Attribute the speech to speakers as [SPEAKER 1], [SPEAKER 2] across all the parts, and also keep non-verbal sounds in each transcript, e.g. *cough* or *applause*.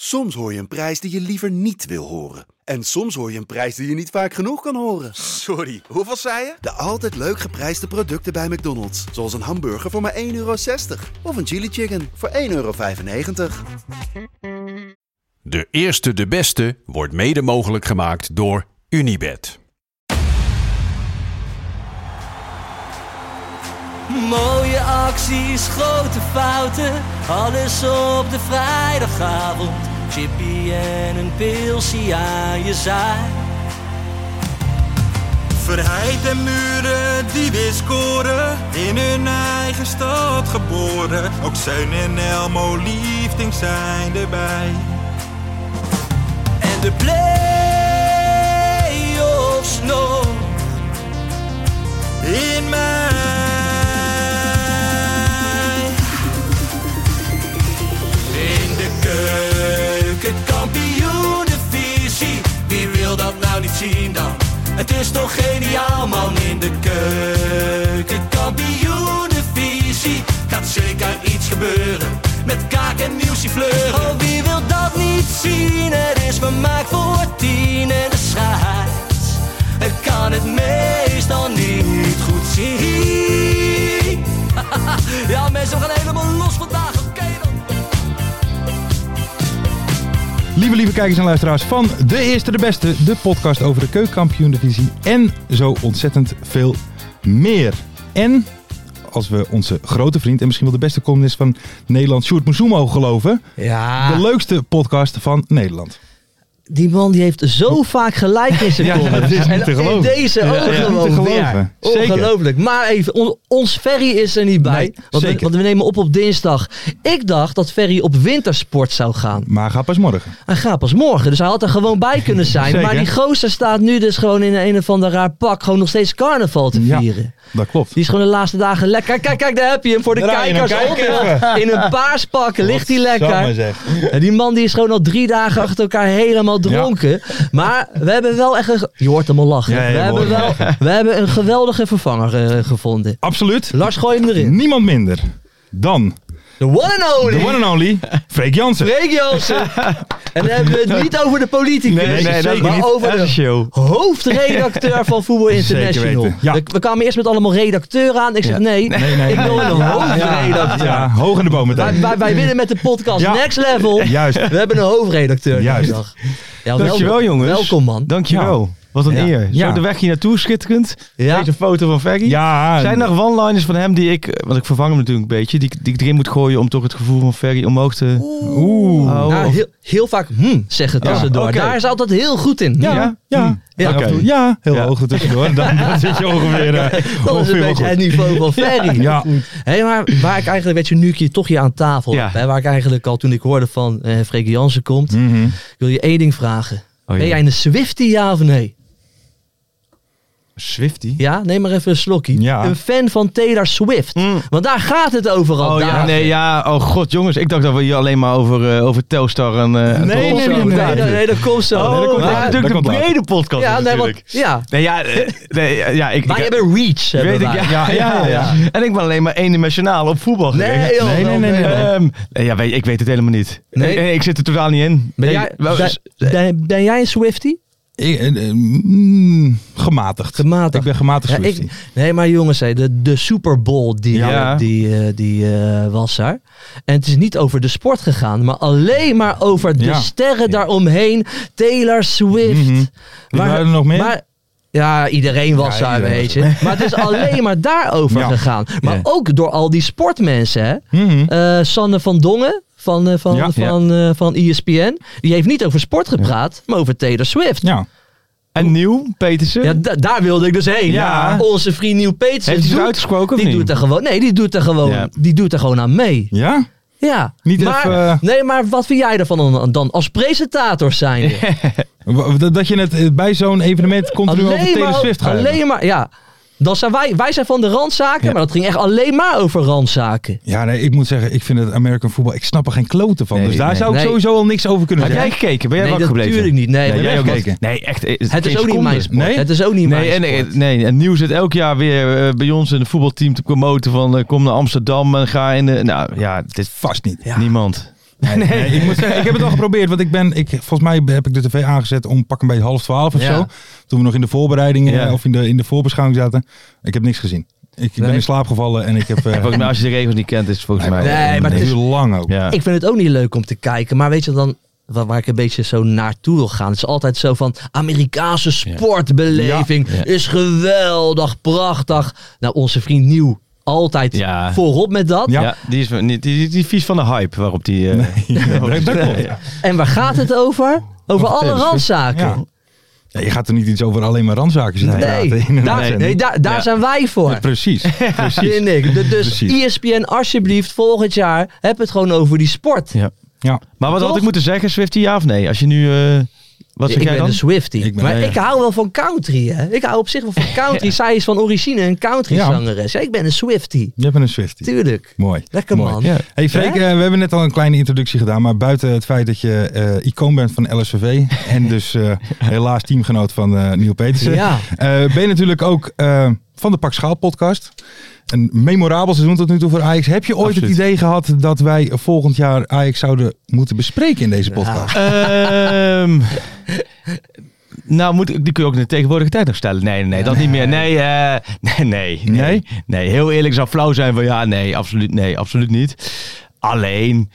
[SPEAKER 1] Soms hoor je een prijs die je liever niet wil horen. En soms hoor je een prijs die je niet vaak genoeg kan horen.
[SPEAKER 2] Sorry, hoeveel zei je?
[SPEAKER 1] De altijd leuk geprijsde producten bij McDonald's. Zoals een hamburger voor maar 1,60 euro. Of een chili chicken voor 1,95 euro.
[SPEAKER 3] De eerste de beste wordt mede mogelijk gemaakt door Unibed.
[SPEAKER 4] Mooie acties, grote fouten, alles op de vrijdagavond. Chippy en een pilsie aan je zaai.
[SPEAKER 5] Verheid en muren die weer scoren, in hun eigen stad geboren. Ook Zijn en Elmo liefding zijn erbij.
[SPEAKER 4] En de play-offs nog.
[SPEAKER 5] In mij.
[SPEAKER 4] In de keuken, kampioenenvisie. Wie wil dat nou niet zien dan? Het is toch geniaal man in de keuken, kampioenenvisie. Gaat zeker iets gebeuren met kaak en muziek fleuren. Oh, wie wil dat niet zien? Het is vermaakt voor tien en de scheids. Ik kan het meestal niet goed zien. *laughs* ja mensen, we gaan helemaal los vandaag, oké dan.
[SPEAKER 6] Lieve, lieve kijkers en luisteraars van De Eerste de Beste, de podcast over de keukenkampioen-divisie en zo ontzettend veel meer. En als we onze grote vriend en misschien wel de beste columnist van Nederland, Sjoerd Moesumo, geloven, de
[SPEAKER 7] Ja,
[SPEAKER 6] leukste podcast van Nederland.
[SPEAKER 7] die man die heeft zo vaak gelijk in zijn
[SPEAKER 6] Ja,
[SPEAKER 7] column.
[SPEAKER 6] dat is niet te
[SPEAKER 7] En
[SPEAKER 6] geloven.
[SPEAKER 7] In deze
[SPEAKER 6] Ja,
[SPEAKER 7] ook
[SPEAKER 6] ja.
[SPEAKER 7] gewoon
[SPEAKER 6] Niet te
[SPEAKER 7] weer.
[SPEAKER 6] geloven. Zeker.
[SPEAKER 7] Ongelooflijk. Maar even, on- ons Ferry is er niet bij.
[SPEAKER 6] Nee,
[SPEAKER 7] want, we,
[SPEAKER 6] zeker.
[SPEAKER 7] want we nemen op op dinsdag. Ik dacht dat Ferry op wintersport zou gaan.
[SPEAKER 6] Maar ga pas morgen.
[SPEAKER 7] Hij gaat pas morgen, dus hij had er gewoon bij kunnen zijn.
[SPEAKER 6] Zeker.
[SPEAKER 7] Maar die gozer staat nu dus gewoon in een of ander raar pak. Gewoon nog steeds carnaval te
[SPEAKER 6] Ja.
[SPEAKER 7] vieren.
[SPEAKER 6] Dat klopt.
[SPEAKER 7] Die is gewoon de laatste dagen lekker. Kijk, kijk, kijk, daar heb je hem voor de
[SPEAKER 6] Draai je hem,
[SPEAKER 7] kijkers.
[SPEAKER 6] kijk
[SPEAKER 7] onder. in een paars pak ligt hij
[SPEAKER 6] Godsamme,
[SPEAKER 7] lekker.
[SPEAKER 6] zeg.
[SPEAKER 7] En die man die is gewoon al drie dagen achter elkaar helemaal dronken. Maar we hebben wel echt een... ge- Je hoort hem al lachen.
[SPEAKER 6] Ja, ja,
[SPEAKER 7] we,
[SPEAKER 6] we
[SPEAKER 7] hebben
[SPEAKER 6] horen
[SPEAKER 7] wel,
[SPEAKER 6] hem
[SPEAKER 7] we hebben een geweldige vervanger eh, gevonden.
[SPEAKER 6] Absoluut.
[SPEAKER 7] Lars, gooi hem erin.
[SPEAKER 6] Niemand minder dan
[SPEAKER 7] The one and
[SPEAKER 6] Mm. de
[SPEAKER 7] only.
[SPEAKER 6] one and only Freek Jansen.
[SPEAKER 7] Freek Jansen. En dan hebben we het niet over de politicus.
[SPEAKER 6] Nee, nee, nee, dat
[SPEAKER 7] maar
[SPEAKER 6] niet.
[SPEAKER 7] over de
[SPEAKER 6] show.
[SPEAKER 7] hoofdredacteur van Voetbal
[SPEAKER 6] Zeker
[SPEAKER 7] International.
[SPEAKER 6] weten, ja.
[SPEAKER 7] We, we kwamen eerst met allemaal redacteuren aan. Ik zeg nee, ik wil een hoofdredacteur.
[SPEAKER 6] Ja, hoog in de boom meteen.
[SPEAKER 7] Wij, wij, wij winnen met de podcast
[SPEAKER 6] Ja.
[SPEAKER 7] Next Level.
[SPEAKER 6] Juist.
[SPEAKER 7] We hebben een hoofdredacteur
[SPEAKER 6] Juist.
[SPEAKER 7] vandaag. Ja,
[SPEAKER 8] Dankjewel
[SPEAKER 7] welkom,
[SPEAKER 8] jongens.
[SPEAKER 7] Welkom man.
[SPEAKER 8] Dankjewel. Wat een
[SPEAKER 7] Ja.
[SPEAKER 8] eer.
[SPEAKER 6] Ja.
[SPEAKER 8] Zo de weg hier naartoe schitterend.
[SPEAKER 7] Ja.
[SPEAKER 8] Deze foto van Ferry.
[SPEAKER 6] Ja,
[SPEAKER 8] Zijn er one-liners van hem die ik, want ik vervang hem natuurlijk een beetje, die, ik- die ik erin moet gooien om toch het gevoel van Ferry omhoog te
[SPEAKER 6] Oeh.
[SPEAKER 8] houden?
[SPEAKER 7] Nou,
[SPEAKER 8] Of-
[SPEAKER 7] heel, heel vaak hm zeggen tussendoor.
[SPEAKER 8] oké.
[SPEAKER 7] Daar is hij altijd heel goed in.
[SPEAKER 6] Ja,
[SPEAKER 7] Hm.
[SPEAKER 6] ja. ja.
[SPEAKER 7] Ja.
[SPEAKER 6] af en toe.
[SPEAKER 8] Oké.
[SPEAKER 6] ja heel
[SPEAKER 8] Ja.
[SPEAKER 6] hoog er tussendoor. Dan, dan zit je ongeveer, eh,
[SPEAKER 7] Dat is
[SPEAKER 6] ongeveer
[SPEAKER 7] een
[SPEAKER 6] wel
[SPEAKER 7] beetje
[SPEAKER 6] goed.
[SPEAKER 7] het niveau van Ferry.
[SPEAKER 6] *laughs* Ja.
[SPEAKER 7] Hé, maar waar ik eigenlijk, weet je, nu ik hier toch hier aan tafel
[SPEAKER 8] Ja.
[SPEAKER 7] heb, hè, waar ik eigenlijk al toen ik hoorde van eh Freek Jansen komt,
[SPEAKER 6] Mhm.
[SPEAKER 7] ik wil je één ding vragen.
[SPEAKER 8] Oh,
[SPEAKER 7] Ben
[SPEAKER 8] ja.
[SPEAKER 7] jij een Swiftie, ja of nee?
[SPEAKER 8] Swifty?
[SPEAKER 7] Ja, neem maar even een slokkie.
[SPEAKER 6] Ja. Hm.
[SPEAKER 7] Een fan van Taylor Swift.
[SPEAKER 8] Mm.
[SPEAKER 7] Want daar gaat het overal.
[SPEAKER 8] Oh ja, nee, ja, oh god jongens, ik dacht dat we hier alleen maar over, eh, over Telstar en... eh, en
[SPEAKER 6] nee,
[SPEAKER 8] Telstar
[SPEAKER 6] nee,
[SPEAKER 8] en-
[SPEAKER 6] nee, nee.
[SPEAKER 7] nee, nee, dat komt zo.
[SPEAKER 8] Oh,
[SPEAKER 7] Nee, dat komt
[SPEAKER 8] maar
[SPEAKER 7] zo.
[SPEAKER 6] dat
[SPEAKER 8] natuurlijk
[SPEAKER 6] komt
[SPEAKER 8] de
[SPEAKER 6] later.
[SPEAKER 8] brede podcast
[SPEAKER 7] ja,
[SPEAKER 8] is
[SPEAKER 7] nee, want,
[SPEAKER 8] natuurlijk.
[SPEAKER 7] ja,
[SPEAKER 8] Nee, ja, eh, nee, ja, ja, ik...
[SPEAKER 7] wij
[SPEAKER 8] ik-
[SPEAKER 7] hebben reach. hebben
[SPEAKER 8] Weet ik,
[SPEAKER 7] wij.
[SPEAKER 8] ja, ja, *laughs* ja, En ik ben alleen maar eendimensionaal op voetbal gericht.
[SPEAKER 7] Nee, joh,
[SPEAKER 6] Nee, nee, nee, nee.
[SPEAKER 8] Ehm, nee, ja, weet, ik weet het helemaal niet.
[SPEAKER 7] Nee?
[SPEAKER 8] Eh, eh, ik zit er totaal niet in.
[SPEAKER 7] Ben,
[SPEAKER 8] Nee,
[SPEAKER 7] jij,
[SPEAKER 8] wel- dus-
[SPEAKER 7] ben- ben, ben jij een Swiftie?
[SPEAKER 6] Ik, eh, eh, mm, gematigd.
[SPEAKER 7] Gematigd.
[SPEAKER 6] Ik ben gematigd
[SPEAKER 7] Ja,
[SPEAKER 6] Swiftie.
[SPEAKER 7] ik, nee, maar jongens, hé, de, de Super Bowl die,
[SPEAKER 8] Ja.
[SPEAKER 7] eh, die, eh, die eh, was er. En het is niet over de sport gegaan, maar alleen maar over de
[SPEAKER 6] Ja.
[SPEAKER 7] sterren daaromheen. Taylor Swift.
[SPEAKER 6] Mhm. waren er nog meer?
[SPEAKER 7] Maar, ja, iedereen was
[SPEAKER 6] Ja,
[SPEAKER 7] daar,
[SPEAKER 6] iedereen
[SPEAKER 7] weet je. Maar het is alleen maar daarover
[SPEAKER 6] Ja.
[SPEAKER 7] gegaan. Maar ook door al die sportmensen, hè.
[SPEAKER 8] Hm?
[SPEAKER 6] Mhm.
[SPEAKER 7] Eh, Sanne van Dongen van, eh, van,
[SPEAKER 6] Ja, ja.
[SPEAKER 7] van, eh, van ESPN. Die heeft niet over sport gepraat, maar over Taylor Swift. Ja.
[SPEAKER 6] Ja. Oh.
[SPEAKER 8] en nieuw, Petersen.
[SPEAKER 7] da- daar wilde ik dus heen.
[SPEAKER 8] Ja.
[SPEAKER 7] Onze vriend Nieuw Peeters.
[SPEAKER 8] Heeft hij zich
[SPEAKER 7] doet-
[SPEAKER 8] uitgesproken of
[SPEAKER 7] die
[SPEAKER 8] niet?
[SPEAKER 7] doet er gewoon, nee, die doet er gewoon,
[SPEAKER 8] Ja.
[SPEAKER 7] die doet er gewoon aan mee.
[SPEAKER 6] Ja?
[SPEAKER 7] Ja.
[SPEAKER 6] Niet
[SPEAKER 7] maar,
[SPEAKER 6] even, eh,
[SPEAKER 7] Nee, maar wat vind jij ervan dan, dan als presentator
[SPEAKER 8] *laughs*
[SPEAKER 7] zijn?
[SPEAKER 6] W- dat- Dat je net eh, bij zo'n evenement continu over Taylor Swift gaat. hebben.
[SPEAKER 7] alleen maar, ja. Dan zijn wij, wij zijn van de randzaken, maar dat ging echt alleen maar over randzaken.
[SPEAKER 6] Ja, nee, ik moet zeggen, ik vind het American voetbal, ik snap er geen kloten van.
[SPEAKER 8] Nee,
[SPEAKER 6] dus daar
[SPEAKER 8] nee.
[SPEAKER 6] zou ik
[SPEAKER 7] Nee.
[SPEAKER 6] sowieso al niks over kunnen
[SPEAKER 8] Heb jij
[SPEAKER 6] zeggen.
[SPEAKER 8] gekeken? Ben jij
[SPEAKER 7] nee,
[SPEAKER 8] wakker gebleven?
[SPEAKER 7] natuurlijk niet. Nee,
[SPEAKER 6] Nee,
[SPEAKER 7] maar
[SPEAKER 6] jij
[SPEAKER 7] echt,
[SPEAKER 6] ook
[SPEAKER 7] want
[SPEAKER 6] gekeken?
[SPEAKER 8] Nee, echt. eh,
[SPEAKER 7] Het is
[SPEAKER 8] geen
[SPEAKER 7] ook niet
[SPEAKER 8] seconde.
[SPEAKER 7] mijn sport.
[SPEAKER 6] Nee?
[SPEAKER 7] Het is ook niet
[SPEAKER 8] Nee
[SPEAKER 7] mijn
[SPEAKER 8] en,
[SPEAKER 7] sport.
[SPEAKER 8] eh, nee, en Nieuw zit elk jaar weer eh, bij ons in het voetbalteam te promoten van eh, kom naar Amsterdam en ga in de... Nou ja, dit
[SPEAKER 6] Vast niet.
[SPEAKER 8] niemand.
[SPEAKER 6] Nee, ik moet zeggen, ik heb het al geprobeerd. Want ik ben, ik, volgens mij heb ik de tv aangezet om pak een beetje half twaalf of
[SPEAKER 7] Ja.
[SPEAKER 6] zo. Toen we nog in de voorbereidingen
[SPEAKER 8] Ja.
[SPEAKER 6] eh, of in de, in de voorbeschouwing zaten. Ik heb niks gezien. Ik, ik ben
[SPEAKER 7] Nee.
[SPEAKER 6] in slaap gevallen en ik heb... eh,
[SPEAKER 8] Volgens mij, als je de regels niet kent, is het volgens
[SPEAKER 6] nee,
[SPEAKER 8] mij...
[SPEAKER 7] Nee, maar het
[SPEAKER 6] een
[SPEAKER 7] is-
[SPEAKER 6] uur lang ook.
[SPEAKER 8] Ja.
[SPEAKER 7] Ik vind het ook niet leuk om te kijken. Maar weet je dan wa- waar ik een beetje zo naartoe wil gaan? Het is altijd zo van Amerikaanse sportbeleving
[SPEAKER 8] Ja. Ja.
[SPEAKER 7] is geweldig, prachtig. Nou, onze vriend Nieuw altijd
[SPEAKER 8] Ja.
[SPEAKER 7] voorop met dat.
[SPEAKER 6] Ja.
[SPEAKER 8] Ja, die is niet, die, die, die vies van de hype waarop die... eh,
[SPEAKER 6] Nee, dat klopt.
[SPEAKER 8] *laughs* Ja.
[SPEAKER 7] En waar gaat het over? Over alle
[SPEAKER 6] tennis, hè?
[SPEAKER 7] randzaken.
[SPEAKER 6] Ja. Ja, je gaat er niet iets over alleen maar randzaken zitten
[SPEAKER 7] Nee,
[SPEAKER 6] praten in een
[SPEAKER 7] daar,
[SPEAKER 6] uitzending.
[SPEAKER 7] nee, daar, daar
[SPEAKER 8] Ja.
[SPEAKER 7] zijn wij voor.
[SPEAKER 6] Precies, precies.
[SPEAKER 7] Vind ik. Dus
[SPEAKER 6] Precies.
[SPEAKER 7] ESPN, alsjeblieft, volgend jaar heb het gewoon over die sport.
[SPEAKER 8] Ja.
[SPEAKER 6] Ja.
[SPEAKER 8] Maar wat had
[SPEAKER 7] Toch?
[SPEAKER 8] ik moeten zeggen, Swifty ja of nee? Als je nu... eh, wat zeg
[SPEAKER 7] ik
[SPEAKER 8] jij
[SPEAKER 7] ben
[SPEAKER 8] dan?
[SPEAKER 7] een Swifty.
[SPEAKER 6] Ik ben-
[SPEAKER 7] maar
[SPEAKER 6] ja.
[SPEAKER 7] ik hou wel van country. Hè. Ik hou op zich wel van *laughs* country. Zij is van origine een country
[SPEAKER 6] Ja.
[SPEAKER 7] zangeres. Ja, ik ben een Swifty.
[SPEAKER 6] Je bent een Swiftie.
[SPEAKER 7] Tuurlijk.
[SPEAKER 6] Mooi.
[SPEAKER 7] Lekker
[SPEAKER 6] Mooi.
[SPEAKER 7] man.
[SPEAKER 8] Ja.
[SPEAKER 6] Hey Freek,
[SPEAKER 7] Hè?
[SPEAKER 6] eh, we hebben net al een kleine introductie gedaan, maar buiten het feit dat je eh, icoon bent van
[SPEAKER 7] *laughs*
[SPEAKER 6] LSVV en dus eh, helaas teamgenoot van eh Neil Petersen,
[SPEAKER 7] Ja.
[SPEAKER 6] eh, ben je natuurlijk ook eh, van de Pak Schaal podcast. Een memorabel seizoen tot nu toe voor Ajax. Heb je ooit het
[SPEAKER 8] Absoluut.
[SPEAKER 6] idee gehad dat wij volgend jaar Ajax zouden moeten bespreken in deze podcast?
[SPEAKER 8] Ehm, nou, moet, ik- die kun je ook in de tegenwoordige tijd nog stellen. Nee, nee, nee, dat niet meer. Nee, eh, nee, nee, nee,
[SPEAKER 6] Nee?
[SPEAKER 8] nee. heel eerlijk zou flauw zijn van ja, nee, absoluut, nee, absoluut niet. Alleen,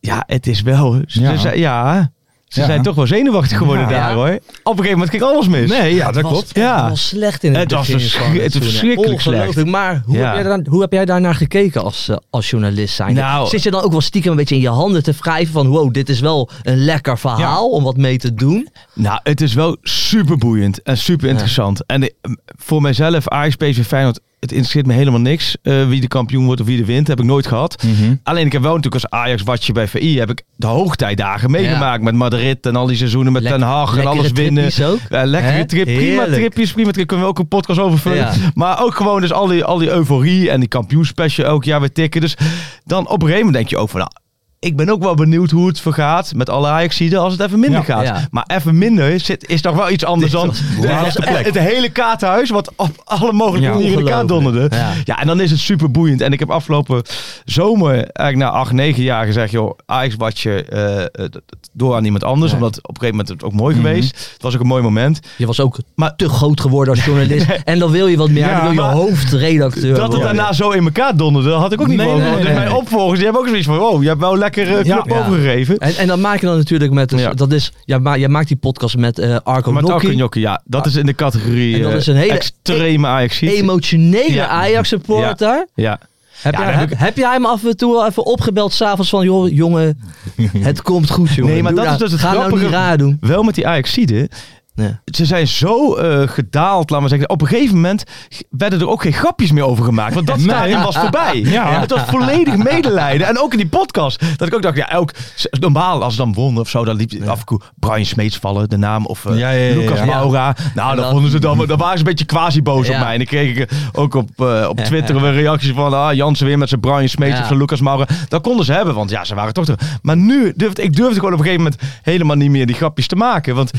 [SPEAKER 8] ja, het is wel. Ze,
[SPEAKER 6] Ja.
[SPEAKER 8] ja. Ze, ja, ze
[SPEAKER 6] Ja.
[SPEAKER 8] zijn toch wel zenuwachtig geworden
[SPEAKER 6] Ja.
[SPEAKER 8] daar
[SPEAKER 7] Ja.
[SPEAKER 8] hoor. Op een gegeven moment ging alles mis.
[SPEAKER 6] Nee, ja, dat
[SPEAKER 7] was
[SPEAKER 6] klopt.
[SPEAKER 7] echt
[SPEAKER 8] Ja.
[SPEAKER 7] wel slecht in het,
[SPEAKER 8] Het was
[SPEAKER 7] begin
[SPEAKER 8] verschri-
[SPEAKER 7] van
[SPEAKER 8] het was
[SPEAKER 7] seizoen, hè.
[SPEAKER 8] verschrikkelijk
[SPEAKER 7] Ongelooflijk.
[SPEAKER 8] slecht.
[SPEAKER 7] Maar hoe,
[SPEAKER 8] Ja.
[SPEAKER 7] heb jij daar, hoe heb jij daarnaar gekeken als, eh, als journalist zijn?
[SPEAKER 8] Nou-
[SPEAKER 7] Zit je dan ook wel stiekem een beetje in je handen te wrijven van wow, dit is wel een lekker verhaal om wat mee te doen?
[SPEAKER 8] Nou, het is wel super boeiend en super interessant. En de- voor mijzelf, Ajax, PSV, Feyenoord, het interesseert me helemaal niks. eh, wie de kampioen wordt of wie de wint, heb ik nooit gehad.
[SPEAKER 7] Mhm.
[SPEAKER 8] Alleen ik heb wel natuurlijk als Ajax watje bij VI, heb ik de hoogtijdagen meegemaakt met Madrid en al die seizoenen met
[SPEAKER 7] Lek-
[SPEAKER 8] Ten Hag en
[SPEAKER 7] lekkere
[SPEAKER 8] alles winnen.
[SPEAKER 7] trippies ook.
[SPEAKER 8] Eh, lekkere
[SPEAKER 7] Hè?
[SPEAKER 8] trip, prima
[SPEAKER 7] Heerlijk.
[SPEAKER 8] tripjes, prima trip. Kunnen we ook een podcast over vullen.
[SPEAKER 7] Ja.
[SPEAKER 8] Maar ook gewoon dus al die, al die euforie en die kampioenspecial elk jaar weer tikken. Dus dan op een gegeven moment denk je ook van... Nou, ik ben ook wel benieuwd hoe het vergaat met alle Ajaxiden als het even minder
[SPEAKER 6] Ja.
[SPEAKER 8] gaat.
[SPEAKER 7] Ja.
[SPEAKER 8] Maar even minder zit, is toch wel iets anders dan de- het, het hele kaarthuis, wat op alle mogelijke
[SPEAKER 6] Ja.
[SPEAKER 8] manieren elkaar donderde.
[SPEAKER 7] Ja.
[SPEAKER 8] Ja. en dan is het super boeiend. En ik heb afgelopen zomer, eigenlijk na acht, negen jaar, gezegd: joh, Ajax wat je eh, eh, d- d- door aan iemand anders. Omdat op een gegeven moment het ook mooi
[SPEAKER 6] Mhm.
[SPEAKER 8] geweest. Het was ook een mooi moment.
[SPEAKER 7] Je was ook
[SPEAKER 8] Maar
[SPEAKER 7] te groot geworden als
[SPEAKER 8] *laughs*
[SPEAKER 7] journalist. En dan wil je wat meer.
[SPEAKER 8] Ja,
[SPEAKER 7] dan wil je
[SPEAKER 8] maar-
[SPEAKER 7] hoofdredacteur
[SPEAKER 8] dat het
[SPEAKER 7] worden.
[SPEAKER 8] daarna zo in elkaar donderde, dat had ik ook niet
[SPEAKER 6] Nee,
[SPEAKER 8] mogen.
[SPEAKER 6] nee,
[SPEAKER 8] want
[SPEAKER 6] nee,
[SPEAKER 8] Mijn
[SPEAKER 6] nee.
[SPEAKER 8] opvolgers die hebben ook zoiets van: wow, je hebt wel lekker eh,
[SPEAKER 6] Ja.
[SPEAKER 8] knap
[SPEAKER 7] Ja.
[SPEAKER 8] overgeven.
[SPEAKER 7] En, en dan maak je dan natuurlijk met... een-
[SPEAKER 8] Ja.
[SPEAKER 7] Dat is, ja, maar, jij maakt die podcast met eh Arco
[SPEAKER 8] Maar
[SPEAKER 7] Nokki.
[SPEAKER 8] Tarkanjoki, ja, dat is in de categorie
[SPEAKER 7] En dat
[SPEAKER 8] eh,
[SPEAKER 7] is een hele e-
[SPEAKER 8] extreme ajax
[SPEAKER 7] Emotionele
[SPEAKER 8] Ja.
[SPEAKER 7] Ajax-supporter.
[SPEAKER 8] Ja.
[SPEAKER 7] Heb,
[SPEAKER 8] Ja,
[SPEAKER 7] jij,
[SPEAKER 8] daar heb
[SPEAKER 7] heb, heb jij hem af en toe wel even opgebeld s'avonds van... joh,
[SPEAKER 8] *laughs*
[SPEAKER 7] jongen, het komt goed, jongen.
[SPEAKER 8] Nee, maar
[SPEAKER 7] Doe
[SPEAKER 8] dat is dus het
[SPEAKER 7] Ga nou
[SPEAKER 8] grappige.
[SPEAKER 7] niet raar doen.
[SPEAKER 8] Wel met die Ajaxiden.
[SPEAKER 7] Ja.
[SPEAKER 8] Ze zijn zo eh, gedaald, laten we zeggen. Op een gegeven moment werden er ook geen grapjes meer over gemaakt. Want dat stadion was voorbij.
[SPEAKER 6] Ja.
[SPEAKER 8] Het was volledig medelijden. En ook in die podcast. Dat ik ook dacht, ja, elk, normaal als ze dan wonnen of zo, dan liep af en toe Brian Smeets vallen, de naam. Of eh,
[SPEAKER 6] Ja, ja, ja, ja.
[SPEAKER 8] Lucas
[SPEAKER 6] Ja.
[SPEAKER 8] Moura. Nou, dan
[SPEAKER 7] dat-
[SPEAKER 8] vonden ze dan, dan waren ze een beetje quasi boos
[SPEAKER 7] Ja.
[SPEAKER 8] op mij. En dan kreeg ik eh, ook op, eh, op Twitter weer reacties van, ah, Jansen weer met zijn Brian Smeets
[SPEAKER 7] Ja.
[SPEAKER 8] of zijn Lucas Moura. Dat konden ze hebben, want ja, ze waren toch... terug. Maar nu durfde ik durfde gewoon op een gegeven moment helemaal niet meer die grapjes te maken. Want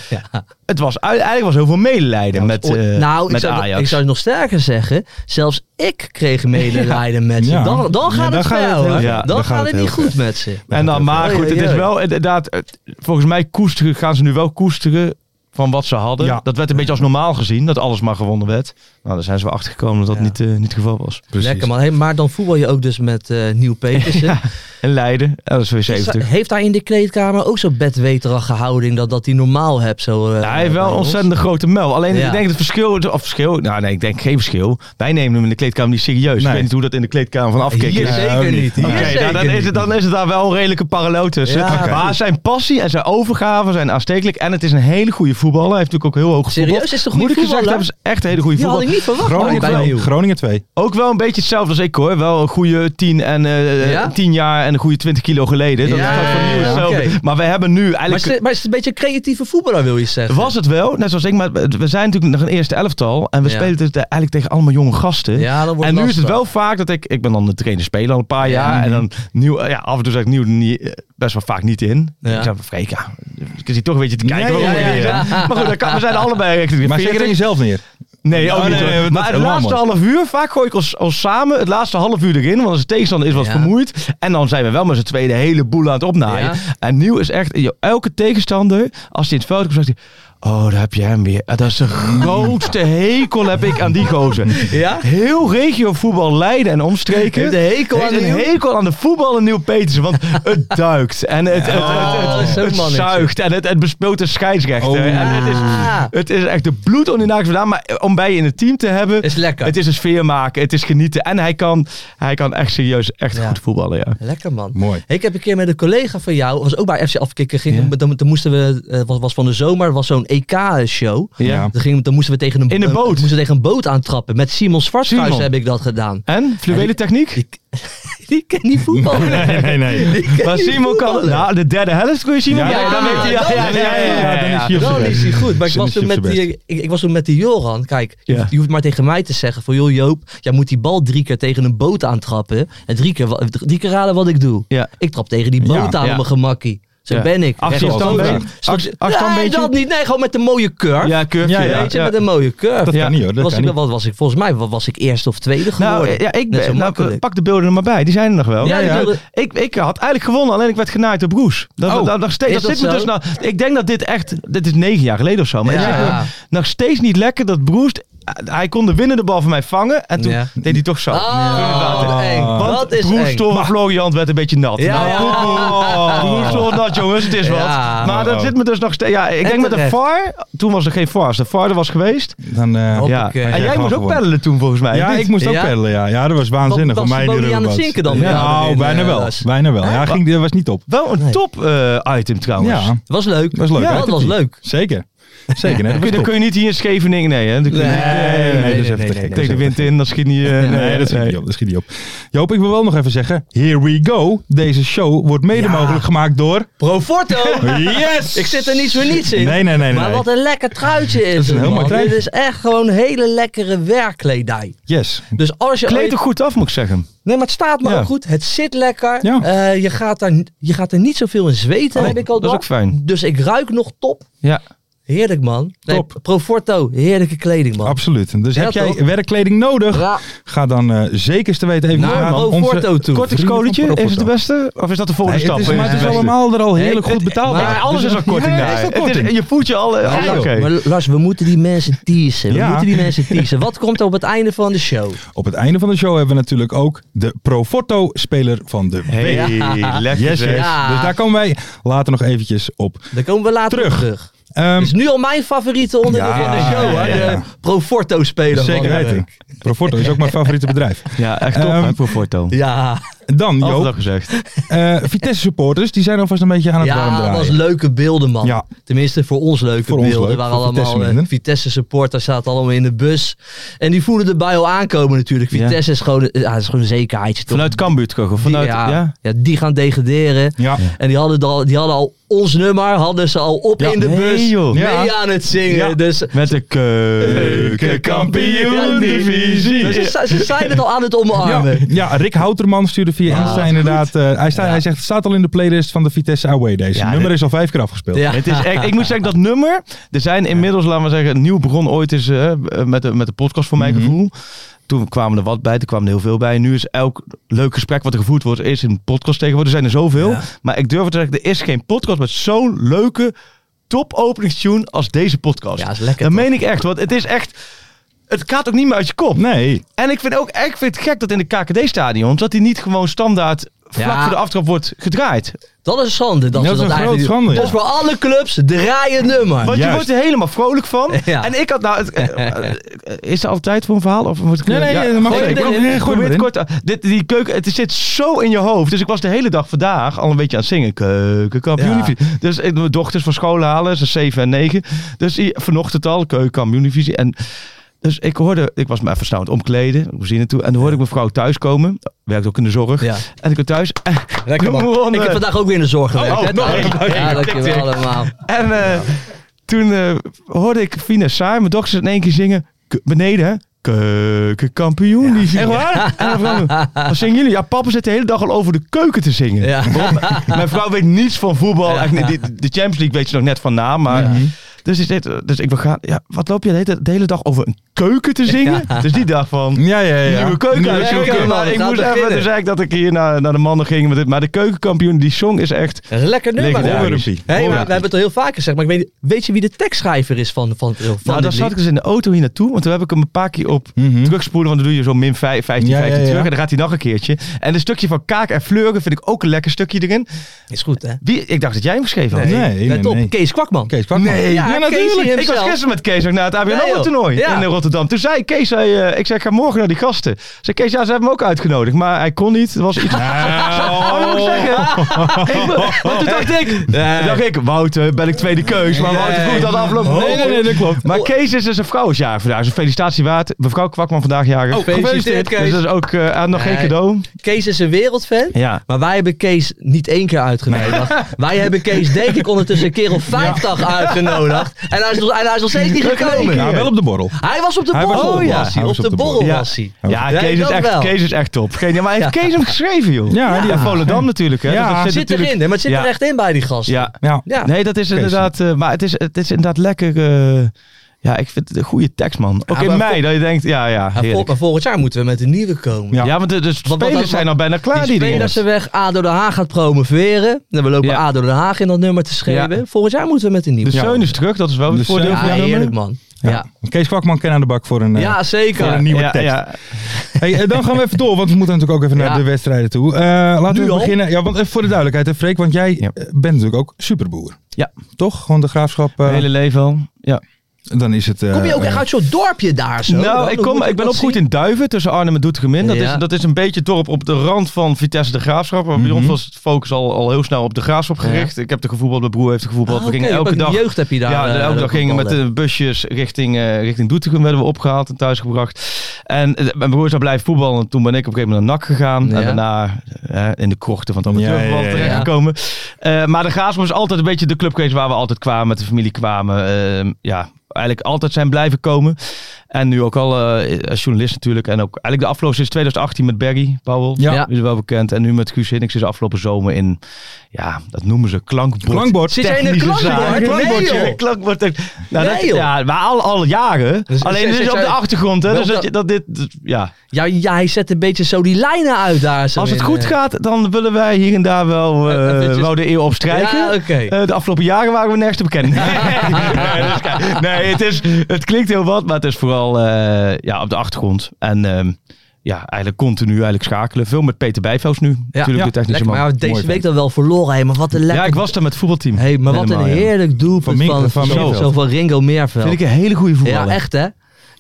[SPEAKER 8] het was eigenlijk was heel veel medelijden met,
[SPEAKER 7] Oh,
[SPEAKER 8] eh,
[SPEAKER 7] nou, ik
[SPEAKER 8] met
[SPEAKER 7] zou,
[SPEAKER 8] Ajax.
[SPEAKER 7] ik zou het nog sterker zeggen. Zelfs ik kreeg medelijden
[SPEAKER 8] *laughs*
[SPEAKER 7] met ze.
[SPEAKER 6] Ja.
[SPEAKER 7] Dan, dan
[SPEAKER 6] Ja,
[SPEAKER 7] gaat
[SPEAKER 6] dan
[SPEAKER 7] het
[SPEAKER 6] gaat het
[SPEAKER 7] fel,
[SPEAKER 6] heel
[SPEAKER 7] hè.
[SPEAKER 8] ver.
[SPEAKER 7] Dan,
[SPEAKER 8] Ja,
[SPEAKER 6] dan gaat
[SPEAKER 7] gaat het
[SPEAKER 6] het
[SPEAKER 7] niet
[SPEAKER 6] heel
[SPEAKER 7] goed met ze.
[SPEAKER 8] en dan, maar
[SPEAKER 7] Oei,
[SPEAKER 8] goed, het
[SPEAKER 7] oei,
[SPEAKER 8] is
[SPEAKER 7] oei.
[SPEAKER 8] wel inderdaad, het- volgens mij koesteren, gaan ze nu wel koesteren van wat ze hadden.
[SPEAKER 6] Ja.
[SPEAKER 8] Dat werd een beetje als normaal gezien, dat alles maar gewonnen werd. Nou, daar zijn ze wel achter gekomen dat dat
[SPEAKER 7] Ja.
[SPEAKER 8] niet, eh, niet het geval was.
[SPEAKER 7] Lekker man. Hey, maar dan voetbal je ook dus met eh Nieuw
[SPEAKER 8] *laughs*
[SPEAKER 7] Petersen.
[SPEAKER 8] En Leiden, eh, LSV 70.
[SPEAKER 7] Heeft hij in de kleedkamer ook zo'n bedweterige houding dat, dat hij normaal hebt? Zo, eh,
[SPEAKER 8] Ja, hij heeft wel
[SPEAKER 7] bij
[SPEAKER 8] een
[SPEAKER 7] ons?
[SPEAKER 8] ontzettend grote mel. Alleen
[SPEAKER 7] Ja.
[SPEAKER 8] ik denk het verschil, of verschil, nou nee, ik denk geen verschil. Wij nemen hem in de kleedkamer niet serieus.
[SPEAKER 6] Nee.
[SPEAKER 8] Ik weet niet hoe dat in de kleedkamer van afkikken
[SPEAKER 7] Hier
[SPEAKER 8] is.
[SPEAKER 6] Nou,
[SPEAKER 7] zeker niet. Hier
[SPEAKER 8] Oké,
[SPEAKER 7] zeker
[SPEAKER 8] nou, dan, is
[SPEAKER 7] niet.
[SPEAKER 8] het, dan is het daar wel een redelijke parallel tussen.
[SPEAKER 7] Ja, Oké.
[SPEAKER 8] Maar zijn passie en zijn overgave zijn aanstekelijk. En het is een hele goede voetballer. Hij heeft natuurlijk ook heel hoog
[SPEAKER 7] Serieus?
[SPEAKER 8] gevoetbald.
[SPEAKER 7] Is het een goede
[SPEAKER 8] Moet ik gezegd
[SPEAKER 7] voetballer?
[SPEAKER 8] hebben, is echt een hele goede
[SPEAKER 7] Die had
[SPEAKER 8] voetballer.
[SPEAKER 7] ik niet verwacht.
[SPEAKER 6] Groningen
[SPEAKER 7] man, bij
[SPEAKER 6] 2.
[SPEAKER 7] Nieuw.
[SPEAKER 6] Groningen 2.
[SPEAKER 8] Ook wel een beetje hetzelfde als ik hoor. Wel een goede 10 en eh
[SPEAKER 7] Ja?
[SPEAKER 8] 10 jaar en een goede 20 kilo geleden. Dat
[SPEAKER 7] Ja,
[SPEAKER 8] is gewoon
[SPEAKER 7] ja,
[SPEAKER 8] nieuw
[SPEAKER 7] ja,
[SPEAKER 8] hetzelfde.
[SPEAKER 7] oké.
[SPEAKER 8] Maar we hebben nu
[SPEAKER 7] Maar
[SPEAKER 8] eigenlijk...
[SPEAKER 7] is, het, maar is het een beetje een creatieve voetballer, wil je zeggen?
[SPEAKER 8] Was het wel, net zoals ik, maar we zijn natuurlijk nog een eerste elftal. En we
[SPEAKER 7] Ja.
[SPEAKER 8] spelen dus de- eigenlijk tegen allemaal jonge gasten.
[SPEAKER 7] Ja, dan wordt
[SPEAKER 8] en nu is het
[SPEAKER 7] lastig.
[SPEAKER 8] wel vaak dat ik, ik ben dan de trainer speler al een paar
[SPEAKER 7] Ja. mhm.
[SPEAKER 8] jaar. En dan nieuw, ja, af en toe zeg ik nieuw er niet, eh, best wel vaak niet in.
[SPEAKER 7] Ja.
[SPEAKER 8] Ik zeg, Freek, ja, ik zit toch een beetje te
[SPEAKER 6] Nee,
[SPEAKER 8] kijken waarom
[SPEAKER 7] ja,
[SPEAKER 8] we
[SPEAKER 7] ja,
[SPEAKER 8] hier
[SPEAKER 7] ja.
[SPEAKER 8] zijn. Maar goed, dat kan, we zijn allebei richting de
[SPEAKER 6] Maar zeg het
[SPEAKER 8] 40.
[SPEAKER 6] aan jezelf neer.
[SPEAKER 8] Nee, ook
[SPEAKER 6] Oh,
[SPEAKER 8] niet.
[SPEAKER 6] nee,
[SPEAKER 8] hoor.
[SPEAKER 6] nee, dat
[SPEAKER 8] maar het
[SPEAKER 6] helemaal
[SPEAKER 8] laatste
[SPEAKER 6] mooi.
[SPEAKER 8] half uur, vaak gooi ik ons, ons samen het laatste half uur erin. Want onze tegenstander is wat
[SPEAKER 7] Ja.
[SPEAKER 8] vermoeid. En dan zijn we wel met z'n tweede een heleboel aan het opnaaien.
[SPEAKER 7] Ja.
[SPEAKER 8] En Nieuw is echt, joh, elke tegenstander, als hij in het veld komt, zegt hij... Oh, daar heb jij hem weer. En Dat is de grootste hekel heb ik aan die gozer.
[SPEAKER 7] *laughs* Ja?
[SPEAKER 8] Heel regio voetbal Leiden en omstreken.
[SPEAKER 7] Heeft een hekel aan
[SPEAKER 8] Heeft een
[SPEAKER 7] Nieuw?
[SPEAKER 8] hekel aan de voetbal en Nieuw Petersen. Want
[SPEAKER 7] *laughs*
[SPEAKER 8] het duikt. En het, het, het,
[SPEAKER 7] Oh,
[SPEAKER 8] het-
[SPEAKER 7] zo'n
[SPEAKER 8] het
[SPEAKER 7] mannetje.
[SPEAKER 8] zuigt. En het, het bespeelt de scheidsrechter.
[SPEAKER 6] Oh.
[SPEAKER 8] En het is,
[SPEAKER 7] Ah,
[SPEAKER 8] het is echt de bloed onder de nagels vandaan. Maar om bij je in het team te hebben.
[SPEAKER 7] is lekker.
[SPEAKER 8] Het is een sfeer maken. Het is genieten. En hij kan, hij kan echt serieus echt
[SPEAKER 7] Ja.
[SPEAKER 8] goed voetballen. Ja.
[SPEAKER 7] Lekker man.
[SPEAKER 6] Mooi.
[SPEAKER 7] Ik heb een keer met een collega van jou, was ook bij FC Afkikken, ging, dan, dan moesten we, eh, was, was van de zomer, was zo'n EK-show.
[SPEAKER 8] Ja.
[SPEAKER 7] Dan, ging, dan moesten we tegen een,
[SPEAKER 8] In een
[SPEAKER 7] eh,
[SPEAKER 8] boot.
[SPEAKER 7] moesten we tegen een boot aantrappen. Met Simon Zwartkruis
[SPEAKER 8] Simon.
[SPEAKER 7] heb ik dat gedaan. *laughs*
[SPEAKER 8] En fluwelen techniek?
[SPEAKER 7] Die, die ken niet voetbal.
[SPEAKER 6] Nee, nee, nee.
[SPEAKER 8] Maar Simon kan. Nou, de derde helft kun je Simon.
[SPEAKER 6] Ja,
[SPEAKER 7] ja,
[SPEAKER 8] dan weet hij. Ja, ja, ja, ja,
[SPEAKER 6] dan
[SPEAKER 8] ja,
[SPEAKER 6] is
[SPEAKER 8] ja.
[SPEAKER 6] hij op zijn
[SPEAKER 7] Dan
[SPEAKER 6] best.
[SPEAKER 7] Ah, is hij goed. Maar ik
[SPEAKER 6] Dan
[SPEAKER 7] was,
[SPEAKER 6] is hij
[SPEAKER 7] toen
[SPEAKER 6] op
[SPEAKER 7] met
[SPEAKER 6] zijn
[SPEAKER 7] die, ik, ik was toen met die Joran. Kijk, je,
[SPEAKER 8] Ja.
[SPEAKER 7] hoeft, je hoeft maar tegen mij te zeggen van... joh Joop, jij moet die bal drie keer tegen een boot aantrappen. En drie keer, wa- drie keer raden wat ik doe.
[SPEAKER 8] Ja.
[SPEAKER 7] Ik trap tegen die boot
[SPEAKER 6] Ja,
[SPEAKER 8] ja.
[SPEAKER 7] aan op mijn gemakkie. Zo
[SPEAKER 8] Ja.
[SPEAKER 7] ben ik.
[SPEAKER 8] Actie
[SPEAKER 7] Recht op
[SPEAKER 8] standbeen.
[SPEAKER 7] de boot.
[SPEAKER 8] Actie-
[SPEAKER 7] Straks-
[SPEAKER 8] actie
[SPEAKER 7] Nee,
[SPEAKER 8] standbeentje.
[SPEAKER 7] dat niet. Nee, gewoon met een mooie curve.
[SPEAKER 8] Ja, curfew,
[SPEAKER 6] Ja, ja.
[SPEAKER 8] ja.
[SPEAKER 7] Weet je, met een mooie curve.
[SPEAKER 6] Dat
[SPEAKER 8] Ja.
[SPEAKER 6] kan niet hoor. Dat
[SPEAKER 7] was
[SPEAKER 6] kan
[SPEAKER 7] ik,
[SPEAKER 6] niet.
[SPEAKER 7] was, was ik, volgens mij was ik eerst of tweede geworden.
[SPEAKER 8] Nou, ja, ik
[SPEAKER 7] Net zo
[SPEAKER 8] ben, nou,
[SPEAKER 7] makkelijk.
[SPEAKER 8] pak de beelden er maar bij. Die zijn er nog wel.
[SPEAKER 7] Ja, die beelden-
[SPEAKER 8] Ik, ik had eigenlijk gewonnen, alleen ik werd genaaid door Broes. Dat,
[SPEAKER 7] Oh,
[SPEAKER 8] dat, nog steeds,
[SPEAKER 7] is
[SPEAKER 8] dat,
[SPEAKER 7] dat
[SPEAKER 8] zit me dus
[SPEAKER 7] zo?
[SPEAKER 8] nou, ik denk dat dit echt... Dit is negen jaar geleden of zo. Maar
[SPEAKER 7] Ja.
[SPEAKER 8] het zit me nog steeds niet lekker dat Broes... Hij kon de winnende bal van mij vangen. En toen
[SPEAKER 7] Ja.
[SPEAKER 8] deed hij toch zo.
[SPEAKER 7] Ah,
[SPEAKER 8] Toen het
[SPEAKER 7] wat
[SPEAKER 8] water.
[SPEAKER 7] eng.
[SPEAKER 8] Want
[SPEAKER 7] Dat is
[SPEAKER 8] Broes
[SPEAKER 7] eng.
[SPEAKER 8] door van Florian werd een beetje nat.
[SPEAKER 7] Ja,
[SPEAKER 8] nou,
[SPEAKER 7] ja.
[SPEAKER 8] goed,
[SPEAKER 7] *laughs*
[SPEAKER 8] Broes. Broes door nat, jongens. Het is wat.
[SPEAKER 7] Ja.
[SPEAKER 8] Maar dat
[SPEAKER 6] Oh.
[SPEAKER 8] zit me dus nog steeds... Ja, ik denk met de
[SPEAKER 7] terecht.
[SPEAKER 8] VAR... Toen was er geen VAR. Als de VAR er was geweest...
[SPEAKER 6] Dan, eh,
[SPEAKER 7] Hop.
[SPEAKER 8] Ja.
[SPEAKER 7] Hoppakee.
[SPEAKER 8] En jij
[SPEAKER 6] Ja,
[SPEAKER 8] moest ook
[SPEAKER 6] gewoon.
[SPEAKER 8] peddelen toen volgens mij.
[SPEAKER 6] ja,
[SPEAKER 8] Niet?
[SPEAKER 6] ik moest ook
[SPEAKER 7] Ja?
[SPEAKER 6] peddelen. Ja. ja, dat was waanzinnig.
[SPEAKER 7] Was-
[SPEAKER 6] Voor
[SPEAKER 7] was
[SPEAKER 6] mij die
[SPEAKER 7] Siboni aan het
[SPEAKER 6] rubberboot.
[SPEAKER 7] zinken dan?
[SPEAKER 6] Ja,
[SPEAKER 7] Ja,
[SPEAKER 6] nou,
[SPEAKER 7] erin,
[SPEAKER 6] bijna
[SPEAKER 7] eh,
[SPEAKER 6] wel.
[SPEAKER 7] was.
[SPEAKER 6] Bijna wel. Ja, ging, dat was niet op.
[SPEAKER 8] Wel een top eh, item trouwens.
[SPEAKER 6] Ja,
[SPEAKER 8] Ja.
[SPEAKER 7] was leuk.
[SPEAKER 6] was leuk.
[SPEAKER 7] Ja, dat was
[SPEAKER 6] Actief.
[SPEAKER 7] leuk.
[SPEAKER 6] Zeker. Zeker. Nee, dat was
[SPEAKER 8] Dan
[SPEAKER 6] top.
[SPEAKER 8] kun je niet hier in Scheveningen, nee hè? Dan kun je-
[SPEAKER 7] Nee, nee, nee,
[SPEAKER 8] dat is
[SPEAKER 7] nee, nee,
[SPEAKER 8] even te
[SPEAKER 7] nee,
[SPEAKER 8] gek.
[SPEAKER 7] nee,
[SPEAKER 8] Tegen de
[SPEAKER 6] dat
[SPEAKER 8] wind in, dat schiet niet... eh,
[SPEAKER 6] Nee, dat schiet niet op. Dat schiet niet op. Joop, ik wil wel nog even zeggen. Here we go. Deze show wordt mede
[SPEAKER 7] Ja.
[SPEAKER 6] mogelijk gemaakt door...
[SPEAKER 7] Proforto!
[SPEAKER 6] Yes!
[SPEAKER 7] Ik zit er niet voor niets in.
[SPEAKER 6] Nee, nee, nee. nee.
[SPEAKER 7] Maar wat een lekker truitje is. Dat
[SPEAKER 6] eh, een heel mooi truitje.
[SPEAKER 7] Dit is echt gewoon hele lekkere werkkledij.
[SPEAKER 6] Yes.
[SPEAKER 7] Dus als je.
[SPEAKER 8] Kleed er goed af, moet ik zeggen.
[SPEAKER 7] Nee, maar het staat maar
[SPEAKER 6] Ja.
[SPEAKER 7] ook goed. Het zit lekker.
[SPEAKER 6] Ja.
[SPEAKER 7] Eh, je, gaat daar, je gaat er niet zoveel in zweten,
[SPEAKER 8] Oh,
[SPEAKER 7] heb ik al
[SPEAKER 8] dat is
[SPEAKER 7] door.
[SPEAKER 8] ook fijn.
[SPEAKER 7] Dus ik ruik nog top.
[SPEAKER 8] Ja.
[SPEAKER 7] Heerlijk, man. Nee,
[SPEAKER 6] Top.
[SPEAKER 7] Proforto, heerlijke kleding, man.
[SPEAKER 6] Absoluut. Dus
[SPEAKER 7] Ja,
[SPEAKER 6] heb jij
[SPEAKER 7] toch?
[SPEAKER 6] werkkleding nodig?
[SPEAKER 7] Ja.
[SPEAKER 6] Ga dan eh zeker te weten even
[SPEAKER 7] Naar
[SPEAKER 6] naar
[SPEAKER 7] Pro
[SPEAKER 6] onze
[SPEAKER 7] Forto toe.
[SPEAKER 8] Kortingscodetje,
[SPEAKER 6] vrienden van
[SPEAKER 8] is het de
[SPEAKER 6] Proforto.
[SPEAKER 8] beste? Of is dat de volgende
[SPEAKER 6] Nee,
[SPEAKER 8] stap?
[SPEAKER 6] het is,
[SPEAKER 8] Eh,
[SPEAKER 6] maar het is
[SPEAKER 8] beste.
[SPEAKER 6] allemaal er al heerlijk
[SPEAKER 7] Nee,
[SPEAKER 6] goed
[SPEAKER 7] het-
[SPEAKER 6] betaald.
[SPEAKER 7] maar alles
[SPEAKER 8] Dus
[SPEAKER 6] is
[SPEAKER 8] is al korting
[SPEAKER 6] Ja,
[SPEAKER 8] daar.
[SPEAKER 6] is al
[SPEAKER 8] Het is-
[SPEAKER 6] korting.
[SPEAKER 8] Je voelt je al... eh,
[SPEAKER 7] Ja,
[SPEAKER 8] al-
[SPEAKER 7] joh.
[SPEAKER 8] oké.
[SPEAKER 7] Maar Lars, we moeten die mensen teasen. We
[SPEAKER 6] Ja.
[SPEAKER 7] moeten die mensen teasen. Wat komt er op het einde van de show?
[SPEAKER 6] Op het einde van de show hebben we natuurlijk ook de Proforto speler van de week.
[SPEAKER 8] Hey, lekker
[SPEAKER 6] Yes,
[SPEAKER 8] zeg.
[SPEAKER 6] yes.
[SPEAKER 7] Ja.
[SPEAKER 6] Dus daar komen wij later nog eventjes op.
[SPEAKER 7] Daar komen we later
[SPEAKER 6] Terug.
[SPEAKER 7] op terug.
[SPEAKER 6] Ehm,
[SPEAKER 7] is nu al mijn favoriete onderdeel
[SPEAKER 6] Ja,
[SPEAKER 7] van de show,
[SPEAKER 6] ja,
[SPEAKER 7] hè?
[SPEAKER 6] ja.
[SPEAKER 7] De Proforto-speler. van
[SPEAKER 6] zeker
[SPEAKER 7] de
[SPEAKER 6] weten.
[SPEAKER 7] week.
[SPEAKER 6] Proforto is ook mijn favoriete bedrijf.
[SPEAKER 8] Ja, echt top
[SPEAKER 6] Ehm,
[SPEAKER 8] hè, voor Forto.
[SPEAKER 7] Ja,
[SPEAKER 6] Dan,
[SPEAKER 8] Altijd al
[SPEAKER 6] Joop,
[SPEAKER 8] gezegd.
[SPEAKER 6] eh, Vitesse supporters, die zijn alvast een beetje aan het warm
[SPEAKER 7] ja dat
[SPEAKER 6] draaien.
[SPEAKER 7] was leuke beelden, man.
[SPEAKER 6] Ja.
[SPEAKER 7] Tenminste, voor ons leuke
[SPEAKER 6] Voor ons
[SPEAKER 7] beelden.
[SPEAKER 6] leuk,
[SPEAKER 7] Waar
[SPEAKER 6] voor Vitesse
[SPEAKER 7] allemaal eh,
[SPEAKER 6] minder.
[SPEAKER 7] Vitesse-supporters zaten allemaal in de bus. En die voelen de bui al aankomen natuurlijk.
[SPEAKER 8] Ja.
[SPEAKER 7] Vitesse is, gewoon, eh, ja, het is gewoon een zekerheidje. Toch?
[SPEAKER 8] Vanuit Cambuur toch? Of
[SPEAKER 7] Die-
[SPEAKER 8] Vanuit...
[SPEAKER 7] ja,
[SPEAKER 8] Ja.
[SPEAKER 7] ja, die gaan degraderen.
[SPEAKER 6] Ja.
[SPEAKER 7] En die hadden, al, die hadden al ons nummer, hadden ze al op
[SPEAKER 8] Ja.
[SPEAKER 7] in de
[SPEAKER 8] Nee,
[SPEAKER 7] bus.
[SPEAKER 8] joh.
[SPEAKER 7] Mee
[SPEAKER 6] Ja.
[SPEAKER 7] aan het zingen.
[SPEAKER 6] Ja.
[SPEAKER 7] Dus
[SPEAKER 8] Met de
[SPEAKER 7] Ja, die-
[SPEAKER 8] keukenkampioen-divisie.
[SPEAKER 7] dus ze, ze zijn het al aan het omarmen.
[SPEAKER 6] Ja, ja, Rick Houterman stuurde
[SPEAKER 7] Ah,
[SPEAKER 6] via Insta inderdaad. eh, hij, staat, hij zegt, het staat al in de playlist van de Vitesse Away Days.
[SPEAKER 8] Ja,
[SPEAKER 6] Het nummer
[SPEAKER 8] dit-
[SPEAKER 6] is al vijf keer afgespeeld.
[SPEAKER 7] Ja.
[SPEAKER 8] Het is echt, ik moet zeggen, dat nummer. Er zijn inmiddels, laten we zeggen, nieuw begon ooit eens eh, met, de, met de podcast voor mijn
[SPEAKER 7] Mhm.
[SPEAKER 8] gevoel. Toen kwamen er wat bij, toen kwamen er heel veel bij. Nu is elk leuk gesprek wat er gevoerd wordt, is een podcast tegenwoordig. Er zijn er zoveel. Maar ik durf het te zeggen, er is geen podcast met zo'n leuke top openingstune als deze podcast.
[SPEAKER 7] Ja, is lekker,
[SPEAKER 8] Dat
[SPEAKER 7] toch?
[SPEAKER 8] meen ik echt, want het is echt... Het gaat ook niet meer uit je kop.
[SPEAKER 6] Nee.
[SPEAKER 8] En ik vind ook ik vind het gek dat in de KKD-stadions, dat die niet gewoon standaard vlak
[SPEAKER 7] Ja.
[SPEAKER 8] voor de aftrap wordt gedraaid.
[SPEAKER 7] Dat is schande. Dat,
[SPEAKER 6] Dat
[SPEAKER 7] ze
[SPEAKER 6] is
[SPEAKER 7] dat
[SPEAKER 6] een
[SPEAKER 7] eigenlijk
[SPEAKER 6] groot
[SPEAKER 7] doen.
[SPEAKER 6] schande,
[SPEAKER 7] Dus voor alle clubs, draai het nummer.
[SPEAKER 8] Want
[SPEAKER 6] Juist.
[SPEAKER 8] je wordt er helemaal vrolijk van.
[SPEAKER 7] *laughs* Ja.
[SPEAKER 8] En ik had nou... Het, eh, eh, is er altijd voor een verhaal? Of moet ik,
[SPEAKER 6] Nee, nee, nee, dat mag
[SPEAKER 8] gooi
[SPEAKER 6] zeker.
[SPEAKER 8] het erin.
[SPEAKER 6] Nee, gooi
[SPEAKER 8] Probeer
[SPEAKER 6] maar
[SPEAKER 8] het
[SPEAKER 6] in.
[SPEAKER 8] kort. aan. Dit, die keuken, het zit zo in je hoofd. Dus ik was de hele dag vandaag al een beetje aan het zingen. Keukenkampioen.
[SPEAKER 7] Ja.
[SPEAKER 8] Dus ik, mijn dochters van school halen. Ze 7 en 9. Dus die- vanochtend al. Keukenkampioen divisie. En dus ik hoorde... Ik was me even snel aan het omkleden. Ik was hier naartoe. En toen hoorde ik mevrouw thuiskomen. Werkt ook in de zorg.
[SPEAKER 7] Ja.
[SPEAKER 8] En ik kwam thuis. En,
[SPEAKER 7] Lekker man.
[SPEAKER 8] Bloemen
[SPEAKER 7] Ik heb vandaag ook weer in de zorg gewerkt.
[SPEAKER 8] oh,
[SPEAKER 7] hè,
[SPEAKER 8] nog
[SPEAKER 7] thuis.
[SPEAKER 8] een.
[SPEAKER 7] ja, dankjewel allemaal.
[SPEAKER 8] En eh, toen eh, hoorde ik Fina Saar, mijn dochter, in één keer zingen. "K- Beneden, hè? Keukenkampioen. die zingen. Echt waar? En dan vraag ik me, wat zingen jullie? Ja, papa zit de hele dag al over de keuken te zingen.
[SPEAKER 7] Ja.
[SPEAKER 8] Waarom? Mijn vrouw weet niets van voetbal. Eigenlijk niet. De de Champions League weet ze nog net van naam, maar... Dus, is dit, dus ik wil gaan. Ja, wat loop je de hele, de hele dag over een keuken te zingen? Dus die dag van.
[SPEAKER 6] Ja, ja, ja.
[SPEAKER 8] Nieuwe keuken
[SPEAKER 7] Nieuwe
[SPEAKER 8] uitzoeken.
[SPEAKER 7] keuken,
[SPEAKER 8] Maar
[SPEAKER 7] man,
[SPEAKER 8] ik
[SPEAKER 7] gaat
[SPEAKER 8] moest even,
[SPEAKER 7] beginnen.
[SPEAKER 8] dus eigenlijk dat ik hier naar, naar de mannen ging met dit. Maar de keukenkampioen, die song is echt
[SPEAKER 7] Een Lekker nummer.
[SPEAKER 8] legendarisch.
[SPEAKER 7] hoor. Hey, maar
[SPEAKER 8] Ja.
[SPEAKER 7] we hebben het al heel vaak gezegd, maar ik weet, weet je wie de tekstschrijver is van, eh, van, van
[SPEAKER 8] Nou,
[SPEAKER 7] dit
[SPEAKER 8] daar zat ik
[SPEAKER 7] lied?
[SPEAKER 8] dus in de auto hier naartoe. Want toen heb ik hem een paar keer op terugspoelen. Want dan doe je zo min 5, 15,
[SPEAKER 6] Ja,
[SPEAKER 8] 15
[SPEAKER 6] ja, ja.
[SPEAKER 8] terug. En dan gaat hij nog een keertje. En een stukje van Kaak en Fleuren vind ik ook een lekker stukje erin.
[SPEAKER 7] Is goed, hè?
[SPEAKER 8] Wie, ik dacht dat jij hem geschreven had.
[SPEAKER 6] Nee, nee,
[SPEAKER 7] Let
[SPEAKER 6] nee.
[SPEAKER 7] op, Kees Kwakman.
[SPEAKER 6] Kees
[SPEAKER 7] *laughs*
[SPEAKER 6] Kwakman.
[SPEAKER 7] Nee, ja,
[SPEAKER 8] Ja, natuurlijk. Ik was gisteren met Kees ook naar het
[SPEAKER 7] Ja, joh.
[SPEAKER 8] ABN-toernooi
[SPEAKER 7] Ja.
[SPEAKER 8] in eh, Rotterdam. Toen zei Kees, zei, eh, ik zeg, ga morgen naar die gasten. Ik Zei Kees, ja, ze hebben hem ook uitgenodigd. Maar hij kon niet. Het was iets...
[SPEAKER 6] Ah,
[SPEAKER 8] *laughs* Oh, dat moet ik zeggen. Ik mo-
[SPEAKER 7] Oh,
[SPEAKER 8] want toen dacht
[SPEAKER 7] *laughs*
[SPEAKER 8] ik, toen dacht ik, Wouter, ben ik tweede keus. Maar Wouter vroeg dat afgelopen.
[SPEAKER 6] Nee, nee, nee, dat klopt.
[SPEAKER 8] Maar Kees is dus een vrouwensjaar vandaag. Dus een felicitatie waard. Mevrouw Kwakman vandaag jarig.
[SPEAKER 7] Oh, gefeliciteerd, Kees.
[SPEAKER 8] Dus dat is ook eh, aan nog geen
[SPEAKER 7] Nee.
[SPEAKER 8] cadeau.
[SPEAKER 7] Kees is een wereldfan.
[SPEAKER 8] Ja.
[SPEAKER 7] Maar wij hebben Kees niet één keer uitgenodigd. *laughs* Wij hebben Kees denk ik ondertussen een keer of vijftig uitgenodigd. En hij, is, nog- en hij is nog steeds niet gekomen.
[SPEAKER 6] Ja, wel op de borrel.
[SPEAKER 7] Hij was op de
[SPEAKER 8] Hij was
[SPEAKER 7] borrel,
[SPEAKER 8] op- oh, ja.
[SPEAKER 7] was hij.
[SPEAKER 6] Hij was
[SPEAKER 7] Op de borrel was hij.
[SPEAKER 8] Ja,
[SPEAKER 7] Ja,
[SPEAKER 8] Kees, is
[SPEAKER 7] dat
[SPEAKER 8] echt,
[SPEAKER 7] wel.
[SPEAKER 8] Kees is echt top. Geen, ja, maar hij heeft Kees hem geschreven, joh.
[SPEAKER 6] Ja, die-
[SPEAKER 8] en Volendam natuurlijk. Hè.
[SPEAKER 6] Ja.
[SPEAKER 8] Dus dat
[SPEAKER 7] Het zit
[SPEAKER 8] natuurlijk-
[SPEAKER 7] erin, hè, maar het zit
[SPEAKER 8] Ja.
[SPEAKER 7] er echt in bij die gasten.
[SPEAKER 8] Ja,
[SPEAKER 6] Ja.
[SPEAKER 7] Ja.
[SPEAKER 8] Nee, dat is inderdaad. eh, maar het is, het is inderdaad lekker. eh, ja, ik vind het een goede tekst, man. Ook
[SPEAKER 7] Ja,
[SPEAKER 8] in
[SPEAKER 7] maar
[SPEAKER 8] mei,
[SPEAKER 7] vol-
[SPEAKER 8] dat je denkt, ja, ja,
[SPEAKER 7] Maar vol-
[SPEAKER 8] heerlijk.
[SPEAKER 7] maar volgend jaar moeten we met een nieuwe komen.
[SPEAKER 6] Ja.
[SPEAKER 8] Ja, want de, de spelers
[SPEAKER 7] dat-
[SPEAKER 8] zijn al bijna klaar.
[SPEAKER 7] Die
[SPEAKER 8] Die dingen.
[SPEAKER 7] spelers zijn weg. ADO Den Haag gaat promoveren. En we lopen
[SPEAKER 8] Ja.
[SPEAKER 7] ADO Den Haag in dat nummer te schrijven.
[SPEAKER 8] Ja.
[SPEAKER 7] Volgend jaar moeten we met een nieuwe.
[SPEAKER 8] De Seun is terug, dat is wel
[SPEAKER 6] De
[SPEAKER 8] het voordeel
[SPEAKER 6] Seun-
[SPEAKER 8] van
[SPEAKER 7] ja,
[SPEAKER 8] jou.
[SPEAKER 7] heerlijk man. Ja, ja.
[SPEAKER 6] Kees Kwakman kan aan de bak voor een... eh,
[SPEAKER 7] zeker.
[SPEAKER 6] voor een nieuwe tekst. Hey, eh, dan gaan we even door, want we moeten natuurlijk ook even naar
[SPEAKER 7] Ja.
[SPEAKER 6] de wedstrijden toe. Eh, laten
[SPEAKER 7] Nu
[SPEAKER 6] we
[SPEAKER 7] al?
[SPEAKER 6] beginnen. Ja, want even voor de duidelijkheid, hè, Freek, want jij
[SPEAKER 8] Ja.
[SPEAKER 6] eh, bent natuurlijk ook superboer.
[SPEAKER 8] Ja.
[SPEAKER 6] Toch? Gewoon de graafschap. eh,
[SPEAKER 8] Mijn hele leven al. Ja.
[SPEAKER 6] Dan is het. eh,
[SPEAKER 7] Kom je ook echt
[SPEAKER 6] eh,
[SPEAKER 7] uit zo'n dorpje daar zo?
[SPEAKER 8] nou,
[SPEAKER 7] Dan
[SPEAKER 8] ik,
[SPEAKER 7] moet
[SPEAKER 8] kom, ik ben
[SPEAKER 7] dat
[SPEAKER 8] opgegroeid
[SPEAKER 7] zien.
[SPEAKER 8] in Duiven, tussen Arnhem en Doetinchem. in. Dat,
[SPEAKER 7] Ja.
[SPEAKER 8] is, dat is een beetje het dorp op de rand van Vitesse de Graafschap. Maar
[SPEAKER 7] Mhm.
[SPEAKER 8] Bij ons was het focus al, al heel snel op de Graafschap gericht. Ik heb de gevoetbald, mijn broer heeft de gevoetbald.
[SPEAKER 7] Ah,
[SPEAKER 8] we gingen
[SPEAKER 7] oké,
[SPEAKER 8] elke
[SPEAKER 7] ook in
[SPEAKER 8] dag...
[SPEAKER 7] de jeugd heb je daar.
[SPEAKER 8] Ja,
[SPEAKER 7] eh,
[SPEAKER 8] elke dag
[SPEAKER 7] dat
[SPEAKER 8] gingen we met
[SPEAKER 7] voetballen.
[SPEAKER 8] de busjes richting, eh richting Doetinchem werden we opgehaald en thuisgebracht. En eh, mijn broer is daar blijven voetballen. En toen ben ik op een gegeven moment naar NAC gegaan.
[SPEAKER 7] Ja.
[SPEAKER 8] En daarna eh, in de krochten van het
[SPEAKER 6] Ja,
[SPEAKER 8] amateurvoetbal
[SPEAKER 6] ja, ja, ja.
[SPEAKER 8] terechtgekomen. Eh, maar de Graafschap is altijd een beetje de club geweest waar we altijd kwamen. Met de familie kwamen. Eh, ja, eigenlijk altijd zijn blijven komen. En nu ook al eh, als journalist natuurlijk. En ook eigenlijk de afloop sinds 2018 met Berry Powell.
[SPEAKER 6] Ja.
[SPEAKER 8] Die is wel bekend. En nu met Guus Hiddink sinds de afgelopen zomer in, ja, dat noemen ze klankbord.
[SPEAKER 6] Klankbord.
[SPEAKER 7] Zit jij in een
[SPEAKER 8] Technische
[SPEAKER 7] klankbord?
[SPEAKER 8] zaken.
[SPEAKER 7] Nee,
[SPEAKER 8] Klankbordje.
[SPEAKER 7] joh.
[SPEAKER 8] Klankbord. Nou, dat,
[SPEAKER 7] Nee, joh.
[SPEAKER 8] ja, maar al, al jaren.
[SPEAKER 7] Dus-
[SPEAKER 8] Alleen dit
[SPEAKER 7] zet
[SPEAKER 8] is op
[SPEAKER 7] jij-
[SPEAKER 8] de achtergrond. Hè,
[SPEAKER 7] Wel
[SPEAKER 8] dus dat,
[SPEAKER 7] dat-
[SPEAKER 8] je- dat dit, dat- ja.
[SPEAKER 7] Ja, ja, hij zet een beetje zo die lijnen uit daar. Zo
[SPEAKER 8] Als het
[SPEAKER 7] in,
[SPEAKER 8] goed
[SPEAKER 7] eh.
[SPEAKER 8] gaat, dan willen wij hier en daar wel, eh,
[SPEAKER 7] Eh, eventjes-
[SPEAKER 8] wel de eeuw op strijken.
[SPEAKER 7] Ja, oké.
[SPEAKER 8] Eh, de afgelopen jaren waren we nergens te bekend. *laughs* Nee, nee, dat is geen- nee, het, is, het klinkt heel wat, maar het is vooral eh, ja, op de achtergrond. En ehm, ja, eigenlijk continu eigenlijk schakelen. Veel met Peter Bijvels nu. Natuurlijk
[SPEAKER 6] ja,
[SPEAKER 8] de technische
[SPEAKER 7] Lekker, maar
[SPEAKER 8] man.
[SPEAKER 7] deze
[SPEAKER 6] Mooi vent.
[SPEAKER 7] week dan wel verloren. Hé, maar wat een lekker...
[SPEAKER 8] Ja, ik was daar met het voetbalteam.
[SPEAKER 7] Hé, maar wat een
[SPEAKER 8] Helemaal, ja.
[SPEAKER 7] heerlijk doelpunt
[SPEAKER 6] Van
[SPEAKER 7] van,
[SPEAKER 6] Mink-
[SPEAKER 7] van,
[SPEAKER 6] van
[SPEAKER 7] zo,
[SPEAKER 6] Meerveld.
[SPEAKER 7] zo van Ringo Meerveld.
[SPEAKER 8] Vind ik een hele goede voetballer.
[SPEAKER 7] Ja, echt hè?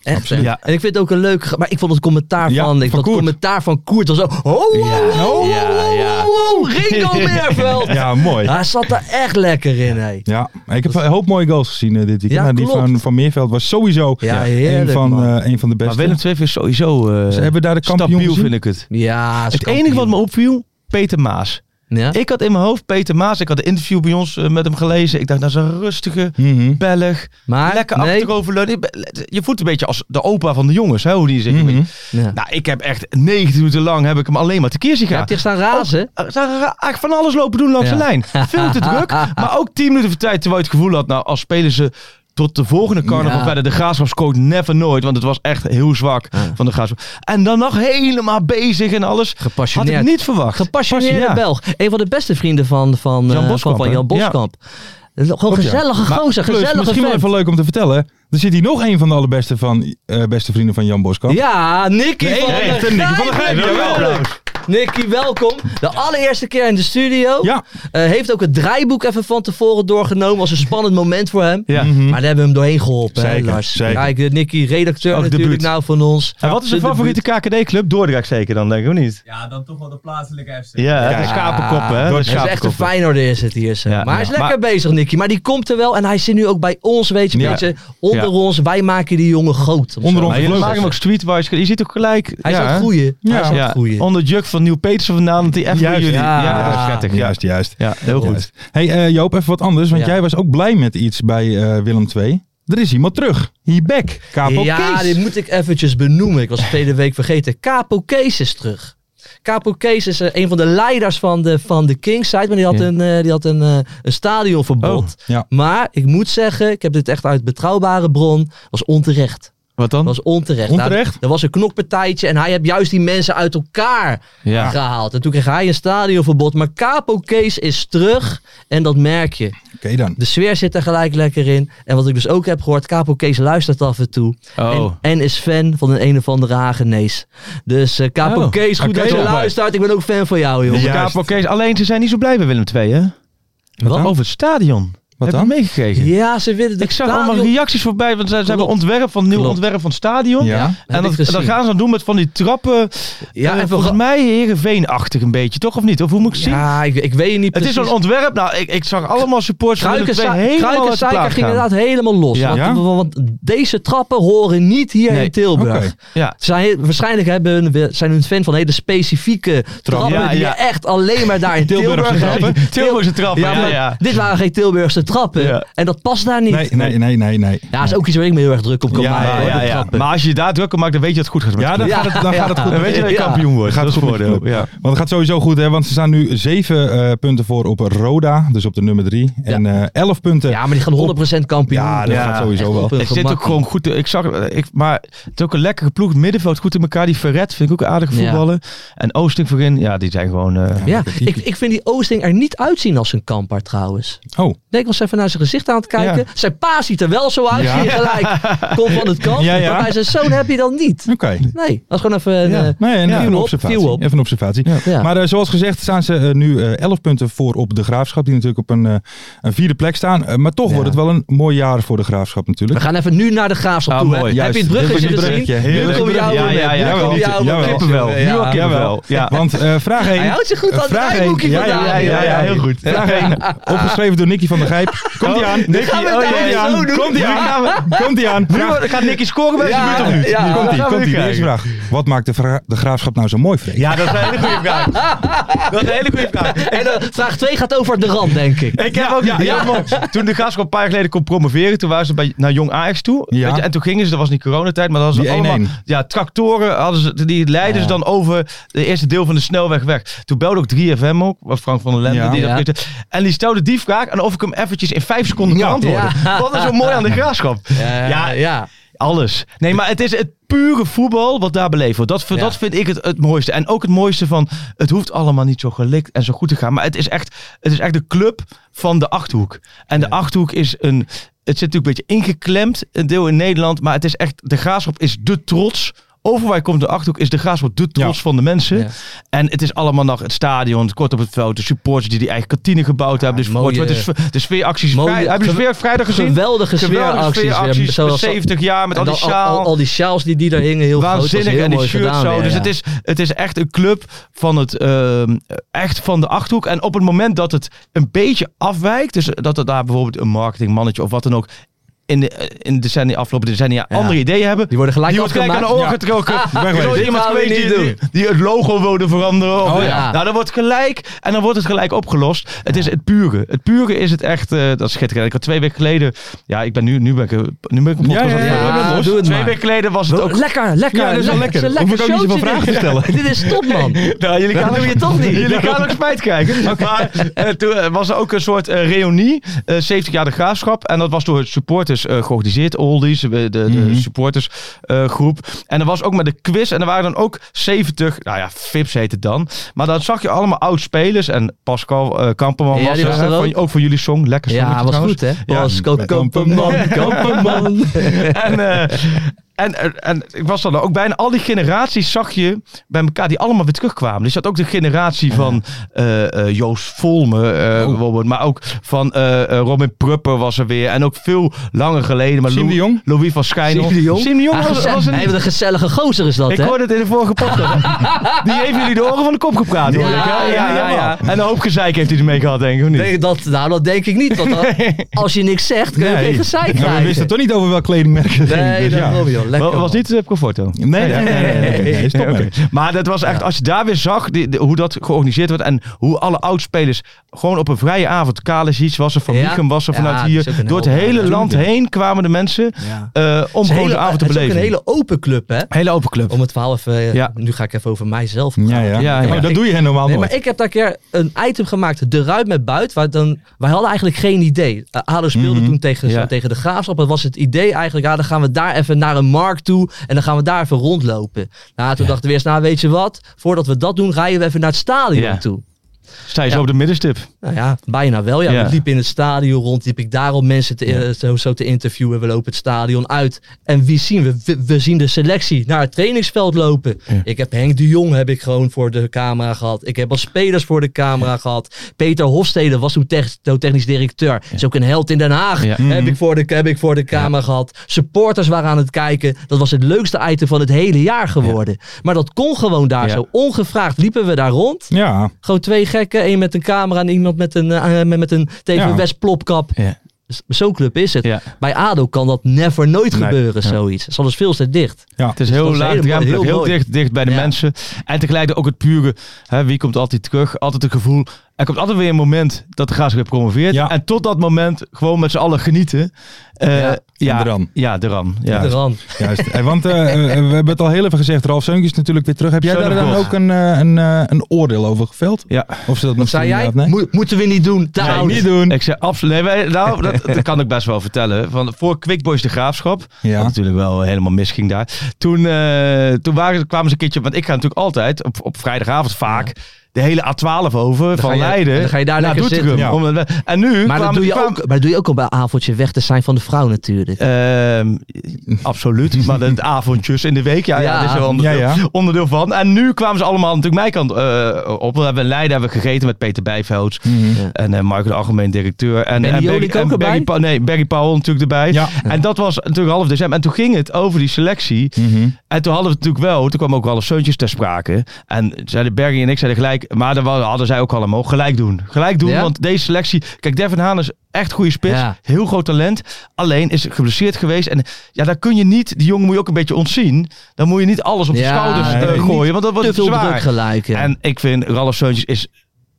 [SPEAKER 7] Echt, hè?
[SPEAKER 8] Ja.
[SPEAKER 7] En ik vind het ook een leuk... ge- Maar ik vond het commentaar
[SPEAKER 6] Ja,
[SPEAKER 7] van... Ik
[SPEAKER 6] van
[SPEAKER 7] vond het
[SPEAKER 6] Koert.
[SPEAKER 7] commentaar van Koert was zo... Oh, oh, oh, oh, oh, oh, Ringo
[SPEAKER 8] *laughs*
[SPEAKER 7] Meerveld! *laughs*
[SPEAKER 6] Ja, mooi.
[SPEAKER 7] Hij zat er echt lekker in, hé.
[SPEAKER 6] Ja, ik heb een hoop mooie goals gezien eh, dit weekend.
[SPEAKER 7] Ja,
[SPEAKER 6] Nou, die
[SPEAKER 7] klopt.
[SPEAKER 6] van, van Meerveld was sowieso eh,
[SPEAKER 7] Ja,
[SPEAKER 6] een,
[SPEAKER 7] heerlijk,
[SPEAKER 6] van,
[SPEAKER 7] man.
[SPEAKER 6] eh, een van de beste.
[SPEAKER 8] Maar Willem II is sowieso eh
[SPEAKER 6] Ze hebben daar de kampioen
[SPEAKER 8] stabiel,
[SPEAKER 6] gezien.
[SPEAKER 8] vind ik het.
[SPEAKER 7] Ja, is
[SPEAKER 8] Het
[SPEAKER 7] kampioen.
[SPEAKER 8] enige wat me opviel, Peter Maas.
[SPEAKER 7] Ja?
[SPEAKER 8] Ik had in mijn hoofd Peter Maas. Ik had een interview bij ons eh, met hem gelezen. Ik dacht, dat is een rustige
[SPEAKER 6] Mhm.
[SPEAKER 8] Belg.
[SPEAKER 7] maar,
[SPEAKER 8] lekker
[SPEAKER 7] nee.
[SPEAKER 8] achteroverleunen. Je voelt een beetje als de opa van de jongens, hè, hoe die zich...
[SPEAKER 6] Mhm.
[SPEAKER 7] Ja.
[SPEAKER 8] Nou, ik heb echt 90 minuten lang heb ik hem alleen maar tekeer
[SPEAKER 7] Je
[SPEAKER 8] zien gaan.
[SPEAKER 7] hebt hier staan razen.
[SPEAKER 8] Eh, zag er echt van alles lopen doen langs
[SPEAKER 7] Ja.
[SPEAKER 8] de lijn. *laughs* Veel te druk, maar ook 10 minuten van tijd terwijl je het gevoel had, nou, als spelen ze tot de volgende carnaval
[SPEAKER 7] Ja.
[SPEAKER 8] verder. De Graafschapscoach never nooit, want het was echt heel zwak
[SPEAKER 7] Ja.
[SPEAKER 8] van de Graafschap. En dan nog helemaal bezig en alles. Had ik
[SPEAKER 7] Gepassioneerd.
[SPEAKER 8] niet verwacht.
[SPEAKER 7] Gepassioneerde
[SPEAKER 8] Ja.
[SPEAKER 7] Belg. Een van de beste vrienden van, van,
[SPEAKER 8] Jan
[SPEAKER 7] eh,
[SPEAKER 8] Boskamp,
[SPEAKER 7] van, van
[SPEAKER 8] hè?
[SPEAKER 7] Jan Boskamp. Gewoon
[SPEAKER 6] Klopt, ja.
[SPEAKER 7] gezellige
[SPEAKER 6] Maar
[SPEAKER 7] gozer,
[SPEAKER 6] plus,
[SPEAKER 7] gezellige
[SPEAKER 6] Misschien wel
[SPEAKER 7] vent.
[SPEAKER 6] even leuk om te vertellen. Er zit hier nog een van de allerbeste van, eh, beste vrienden van Jan Boskamp.
[SPEAKER 8] Oh.
[SPEAKER 7] Ja, Nicky
[SPEAKER 6] Nee,
[SPEAKER 7] van
[SPEAKER 6] nee,
[SPEAKER 7] der
[SPEAKER 6] de Nicky van der Gijp,
[SPEAKER 7] Gijp.
[SPEAKER 6] jawel.
[SPEAKER 7] Applaus. Nicky, welkom. De allereerste keer in de studio.
[SPEAKER 6] Ja.
[SPEAKER 7] Eh, heeft ook het draaiboek even van tevoren doorgenomen. Was een spannend moment voor hem.
[SPEAKER 8] Ja.
[SPEAKER 6] Mhm.
[SPEAKER 7] Maar daar hebben we hem doorheen geholpen, hè,
[SPEAKER 6] Zeker,
[SPEAKER 7] Lars.
[SPEAKER 6] zeker.
[SPEAKER 7] Kijk, eh, Nicky, redacteur
[SPEAKER 8] Ook
[SPEAKER 7] natuurlijk
[SPEAKER 8] debuut.
[SPEAKER 7] nou van ons.
[SPEAKER 8] En wat is
[SPEAKER 7] Zijn
[SPEAKER 8] de favoriete KKD-club? Dordrecht zeker dan, denk ik, of niet?
[SPEAKER 9] Ja, dan toch wel de plaatselijke FC.
[SPEAKER 8] Ja,
[SPEAKER 6] Ja.
[SPEAKER 8] de schapenkoppen, hè?
[SPEAKER 6] Dat
[SPEAKER 8] De
[SPEAKER 6] is
[SPEAKER 7] Hij Ah, is echt een
[SPEAKER 8] schapenkoppen.
[SPEAKER 7] Feyenoorder is het hier. zo.
[SPEAKER 8] Ja,
[SPEAKER 7] maar hij is
[SPEAKER 8] ja.
[SPEAKER 7] lekker bezig, Nicky. Maar die komt er wel en hij zit nu ook bij ons, weet je. een
[SPEAKER 6] Ja.
[SPEAKER 7] beetje onder
[SPEAKER 8] Ja.
[SPEAKER 7] ons, wij maken die jongen groot. of
[SPEAKER 6] Onder
[SPEAKER 7] zo.
[SPEAKER 6] ons.
[SPEAKER 8] Maar je
[SPEAKER 6] Vleugels.
[SPEAKER 8] maakt hem ook streetwise. Je ziet ook gelijk...
[SPEAKER 7] Hij is
[SPEAKER 8] ja,
[SPEAKER 7] aan
[SPEAKER 8] hè?
[SPEAKER 7] het groeien. Hij
[SPEAKER 6] Ja.
[SPEAKER 7] is aan het
[SPEAKER 8] Ja,
[SPEAKER 7] groeien.
[SPEAKER 8] onder juk van Nieuw Peters vandaan, dat die echt bij
[SPEAKER 6] Juist,
[SPEAKER 8] jullie.
[SPEAKER 7] ja.
[SPEAKER 8] Ja, dat is schattig. Ja,
[SPEAKER 6] Juist, juist.
[SPEAKER 8] ja heel goed.
[SPEAKER 6] Juist. Hey eh, Joop, even wat anders. Want
[SPEAKER 7] Ja.
[SPEAKER 6] jij was ook blij met iets bij eh, Willem II. Er is iemand terug. He back. Capo
[SPEAKER 7] ja,
[SPEAKER 6] Kees. Oh,
[SPEAKER 7] dit moet ik eventjes benoemen. Ik was de tweede week vergeten. Capo Kees is terug. Capo Kees is eh, een van de leiders van de, van de Kingside. Maar die had
[SPEAKER 8] Ja.
[SPEAKER 7] een, eh, die had een, eh, een stadionverbod.
[SPEAKER 6] ja.
[SPEAKER 7] Maar ik moet zeggen, ik heb dit echt uit betrouwbare bron. was onterecht.
[SPEAKER 8] Wat dan?
[SPEAKER 7] was onterecht.
[SPEAKER 6] Onterecht?
[SPEAKER 7] Nou, er was een knokpartijtje en hij heeft juist die mensen uit elkaar
[SPEAKER 8] Ja.
[SPEAKER 7] gehaald. En toen kreeg hij een stadionverbod. Maar Capo Kees is terug en dat merk je.
[SPEAKER 6] Oké dan.
[SPEAKER 7] De sfeer zit er gelijk lekker in. En wat ik dus ook heb gehoord, Capo Kees luistert af en toe.
[SPEAKER 8] Oh.
[SPEAKER 7] En, en is fan van een een of andere Hagenees. Dus eh Capo
[SPEAKER 8] Oh,
[SPEAKER 7] Kees, goed
[SPEAKER 8] oké
[SPEAKER 7] dat je
[SPEAKER 8] dan.
[SPEAKER 7] luistert. Ik ben ook fan van jou, jongen.
[SPEAKER 8] Op de Kapo Kees. Alleen ze zijn niet zo blij bij Willem II, hè?
[SPEAKER 7] Wat?
[SPEAKER 8] Over het stadion. Heb je
[SPEAKER 6] dan?
[SPEAKER 8] meegekregen?
[SPEAKER 7] Ja, ze willen de
[SPEAKER 8] Ik zag allemaal reacties voorbij, want ze, ze hebben
[SPEAKER 7] Klopt.
[SPEAKER 8] ontwerp van nieuw
[SPEAKER 7] Klopt.
[SPEAKER 8] ontwerp van het stadion.
[SPEAKER 6] Ja.
[SPEAKER 7] Heb
[SPEAKER 8] En dat,
[SPEAKER 7] ik gezien.
[SPEAKER 8] dat gaan ze dan doen met van die trappen.
[SPEAKER 7] Ja,
[SPEAKER 8] Ja,
[SPEAKER 7] en
[SPEAKER 8] volgens
[SPEAKER 7] vooral-
[SPEAKER 8] mij Heerenveen-achtig een beetje, toch? Of niet? Of hoe moet ik het zien?
[SPEAKER 7] Ja, ik, ik weet het niet
[SPEAKER 8] het is
[SPEAKER 7] precies.
[SPEAKER 8] zo'n ontwerp. Nou, ik, ik zag allemaal supporters van Willem
[SPEAKER 7] Kruiken, Sa-
[SPEAKER 8] II helemaal
[SPEAKER 7] Kruiken
[SPEAKER 8] uit de
[SPEAKER 7] Saika
[SPEAKER 8] plaat
[SPEAKER 7] ging
[SPEAKER 8] gaan.
[SPEAKER 7] inderdaad helemaal los.
[SPEAKER 8] Ja.
[SPEAKER 7] Want,
[SPEAKER 6] Ja?
[SPEAKER 7] want deze trappen horen niet hier
[SPEAKER 8] Nee.
[SPEAKER 7] in Tilburg.
[SPEAKER 6] Oké.
[SPEAKER 8] Ja.
[SPEAKER 7] Ze Zijn, waarschijnlijk hebben, hun- zijn hun fan van hele specifieke trappen
[SPEAKER 8] Ja,
[SPEAKER 7] die
[SPEAKER 8] ja.
[SPEAKER 7] je echt alleen maar daar in Tilburg
[SPEAKER 8] *laughs* Tilburgse
[SPEAKER 7] hebt.
[SPEAKER 8] trappen. Tilburgse trappen,
[SPEAKER 7] Ja,
[SPEAKER 8] ja,
[SPEAKER 7] maar
[SPEAKER 8] ja.
[SPEAKER 7] Dit waren geen Tilburgse trappen.
[SPEAKER 8] Ja.
[SPEAKER 7] En dat past daar niet.
[SPEAKER 6] Nee, nee, nee, nee, nee.
[SPEAKER 7] Ja, dat is ook iets waar ik me heel erg druk op kan
[SPEAKER 6] Ja,
[SPEAKER 7] maken.
[SPEAKER 8] Ja,
[SPEAKER 7] hoor,
[SPEAKER 8] ja,
[SPEAKER 7] de
[SPEAKER 8] ja.
[SPEAKER 7] trappen.
[SPEAKER 8] Maar als je je daar druk om maakt, dan weet je dat het goed gaat. met
[SPEAKER 6] Ja,
[SPEAKER 8] de
[SPEAKER 6] dan
[SPEAKER 8] club.
[SPEAKER 7] Ja,
[SPEAKER 6] gaat het, dan
[SPEAKER 7] ja.
[SPEAKER 6] gaat het goed.
[SPEAKER 8] dan weet je dat je
[SPEAKER 7] Ja.
[SPEAKER 8] kampioen wordt.
[SPEAKER 6] Gaat
[SPEAKER 8] dat is
[SPEAKER 6] het
[SPEAKER 8] het
[SPEAKER 6] goed met de
[SPEAKER 8] voordeel. Ja.
[SPEAKER 6] club. Want het gaat sowieso goed, hè? Want ze staan nu zeven eh, punten voor op Roda, dus op de nummer drie. En eh elf punten.
[SPEAKER 7] Ja, maar die gaan 100% kampioen.
[SPEAKER 6] Ja, dat
[SPEAKER 7] worden.
[SPEAKER 6] gaat
[SPEAKER 7] Echt
[SPEAKER 6] sowieso wel.
[SPEAKER 7] op hun
[SPEAKER 8] Ik zit ook
[SPEAKER 7] gemak.
[SPEAKER 8] gewoon goed. Ik zag, ik, maar het is ook een lekker geploegd middenveld. Goed in elkaar. Die Ferret vind ik ook een aardige
[SPEAKER 7] Ja.
[SPEAKER 8] voetballer. En Oosting voorin, ja, die zijn gewoon. eh,
[SPEAKER 7] Ja, ik, ik vind die Oosting er niet uitzien als een kamper trouwens.
[SPEAKER 6] Oh,
[SPEAKER 7] Nee, ik was even naar zijn gezicht aan het kijken.
[SPEAKER 8] Ja.
[SPEAKER 7] Zijn pa ziet er wel zo uit.
[SPEAKER 6] Ja.
[SPEAKER 7] Zie je gelijk. Kom van het kamp.
[SPEAKER 6] Ja, ja.
[SPEAKER 7] Maar bij zijn zoon heb je dat niet.
[SPEAKER 6] oké.
[SPEAKER 7] Nee, dat is gewoon even... een, eh,
[SPEAKER 6] Nee, en
[SPEAKER 7] viel
[SPEAKER 6] even, een
[SPEAKER 7] op,
[SPEAKER 6] observatie.
[SPEAKER 7] viel op.
[SPEAKER 6] even een observatie.
[SPEAKER 7] Ja.
[SPEAKER 6] Maar eh, zoals gezegd staan ze eh, nu eh 11 punten voor op de Graafschap. Die natuurlijk op een, eh, een vierde plek staan. Eh, maar toch wordt het wel een mooi jaar voor de Graafschap
[SPEAKER 7] We
[SPEAKER 6] natuurlijk.
[SPEAKER 7] gaan even nu naar de graafschap
[SPEAKER 8] Ah,
[SPEAKER 7] toe. hè.
[SPEAKER 8] mooi,
[SPEAKER 7] Heb
[SPEAKER 8] juist.
[SPEAKER 7] je het bruggetje
[SPEAKER 6] Heel goed
[SPEAKER 7] gezien?
[SPEAKER 6] bruggetje, heel
[SPEAKER 7] Nu
[SPEAKER 6] leuk
[SPEAKER 7] kom
[SPEAKER 6] bruggetje.
[SPEAKER 7] jou
[SPEAKER 8] Ja, ja, ja,
[SPEAKER 7] Nu
[SPEAKER 8] jawel.
[SPEAKER 7] kom jou
[SPEAKER 6] Jawel.
[SPEAKER 8] Kippenwel. Nu al kippenwel. Ja.
[SPEAKER 6] Want eh, vraag 1.
[SPEAKER 7] Hij houdt zich goed aan het
[SPEAKER 6] vraag één.
[SPEAKER 7] rijboekje
[SPEAKER 6] Ja,
[SPEAKER 7] vandaan.
[SPEAKER 6] ja, ja, ja, heel
[SPEAKER 8] goed.
[SPEAKER 6] Vraag 1. Opgeschreven door Nicky van der Gijp. Komt die aan? Nicky,
[SPEAKER 7] gaan we
[SPEAKER 8] Oh,
[SPEAKER 7] het
[SPEAKER 6] komt die
[SPEAKER 7] daar zo
[SPEAKER 6] aan?
[SPEAKER 7] doen.
[SPEAKER 6] Komt
[SPEAKER 7] Nu
[SPEAKER 6] die aan? Komt die aan?
[SPEAKER 8] Nu wordt- gaat Nicky scoren bij zijn
[SPEAKER 7] Ja,
[SPEAKER 8] buurt of niet?
[SPEAKER 7] ja,
[SPEAKER 8] Nu
[SPEAKER 7] dat
[SPEAKER 6] Komt die?
[SPEAKER 8] gaan we
[SPEAKER 6] Komt
[SPEAKER 8] nu
[SPEAKER 6] die? De eerste
[SPEAKER 8] krijgen.
[SPEAKER 6] vraag. Wat maakt de, vra- de Graafschap nou zo mooi, Freek?
[SPEAKER 8] Ja, dat is een hele goede vraag. *laughs* Dat is een hele goede vraag.
[SPEAKER 7] En dan, vraag 2 gaat over de rand, denk ik.
[SPEAKER 8] Ik heb ook ja,
[SPEAKER 7] ja.
[SPEAKER 8] heel mooi. Toen de Graafschap een paar jaar geleden kon promoveren, toen waren ze bij, naar Jong Ajax toe.
[SPEAKER 6] Ja.
[SPEAKER 8] Weet je, en toen gingen ze, dat was niet coronatijd, maar dat was
[SPEAKER 6] Die
[SPEAKER 8] allemaal
[SPEAKER 6] 1-1.
[SPEAKER 8] ja, tractoren, hadden ze, die leidden ze dan over de eerste deel van de snelweg weg. Toen belde ook 3FM ook, of Frank van der Lende.
[SPEAKER 6] Ja.
[SPEAKER 8] Die dat
[SPEAKER 7] Ja.
[SPEAKER 8] weet je. en die stelde die vraag en of ik hem eventjes in vijf seconden
[SPEAKER 6] Ja.
[SPEAKER 8] kan antwoorden.
[SPEAKER 7] Ja.
[SPEAKER 8] Wat is zo mooi aan de Graafschap.
[SPEAKER 7] *laughs* Eh,
[SPEAKER 8] ja,
[SPEAKER 7] ja.
[SPEAKER 8] alles. Nee, maar het is het pure voetbal wat daar beleefd wordt. Dat, vind-
[SPEAKER 7] Ja.
[SPEAKER 8] dat vind ik het, het mooiste. En ook het mooiste van, het hoeft allemaal niet zo gelikt en zo goed te gaan. Maar het is echt, het is echt de club van de Achterhoek. En de Achterhoek is een, het zit natuurlijk een beetje ingeklemd, een deel in Nederland. Maar het is echt, de Graafschap is de trots. Overal waar je komt de Achterhoek is de Graafschap de trots
[SPEAKER 6] Ja.
[SPEAKER 8] van de mensen.
[SPEAKER 7] Ja.
[SPEAKER 8] En het is allemaal nog het stadion, kort op het veld, de supporters die die eigen kantine gebouwd hebben. Dus
[SPEAKER 7] mooie-
[SPEAKER 8] het is de sfeeracties.
[SPEAKER 7] Mooie-
[SPEAKER 8] Vrij, heb je de sfeer vrijdag gezien?
[SPEAKER 7] Geweldige sfeeracties. weer,
[SPEAKER 8] sfeeracties,
[SPEAKER 7] zoals-
[SPEAKER 8] 70 jaar met al
[SPEAKER 7] en
[SPEAKER 8] die
[SPEAKER 7] dan Al,
[SPEAKER 8] sjaal.
[SPEAKER 7] al die sjaals die, die daar hingen, heel groot. Dat was
[SPEAKER 8] Waanzinnig
[SPEAKER 7] heel
[SPEAKER 8] en die
[SPEAKER 7] mooi
[SPEAKER 8] shirt
[SPEAKER 7] gedaan,
[SPEAKER 8] zo.
[SPEAKER 7] ja,
[SPEAKER 8] dus
[SPEAKER 7] ja.
[SPEAKER 8] Het, is, het is echt een club van het ehm, echt van de achterhoek. En op het moment dat het een beetje afwijkt, dus dat er daar bijvoorbeeld een marketingmannetje of wat dan ook in de eh, in de decennia afgelopen decennia
[SPEAKER 7] Ja.
[SPEAKER 8] andere ideeën hebben,
[SPEAKER 7] Die worden gelijk
[SPEAKER 8] die wordt gelijk aan de
[SPEAKER 7] afgemaakt.
[SPEAKER 8] oren getrokken.
[SPEAKER 7] *laughs*
[SPEAKER 8] Er is
[SPEAKER 6] Dit
[SPEAKER 8] ooit iemand
[SPEAKER 7] gaan we
[SPEAKER 8] geweest die,
[SPEAKER 7] niet
[SPEAKER 8] die, die het logo wilde veranderen. Of,
[SPEAKER 7] Oh ja.
[SPEAKER 8] Nou, dat wordt gelijk en dan wordt het gelijk opgelost. Het is het pure. Het pure is het echt. eh, dat is schitterend. Ik had twee weken geleden. Ja, ik ben nu nu ben ik eh, nu ben ik een
[SPEAKER 6] Ja,
[SPEAKER 8] podcast
[SPEAKER 6] ja,
[SPEAKER 8] aan het
[SPEAKER 6] ja,
[SPEAKER 8] maken.
[SPEAKER 7] ja, doe het
[SPEAKER 8] Twee
[SPEAKER 7] maar.
[SPEAKER 8] weken geleden was het
[SPEAKER 7] Wel-
[SPEAKER 8] ook
[SPEAKER 7] Lekker, lekker.
[SPEAKER 6] Ja, dat is wel lekker.
[SPEAKER 7] Het is een
[SPEAKER 6] Hoef ik ook niet zoveel
[SPEAKER 7] showtje,
[SPEAKER 6] vragen te
[SPEAKER 7] dit. Dit is top, man.
[SPEAKER 8] *laughs* Nou, jullie gaan
[SPEAKER 7] Dat doe
[SPEAKER 8] ook-
[SPEAKER 7] je toch niet.
[SPEAKER 8] *laughs* Jullie gaan ook spijt
[SPEAKER 7] *laughs*
[SPEAKER 8] krijgen. Maar eh, toen eh, was er ook een soort eh, reunie, eh, 70 jaar de graafschap. En dat was door het supporters eh, georganiseerd, Oldies, eh, de, de
[SPEAKER 7] Mhm.
[SPEAKER 8] supportersgroep. en er was ook met de quiz, en er waren dan ook 70, nou ja, FIPS heet het dan. Maar dan zag je allemaal oud-spelers. En Pascal eh Kamperman
[SPEAKER 7] Ja,
[SPEAKER 8] was,
[SPEAKER 7] die was
[SPEAKER 8] er,
[SPEAKER 7] er
[SPEAKER 8] hè,
[SPEAKER 7] ook.
[SPEAKER 8] van- ook voor jullie song, lekker song.
[SPEAKER 7] Ja, was goed, hè? Was
[SPEAKER 8] *laughs*
[SPEAKER 7] Kamperman, Kamperman.
[SPEAKER 8] en, eh, en, en, en ik was dan ook bijna al die generaties zag je bij elkaar die allemaal weer terugkwamen. Dus je had ook de generatie van eh, eh, Joost Volme, eh, bijvoorbeeld, maar ook van eh, eh, Robin Prupper was er weer. En ook veel langer geleden. Maar
[SPEAKER 6] Siem de
[SPEAKER 8] Lou-
[SPEAKER 6] Jong?
[SPEAKER 8] Louis van Schijnel.
[SPEAKER 7] Siem de Jong?
[SPEAKER 8] Siem de Jong
[SPEAKER 7] Ah,
[SPEAKER 8] was,
[SPEAKER 7] gezellig.
[SPEAKER 8] was een...
[SPEAKER 7] Hey, wat een gezellige gozer is dat,
[SPEAKER 8] Ik
[SPEAKER 7] hè?
[SPEAKER 8] hoorde het in de vorige
[SPEAKER 7] *laughs*
[SPEAKER 8] podcast. die heeft jullie de oren van de kop gepraat. hoor ik, hè?
[SPEAKER 7] ja, ja, ja.
[SPEAKER 8] En een hoop gezeik heeft hij ermee gehad, denk ik, of niet?
[SPEAKER 7] Nee, dat, nou, dat denk ik
[SPEAKER 8] *laughs*
[SPEAKER 7] niet. Want dan- als je niks zegt, kun je
[SPEAKER 6] Nee.
[SPEAKER 7] geen gezeik
[SPEAKER 6] Nou,
[SPEAKER 7] krijgen.
[SPEAKER 6] we wisten toch niet over welk kledingmerk het ging.
[SPEAKER 7] Nee,
[SPEAKER 6] dus ja.
[SPEAKER 7] daarom, joh. lekker.
[SPEAKER 8] Maar het was
[SPEAKER 7] man.
[SPEAKER 8] niet uh, Conforto.
[SPEAKER 6] Nee, nee, nee, nee, nee, nee, nee, stop
[SPEAKER 8] Oké.
[SPEAKER 6] mee.
[SPEAKER 8] Maar dat was echt, als je daar weer zag die, de- hoe dat georganiseerd werd en hoe alle oudspelers gewoon op een vrije avond, Kalesic was er, Van
[SPEAKER 7] Ja.
[SPEAKER 8] Wiegem was er
[SPEAKER 7] Ja,
[SPEAKER 8] vanuit
[SPEAKER 7] dat is ook
[SPEAKER 8] hier,
[SPEAKER 7] een
[SPEAKER 8] door het
[SPEAKER 7] hoop.
[SPEAKER 8] hele
[SPEAKER 7] Ja.
[SPEAKER 8] land heen kwamen de mensen
[SPEAKER 7] Ja.
[SPEAKER 8] eh, om
[SPEAKER 7] Het is
[SPEAKER 8] gewoon
[SPEAKER 7] een
[SPEAKER 8] de
[SPEAKER 7] hele-
[SPEAKER 8] avond te
[SPEAKER 7] Het is
[SPEAKER 8] beleven.
[SPEAKER 7] ook een hele open club, hè?
[SPEAKER 8] Hele open club.
[SPEAKER 7] Om het verhaal even... eh,
[SPEAKER 8] Ja.
[SPEAKER 7] Nu ga ik even over mijzelf
[SPEAKER 6] Ja, ja.
[SPEAKER 8] Ja, ja.
[SPEAKER 6] Oh, dat doe je hè, normaal
[SPEAKER 7] Nee,
[SPEAKER 6] nooit.
[SPEAKER 7] maar ik heb daar een keer een item gemaakt, de ruit met buit. Waar dan, wij hadden eigenlijk geen idee. Eh, ADO speelde
[SPEAKER 6] Mhm.
[SPEAKER 7] toen tegen,
[SPEAKER 8] Ja.
[SPEAKER 7] tegen de Graafschap. Het was het idee eigenlijk, ja, dan gaan we daar even naar een markt toe. En dan gaan we daar even rondlopen. Nou, toen dachten we eerst, nou weet je wat? Voordat we dat doen, rijden we even naar het stadion
[SPEAKER 8] Ja.
[SPEAKER 7] toe.
[SPEAKER 8] Sta je
[SPEAKER 7] Ja.
[SPEAKER 8] zo op de middenstip.
[SPEAKER 7] Nou ja, bijna wel. Ja.
[SPEAKER 8] Ja.
[SPEAKER 7] We liepen in het stadion rond, liep ik daar om mensen te, eh, zo, zo te interviewen. We lopen het stadion uit. En wie zien we? we? we zien de selectie naar het trainingsveld lopen. Ik heb Henk de Jong heb ik gewoon voor de camera gehad. Ik heb al spelers voor de camera gehad. Peter Hofstede was toen tech- toen technisch directeur. Is ook een held in Den Haag.
[SPEAKER 8] Ja. Mhm.
[SPEAKER 7] Heb, ik voor de, heb ik voor de camera gehad. Supporters waren aan het kijken. Dat was het leukste item van het hele jaar geworden. Maar dat kon gewoon daar
[SPEAKER 8] Ja.
[SPEAKER 7] zo. Ongevraagd liepen we daar rond.
[SPEAKER 6] Ja,
[SPEAKER 7] Gewoon twee gekken, één met een camera en iemand met een, eh, eh, met, met een TV
[SPEAKER 6] Ja.
[SPEAKER 7] West plopkap.
[SPEAKER 8] Ja.
[SPEAKER 7] Z- Zo'n club is het.
[SPEAKER 8] Ja.
[SPEAKER 7] Bij ADO kan dat never nooit gebeuren, zoiets. Het is alles veel te dicht.
[SPEAKER 8] Het is heel
[SPEAKER 7] dat is
[SPEAKER 8] laag,
[SPEAKER 7] helemaal-
[SPEAKER 8] heel,
[SPEAKER 7] heel
[SPEAKER 8] heel
[SPEAKER 7] mooi.
[SPEAKER 8] dicht, dicht bij de
[SPEAKER 7] Ja.
[SPEAKER 8] mensen. En tegelijkertijd ook het pure, hè, wie komt altijd terug, altijd het gevoel. Er komt altijd weer een moment dat de Graafschap weer promoveert.
[SPEAKER 6] Ja.
[SPEAKER 8] En tot dat moment gewoon met z'n allen genieten. Eh,
[SPEAKER 7] Ja.
[SPEAKER 8] ja,
[SPEAKER 6] Van de Ram.
[SPEAKER 8] Ja, de Ram. Ja.
[SPEAKER 7] De Ran.
[SPEAKER 6] juist. Hey, want eh, eh, we hebben het al heel even gezegd, Ralf Seuntjes is natuurlijk weer terug. Heb jij
[SPEAKER 8] Zoon
[SPEAKER 6] daar
[SPEAKER 8] op
[SPEAKER 6] dan
[SPEAKER 8] golf.
[SPEAKER 6] ook een, eh, een, eh, een oordeel over geveld?
[SPEAKER 8] Ja.
[SPEAKER 6] Of ze dat nog
[SPEAKER 7] Zei
[SPEAKER 6] zien,
[SPEAKER 7] jij,
[SPEAKER 6] ja of nee?
[SPEAKER 7] "Moe- moeten we niet doen, te oud."
[SPEAKER 8] niet doen. Ik zei absoluut. Nee, wij- nou, dat, *laughs* dat kan ik best wel vertellen. Van, voor Quick Boys de Graafschap.
[SPEAKER 6] Ja.
[SPEAKER 8] Wat natuurlijk wel helemaal misging daar. Toen, eh, toen waren, kwamen ze een keertje. Want ik ga natuurlijk altijd op, op vrijdagavond vaak. De hele A12 over van
[SPEAKER 7] ga je-
[SPEAKER 8] Leiden.
[SPEAKER 7] dan ga je daar
[SPEAKER 8] naar
[SPEAKER 7] lekker
[SPEAKER 8] Doetinchem.
[SPEAKER 6] zitten.
[SPEAKER 8] Om- En nu
[SPEAKER 7] Maar dat,
[SPEAKER 8] kwamen
[SPEAKER 7] doe
[SPEAKER 8] die
[SPEAKER 7] je
[SPEAKER 8] kwamen-
[SPEAKER 7] ook, maar dat doe je ook om bij een avondje weg te zijn van de vrouw natuurlijk.
[SPEAKER 8] Ehm,
[SPEAKER 7] *laughs*
[SPEAKER 8] absoluut. maar de avondjes in de week, ja, ja.
[SPEAKER 7] Ja.
[SPEAKER 8] dat is er wel onderdeel,
[SPEAKER 6] Ja, ja.
[SPEAKER 8] onderdeel van. En nu kwamen ze allemaal natuurlijk mijn kant eh, op. We hebben in Leiden hebben we gegeten met Peter Bijvelds.
[SPEAKER 7] Ja.
[SPEAKER 8] En eh Marco, de algemeen directeur. En,
[SPEAKER 7] Benny
[SPEAKER 8] en
[SPEAKER 7] Mhm. Jolik ook
[SPEAKER 8] en
[SPEAKER 7] erbij?
[SPEAKER 8] Barry Pa- nee, Barry Powell natuurlijk erbij.
[SPEAKER 6] Ja.
[SPEAKER 8] En dat was natuurlijk half december. En toen ging het over die selectie.
[SPEAKER 6] Mhm.
[SPEAKER 8] En toen hadden we het natuurlijk wel, toen kwam ook Ralf Seuntjes ter sprake. En zeiden Bergie en ik zeiden gelijk, maar dan hadden zij ook allemaal gelijk doen. Gelijk doen,
[SPEAKER 7] Ja?
[SPEAKER 8] want deze selectie... Kijk, Devin Haan is echt goede spits.
[SPEAKER 7] Ja.
[SPEAKER 8] Heel groot talent. Alleen is geblesseerd geweest. En ja, daar kun je niet... Die jongen moet je ook een beetje ontzien. Dan moet je niet alles op zijn
[SPEAKER 7] Ja,
[SPEAKER 8] schouders
[SPEAKER 7] nee,
[SPEAKER 8] eh,
[SPEAKER 7] niet
[SPEAKER 8] gooien, want dat wordt
[SPEAKER 7] Te
[SPEAKER 8] het
[SPEAKER 7] veel druk
[SPEAKER 8] zwaar.
[SPEAKER 7] gelijk. ja.
[SPEAKER 8] En ik vind Ralf Seuntjes is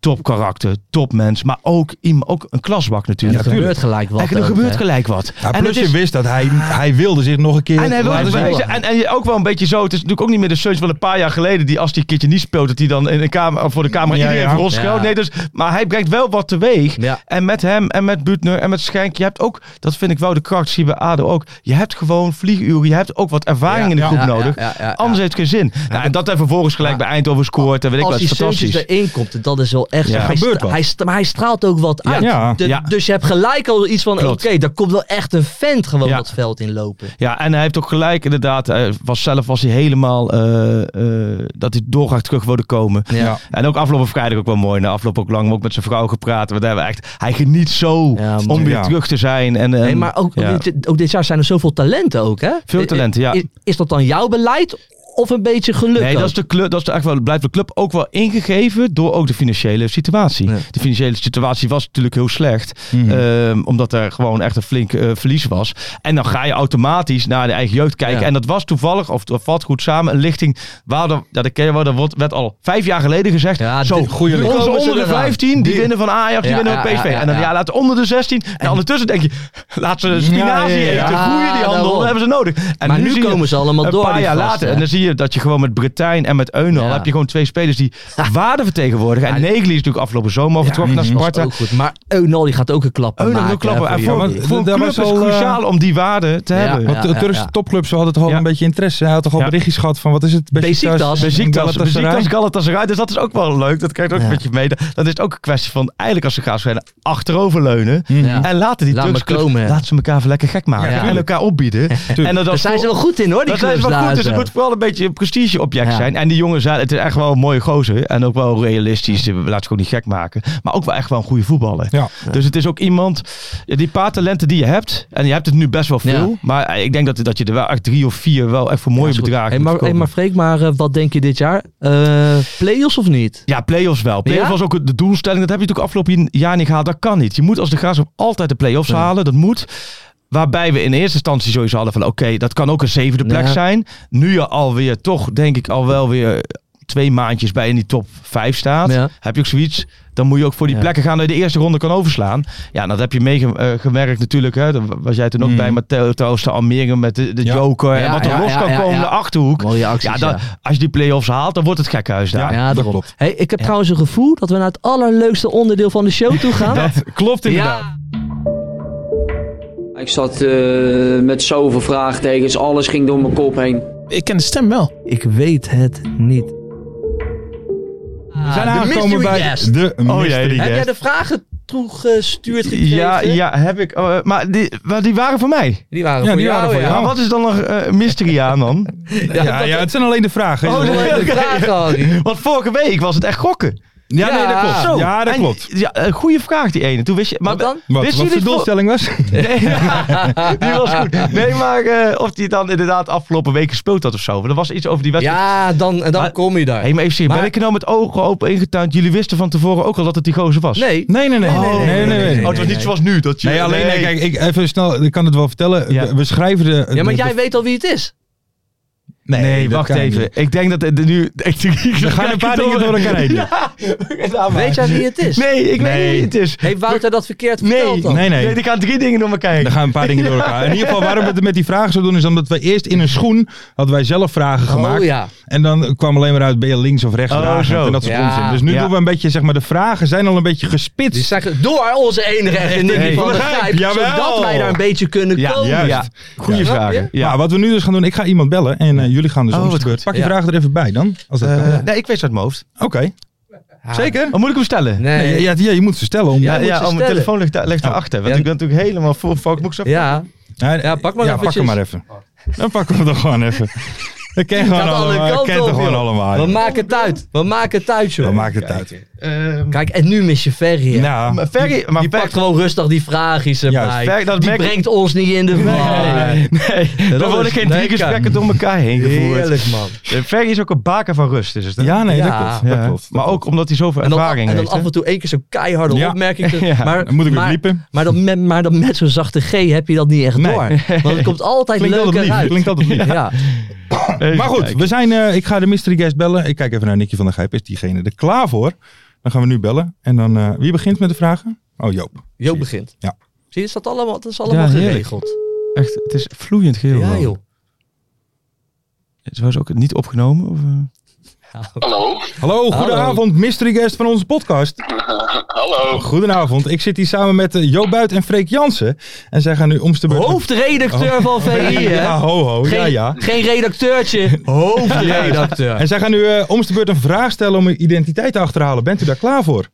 [SPEAKER 8] top karakter, top mens. Maar ook, iemand- ook een klasbak
[SPEAKER 7] En er
[SPEAKER 8] natuurlijk.
[SPEAKER 7] gebeurt gelijk wat.
[SPEAKER 8] En er
[SPEAKER 7] ook,
[SPEAKER 8] gebeurt
[SPEAKER 7] hè.
[SPEAKER 8] gelijk wat.
[SPEAKER 6] Ja,
[SPEAKER 8] en
[SPEAKER 6] plus
[SPEAKER 8] het is-
[SPEAKER 6] je wist dat hij, hij wilde zich nog een keer
[SPEAKER 8] en hij wil
[SPEAKER 6] laten
[SPEAKER 8] dus
[SPEAKER 6] zien.
[SPEAKER 8] wezen. En, en je ook wel een beetje zo. Het is natuurlijk ook niet meer de Suns van een paar jaar geleden. Die als die een keertje niet speelt. Dat hij dan in de kamer, of voor de camera
[SPEAKER 6] Ja,
[SPEAKER 8] iedereen
[SPEAKER 6] ja.
[SPEAKER 8] even rondschreeuwt.
[SPEAKER 7] Ja.
[SPEAKER 8] Nee, dus, maar hij brengt wel wat teweeg.
[SPEAKER 7] Ja.
[SPEAKER 8] En met hem en met Butner en met Schenk. Je hebt ook, dat vind ik wel de kracht. Zie je bij ADO ook. Je hebt gewoon vlieguren. Je hebt ook wat ervaring
[SPEAKER 7] Ja,
[SPEAKER 8] in de
[SPEAKER 7] ja,
[SPEAKER 8] groep
[SPEAKER 7] ja,
[SPEAKER 8] nodig.
[SPEAKER 7] ja, ja, ja, ja.
[SPEAKER 8] Anders heeft het geen zin. Nou, en dat hij vervolgens gelijk bij Eindhoven scoort. En weet ik
[SPEAKER 7] Als
[SPEAKER 8] wat.
[SPEAKER 7] die
[SPEAKER 8] is
[SPEAKER 7] Seuntjes
[SPEAKER 8] Fantastisch.
[SPEAKER 7] erin komt, dat is wel echt...
[SPEAKER 8] Ja.
[SPEAKER 7] zo. Hij
[SPEAKER 6] Gebeurt
[SPEAKER 7] stra-
[SPEAKER 6] wat.
[SPEAKER 7] Hij stra- maar hij straalt ook wat uit.
[SPEAKER 6] Ja.
[SPEAKER 7] De-
[SPEAKER 8] Ja.
[SPEAKER 7] Dus je hebt gelijk al iets van, oké,
[SPEAKER 8] Klopt.
[SPEAKER 7] daar komt wel echt een vent gewoon
[SPEAKER 8] Ja.
[SPEAKER 7] dat veld in lopen.
[SPEAKER 8] Ja, en hij heeft ook gelijk inderdaad. Hij was zelf was hij helemaal eh, eh, dat hij doorgaat terug wilde komen.
[SPEAKER 6] Ja.
[SPEAKER 8] En ook afgelopen vrijdag ook wel mooi. Na afloop ook lang ook met zijn vrouw gepraat. Want daar hebben we echt, hij geniet zo
[SPEAKER 7] Ja,
[SPEAKER 8] om weer
[SPEAKER 6] ja.
[SPEAKER 8] terug te zijn. En, en-
[SPEAKER 7] Nee, maar ook,
[SPEAKER 8] Ehm, ja.
[SPEAKER 7] ook, dit, ook dit jaar zijn er zoveel talenten ook, hè?
[SPEAKER 8] Veel talenten, ja.
[SPEAKER 7] Is, is dat dan jouw beleid of een beetje geluk
[SPEAKER 8] Nee,
[SPEAKER 7] ook?
[SPEAKER 8] dat is, de club, dat is de, echt wel, blijft de club ook wel ingegeven door ook de financiële situatie.
[SPEAKER 7] Ja. Mhm.
[SPEAKER 8] De financiële situatie was natuurlijk heel slecht. ehm, omdat er gewoon echt een flink eh, verlies was. En dan ga je automatisch naar de eigen jeugd kijken.
[SPEAKER 7] Ja.
[SPEAKER 8] En dat was toevallig, of dat valt goed samen, een lichting. Waar de, ja, dat ken je wel, dat wordt, werd al vijf jaar geleden gezegd.
[SPEAKER 7] Ja,
[SPEAKER 8] zo,
[SPEAKER 7] dit- goeie
[SPEAKER 8] die
[SPEAKER 7] lichting.
[SPEAKER 8] onze
[SPEAKER 7] Komen ze
[SPEAKER 8] onder de
[SPEAKER 7] eraan.
[SPEAKER 8] 15, die
[SPEAKER 7] Die-
[SPEAKER 8] winnen van Ajax, die
[SPEAKER 7] Ja,
[SPEAKER 8] winnen van
[SPEAKER 7] ja,
[SPEAKER 8] PSV.
[SPEAKER 7] ja, ja,
[SPEAKER 8] en dan
[SPEAKER 7] ja.
[SPEAKER 8] ja, later onder de 16. En ondertussen denk je, laat ze spinazie
[SPEAKER 6] Ja, ja, ja.
[SPEAKER 8] eten. Groeien die
[SPEAKER 7] Ja,
[SPEAKER 8] handel,
[SPEAKER 7] daarom.
[SPEAKER 8] dan hebben ze nodig. En
[SPEAKER 7] maar nu,
[SPEAKER 8] zie je-
[SPEAKER 7] komen ze allemaal
[SPEAKER 8] een
[SPEAKER 7] door.
[SPEAKER 8] paar
[SPEAKER 7] die
[SPEAKER 8] jaar
[SPEAKER 7] gasten,
[SPEAKER 8] later.
[SPEAKER 7] hè?
[SPEAKER 8] En dan zie je dat je gewoon met Bretijn en met Eunal
[SPEAKER 7] Ja.
[SPEAKER 8] heb je gewoon twee spelers
[SPEAKER 7] *laughs*
[SPEAKER 8] die waarde vertegenwoordigen. En
[SPEAKER 7] Ja, die-
[SPEAKER 8] Negli is natuurlijk afgelopen zomer vertrokken
[SPEAKER 7] Mhm.
[SPEAKER 8] naar
[SPEAKER 7] Dat is
[SPEAKER 8] Sparta.
[SPEAKER 7] ook goed. Maar Eunal die gaat ook een klap maken.
[SPEAKER 8] Eunal wil klappen.
[SPEAKER 7] hè,
[SPEAKER 8] En
[SPEAKER 7] voor
[SPEAKER 8] voor,
[SPEAKER 7] die-
[SPEAKER 6] Ja,
[SPEAKER 8] voor een
[SPEAKER 6] dat
[SPEAKER 8] club is
[SPEAKER 6] was
[SPEAKER 8] het
[SPEAKER 6] al, eh,
[SPEAKER 8] cruciaal om die waarde te
[SPEAKER 7] Ja.
[SPEAKER 8] hebben.
[SPEAKER 6] Want de
[SPEAKER 7] Ja, ja,
[SPEAKER 6] Turkse
[SPEAKER 7] ja.
[SPEAKER 6] topclubs hadden toch al
[SPEAKER 8] Ja.
[SPEAKER 6] een beetje interesse. Hij had toch al
[SPEAKER 8] Ja.
[SPEAKER 6] berichtjes gehad van wat is het?
[SPEAKER 7] Beşiktaş.
[SPEAKER 8] Beşiktaş,
[SPEAKER 6] Galatasaray.
[SPEAKER 8] Beşiktaş, Galatasaray. Dus dat is ook wel leuk. Dat krijgt ook een beetje mee. Dan is het ook een kwestie van eigenlijk als ze gaan spelen achteroverleunen.
[SPEAKER 7] Ja.
[SPEAKER 8] En laten die
[SPEAKER 7] Mhm. Laat
[SPEAKER 8] Turkse
[SPEAKER 7] maar
[SPEAKER 8] clubs,
[SPEAKER 7] komen.
[SPEAKER 8] laat ze elkaar even lekker gek maken.
[SPEAKER 7] Ja,
[SPEAKER 8] En
[SPEAKER 7] tuurlijk.
[SPEAKER 8] elkaar opbieden. En dat,
[SPEAKER 7] Daar zijn ze wel goed in hoor, die
[SPEAKER 8] Dat is
[SPEAKER 7] clubs
[SPEAKER 8] wel
[SPEAKER 7] daar eh.
[SPEAKER 8] goed, dus
[SPEAKER 7] zo.
[SPEAKER 8] het moet vooral een beetje een prestigeobject
[SPEAKER 7] Ja.
[SPEAKER 8] zijn. En die jongens, zijn- het is echt wel een mooie gozer. En ook wel realistisch, eh, laat ze gewoon niet gek maken. Maar ook wel echt wel een goede voetballer.
[SPEAKER 6] Ja.
[SPEAKER 8] Dus het is ook iemand, ja, die paar talenten die je hebt. En je hebt het nu best wel veel.
[SPEAKER 7] Ja.
[SPEAKER 8] Maar eh, ik denk dat, dat je er wel echt drie of vier wel echt voor mooie
[SPEAKER 7] Ja, is goed.
[SPEAKER 8] bedragen
[SPEAKER 7] Hey,
[SPEAKER 8] moet
[SPEAKER 7] maar, hey,
[SPEAKER 8] kopen.
[SPEAKER 7] maar Freek, maar eh, wat denk je dit jaar? Eh playoffs of niet?
[SPEAKER 8] Ja, play-offs wel. Play-offs
[SPEAKER 7] Ja?
[SPEAKER 8] was ook de doelstelling. Dat heb je natuurlijk afgelopen jaar niet gehaald. Dat kan niet. Je moet als de Graafschap altijd de play-offs halen. Dat moet. Waarbij we in eerste instantie sowieso hadden van oké, dat kan ook een zevende plek
[SPEAKER 7] Ja.
[SPEAKER 8] zijn. Nu je alweer toch, denk ik, al wel weer twee maandjes bij in die top vijf staat.
[SPEAKER 7] Ja.
[SPEAKER 8] Heb je ook zoiets, dan moet je ook voor die
[SPEAKER 7] Ja.
[SPEAKER 8] plekken gaan dat je de eerste ronde kan overslaan. Ja, dat heb je meegemerkt natuurlijk. Hè. Daar was jij toen ook
[SPEAKER 6] Mm.
[SPEAKER 8] bij Matteo trouwens de Almere met de, de
[SPEAKER 6] Ja.
[SPEAKER 8] Joker. en
[SPEAKER 7] Ja,
[SPEAKER 8] wat er
[SPEAKER 7] ja,
[SPEAKER 8] los
[SPEAKER 7] ja,
[SPEAKER 8] kan
[SPEAKER 7] ja,
[SPEAKER 8] komen,
[SPEAKER 7] ja.
[SPEAKER 8] de Achterhoek.
[SPEAKER 7] Mooie acties,
[SPEAKER 8] Ja,
[SPEAKER 7] ja.
[SPEAKER 8] dan, als je die play-offs haalt, dan wordt het gekhuis daar.
[SPEAKER 7] Ja,
[SPEAKER 6] dat
[SPEAKER 7] daarom.
[SPEAKER 6] klopt.
[SPEAKER 7] Hey, ik heb trouwens een gevoel dat we naar het allerleukste onderdeel van de show toe
[SPEAKER 8] *laughs*
[SPEAKER 7] gaan.
[SPEAKER 8] Klopt inderdaad.
[SPEAKER 7] Oh, ja.
[SPEAKER 10] Ik zat eh, met zoveel vraagtekens, alles ging door mijn kop heen.
[SPEAKER 11] Ik ken de stem wel.
[SPEAKER 7] Ik weet het niet.
[SPEAKER 6] We zijn
[SPEAKER 7] Ah, de
[SPEAKER 6] aangekomen
[SPEAKER 7] mystery
[SPEAKER 6] bij
[SPEAKER 7] guest.
[SPEAKER 6] de
[SPEAKER 8] Oh,
[SPEAKER 6] mystery
[SPEAKER 8] jij die
[SPEAKER 7] Heb jij
[SPEAKER 8] guest.
[SPEAKER 7] de vragen toegestuurd gekregen?
[SPEAKER 8] Ja, ja, heb ik. eh, maar, die, maar die waren voor mij.
[SPEAKER 7] Die waren
[SPEAKER 6] Ja,
[SPEAKER 7] voor
[SPEAKER 6] die
[SPEAKER 7] jou,
[SPEAKER 6] waren voor
[SPEAKER 7] ja.
[SPEAKER 8] Maar
[SPEAKER 6] jou.
[SPEAKER 8] wat is dan nog eh, mystery aan
[SPEAKER 7] *laughs*
[SPEAKER 8] dan?
[SPEAKER 6] Ja, ja, het zijn alleen de vragen.
[SPEAKER 8] Oh,
[SPEAKER 7] Dat
[SPEAKER 8] nee.
[SPEAKER 7] waren de
[SPEAKER 8] Oké.
[SPEAKER 7] vragen, Harry.
[SPEAKER 8] Want vorige week was het echt gokken.
[SPEAKER 6] ja, nee, dat
[SPEAKER 7] Ja.
[SPEAKER 6] klopt.
[SPEAKER 8] Zo.
[SPEAKER 6] Ja, dat
[SPEAKER 8] En-
[SPEAKER 6] klopt.
[SPEAKER 8] Ja, een goede vraag die ene. Toen wist je. Maar
[SPEAKER 7] Wat dan?
[SPEAKER 6] Wat,
[SPEAKER 8] wist
[SPEAKER 6] wat de
[SPEAKER 8] jullie het voor-
[SPEAKER 6] doelstelling was?
[SPEAKER 8] *laughs* Nee, die
[SPEAKER 7] *laughs*
[SPEAKER 8] was goed. Nee, maar eh, of die dan inderdaad afgelopen week gespeeld had of zo. Want er was iets over die wedstrijd.
[SPEAKER 7] Ja, dan, en dan
[SPEAKER 8] Maar-
[SPEAKER 7] kom je daar.
[SPEAKER 8] Hé, maar even serieus,
[SPEAKER 7] Maar-
[SPEAKER 8] ben ik er nou met ogen open ingetuind? Jullie wisten van tevoren ook al dat het die gozer was.
[SPEAKER 7] nee.
[SPEAKER 6] Nee, nee, nee.
[SPEAKER 7] nee, nee, nee, nee, nee.
[SPEAKER 8] Oh, het was niet zoals nu. Dat je,
[SPEAKER 6] Nee, alleen, nee, kijk, ik, even snel, ik kan het wel vertellen.
[SPEAKER 8] eh, Ja.
[SPEAKER 6] We, we schrijven de...
[SPEAKER 7] Ja, maar
[SPEAKER 6] de-
[SPEAKER 7] jij weet al wie het is.
[SPEAKER 8] Nee,
[SPEAKER 6] dat
[SPEAKER 8] wacht
[SPEAKER 6] kan
[SPEAKER 8] even.
[SPEAKER 6] niet.
[SPEAKER 8] Ik denk dat het nu... Ik,
[SPEAKER 6] Er gaan een paar dingen door elkaar heen.
[SPEAKER 7] Weet jij wie het is?
[SPEAKER 8] Nee, ik weet niet wie het is.
[SPEAKER 7] Heeft Wouter dat verkeerd
[SPEAKER 8] Nee,
[SPEAKER 7] verteld dan?
[SPEAKER 6] Nee, nee.
[SPEAKER 8] Ik ga drie dingen door elkaar heen.
[SPEAKER 6] Er gaan een paar dingen door elkaar. In ieder geval, waarom we het met die vragen zo doen, is omdat we eerst in een schoen hadden wij zelf vragen gemaakt.
[SPEAKER 7] Oh ja.
[SPEAKER 6] En dan kwam alleen maar uit, ben je links of rechts?
[SPEAKER 8] Oh,
[SPEAKER 6] dragend?
[SPEAKER 8] zo.
[SPEAKER 6] En dat soort
[SPEAKER 7] Ja.
[SPEAKER 6] onzin. Dus nu
[SPEAKER 8] Ja.
[SPEAKER 6] doen we een beetje, zeg maar, de vragen zijn al een
[SPEAKER 7] Die
[SPEAKER 6] beetje gespitst.
[SPEAKER 7] zeggen door onze enige echte Nicky
[SPEAKER 8] Hey.
[SPEAKER 7] van de
[SPEAKER 8] Van der
[SPEAKER 7] Grijp.
[SPEAKER 8] Gijp, jawel.
[SPEAKER 7] Zodat wij daar een beetje kunnen
[SPEAKER 8] Ja,
[SPEAKER 7] komen.
[SPEAKER 6] juist.
[SPEAKER 8] Ja, goede
[SPEAKER 7] Ja.
[SPEAKER 8] vragen.
[SPEAKER 6] Ja.
[SPEAKER 8] Ja.
[SPEAKER 6] Maar wat we nu dus gaan doen, ik ga iemand bellen en eh, jullie gaan dus
[SPEAKER 8] Oh,
[SPEAKER 6] om de
[SPEAKER 8] wat
[SPEAKER 6] beurt.
[SPEAKER 8] goed.
[SPEAKER 6] Pak je
[SPEAKER 7] Ja.
[SPEAKER 6] vragen er even bij dan. Als dat kan.
[SPEAKER 8] Eh, nee, ik weet ze uit mijn hoofd.
[SPEAKER 6] Oké. Zeker?
[SPEAKER 8] Oh, moet ik hem stellen?
[SPEAKER 7] Nee.
[SPEAKER 6] Nee, ja, ja, je moet ze stellen. Om,
[SPEAKER 7] Ja,
[SPEAKER 8] Ja,
[SPEAKER 7] moet ze
[SPEAKER 8] ja oh, mijn
[SPEAKER 7] stellen.
[SPEAKER 8] telefoon ligt, daar- ligt daarachter. Want
[SPEAKER 7] Ja.
[SPEAKER 8] ik ben natuurlijk helemaal vol fuck. Moet ik zo
[SPEAKER 7] Ja.
[SPEAKER 6] Ja,
[SPEAKER 7] Ja, pak maar
[SPEAKER 6] ja,
[SPEAKER 7] eventjes.
[SPEAKER 6] pak hem maar even. Dan pakken we hem gewoon even. *laughs* Dat ken gewoon
[SPEAKER 7] Gaat alle
[SPEAKER 6] allemaal.
[SPEAKER 7] kanten
[SPEAKER 6] Ik ken het
[SPEAKER 7] op,
[SPEAKER 6] gewoon
[SPEAKER 7] joh.
[SPEAKER 6] allemaal.
[SPEAKER 7] We maken het uit. We maken het uit, joh.
[SPEAKER 6] Dan maakt het uit.
[SPEAKER 8] Ehm,
[SPEAKER 7] Kijk, en nu mis je Ferry. hè.
[SPEAKER 6] Nou,
[SPEAKER 8] maar Ferry, maar
[SPEAKER 7] die
[SPEAKER 8] Fer-
[SPEAKER 7] pakt gewoon rustig die vraagjes erbij.
[SPEAKER 8] Ferry, dat
[SPEAKER 7] die
[SPEAKER 8] merk-
[SPEAKER 7] brengt ons niet in de
[SPEAKER 8] Nee,
[SPEAKER 7] war.
[SPEAKER 8] nee, nee.
[SPEAKER 7] Dat
[SPEAKER 8] Dan worden
[SPEAKER 7] is
[SPEAKER 8] geen drie
[SPEAKER 7] lekker.
[SPEAKER 8] gesprekken door elkaar heen gevoerd.
[SPEAKER 7] Heerlijk, man.
[SPEAKER 8] Eh, Ferry is ook een baker van rust, is het? hè?
[SPEAKER 6] ja, nee,
[SPEAKER 7] Ja.
[SPEAKER 6] dat klopt. Dat
[SPEAKER 8] Ja.
[SPEAKER 6] klopt.
[SPEAKER 8] Maar ook omdat hij zoveel
[SPEAKER 7] En dan,
[SPEAKER 8] ervaring
[SPEAKER 7] en dan
[SPEAKER 8] heeft. hè?
[SPEAKER 7] af en toe één keer zo'n keiharde
[SPEAKER 6] Ja.
[SPEAKER 7] opmerking. te-
[SPEAKER 8] *laughs* Ja,
[SPEAKER 7] maar,
[SPEAKER 6] dan moet ik weer
[SPEAKER 7] maar,
[SPEAKER 6] liepen.
[SPEAKER 7] Maar dan met, maar dan met zo'n zachte G heb je dat niet echt
[SPEAKER 6] Nee.
[SPEAKER 7] door.
[SPEAKER 8] *laughs*
[SPEAKER 7] Want het komt altijd
[SPEAKER 6] Klinkt
[SPEAKER 7] leuker
[SPEAKER 6] altijd lief.
[SPEAKER 7] uit.
[SPEAKER 6] Klinkt altijd lief.
[SPEAKER 7] Ja.
[SPEAKER 8] Even
[SPEAKER 6] Maar goed,
[SPEAKER 8] kijken.
[SPEAKER 6] we zijn, eh, ik ga de mystery guest bellen. Ik kijk even naar Nicky van der Gijp. Is diegene er klaar voor? Dan gaan we nu bellen. En dan, eh, wie begint met de vragen? Oh, Joop.
[SPEAKER 7] Joop begint.
[SPEAKER 6] Ja.
[SPEAKER 7] Zie je, is dat allemaal, dat is allemaal
[SPEAKER 8] Ja, heerlijk.
[SPEAKER 7] geregeld.
[SPEAKER 8] Echt, het is vloeiend geheel.
[SPEAKER 7] Ja,
[SPEAKER 8] wel.
[SPEAKER 7] joh.
[SPEAKER 8] Het was ook niet opgenomen? Of, eh?
[SPEAKER 6] Hallo, goedenavond, mystery guest van onze podcast. Hallo. Goedenavond. Ik zit hier samen met eh, Joop Buit en Freek Jansen. En zij gaan nu om de beurt...
[SPEAKER 8] Oh.
[SPEAKER 7] Hoofdredacteur van
[SPEAKER 8] *laughs*
[SPEAKER 7] VI, hè?
[SPEAKER 6] Ja, ho, ho.
[SPEAKER 7] geen,
[SPEAKER 6] Ja, ja.
[SPEAKER 7] geen redacteurtje.
[SPEAKER 8] Oh.
[SPEAKER 7] Hoofdredacteur.
[SPEAKER 6] En zij gaan nu eh, om de beurt een vraag stellen om uw identiteit te achterhalen. Bent u daar klaar voor?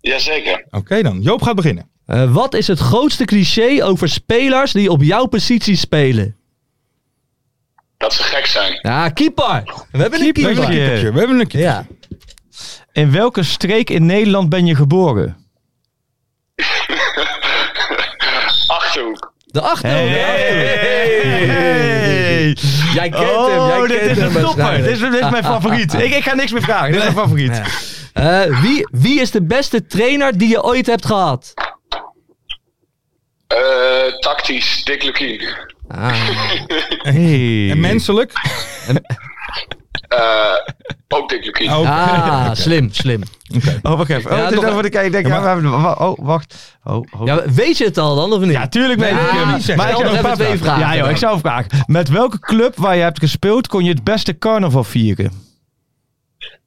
[SPEAKER 11] Jazeker.
[SPEAKER 6] Oké dan. Joop gaat beginnen.
[SPEAKER 7] Eh, wat is het grootste cliché over spelers die op jouw positie spelen?
[SPEAKER 11] Dat ze gek zijn.
[SPEAKER 7] Ja, keeper. We hebben een
[SPEAKER 6] We
[SPEAKER 7] keeper.
[SPEAKER 6] hebben een keepertje. We hebben een keeper.
[SPEAKER 7] Ja.
[SPEAKER 8] In welke streek in Nederland ben je geboren?
[SPEAKER 11] Achterhoek.
[SPEAKER 7] De achterhoek.
[SPEAKER 8] Hey.
[SPEAKER 7] Jij kent hem. Jij
[SPEAKER 8] Oh, dit
[SPEAKER 7] kent
[SPEAKER 8] is
[SPEAKER 7] hem
[SPEAKER 8] een topper. Dit
[SPEAKER 7] waarschijnlijk.
[SPEAKER 8] is, dit is
[SPEAKER 7] *laughs*
[SPEAKER 8] mijn favoriet. Ik, ik ga niks meer vragen. Dit is mijn favoriet.
[SPEAKER 7] Eh, wie, wie is de beste trainer die je ooit hebt gehad?
[SPEAKER 11] Eh, tactisch, Dick Lukien.
[SPEAKER 8] Ah. Hey.
[SPEAKER 6] En menselijk?
[SPEAKER 11] Eh, ook Dick Lukien.
[SPEAKER 6] Oh,
[SPEAKER 7] Ah, slim, slim.
[SPEAKER 8] Oh, wacht even. Oh,
[SPEAKER 7] Ja,
[SPEAKER 8] dit is
[SPEAKER 7] nog-
[SPEAKER 8] dan voor de kijk. Denk,
[SPEAKER 6] Ja,
[SPEAKER 8] ja, we hebben- wa- oh, wacht. Oh, oh.
[SPEAKER 7] Ja, weet je het al dan, of niet?
[SPEAKER 8] Ja, tuurlijk weet ik
[SPEAKER 7] Ja,
[SPEAKER 8] hem.
[SPEAKER 7] maar ik
[SPEAKER 8] Maar ik
[SPEAKER 7] zou nog
[SPEAKER 8] heb
[SPEAKER 7] even
[SPEAKER 8] een
[SPEAKER 7] twee
[SPEAKER 8] vraag.
[SPEAKER 7] vragen.
[SPEAKER 8] Ja, joh, ik zou vragen. Met welke club waar je hebt gespeeld kon je het beste carnaval vieren?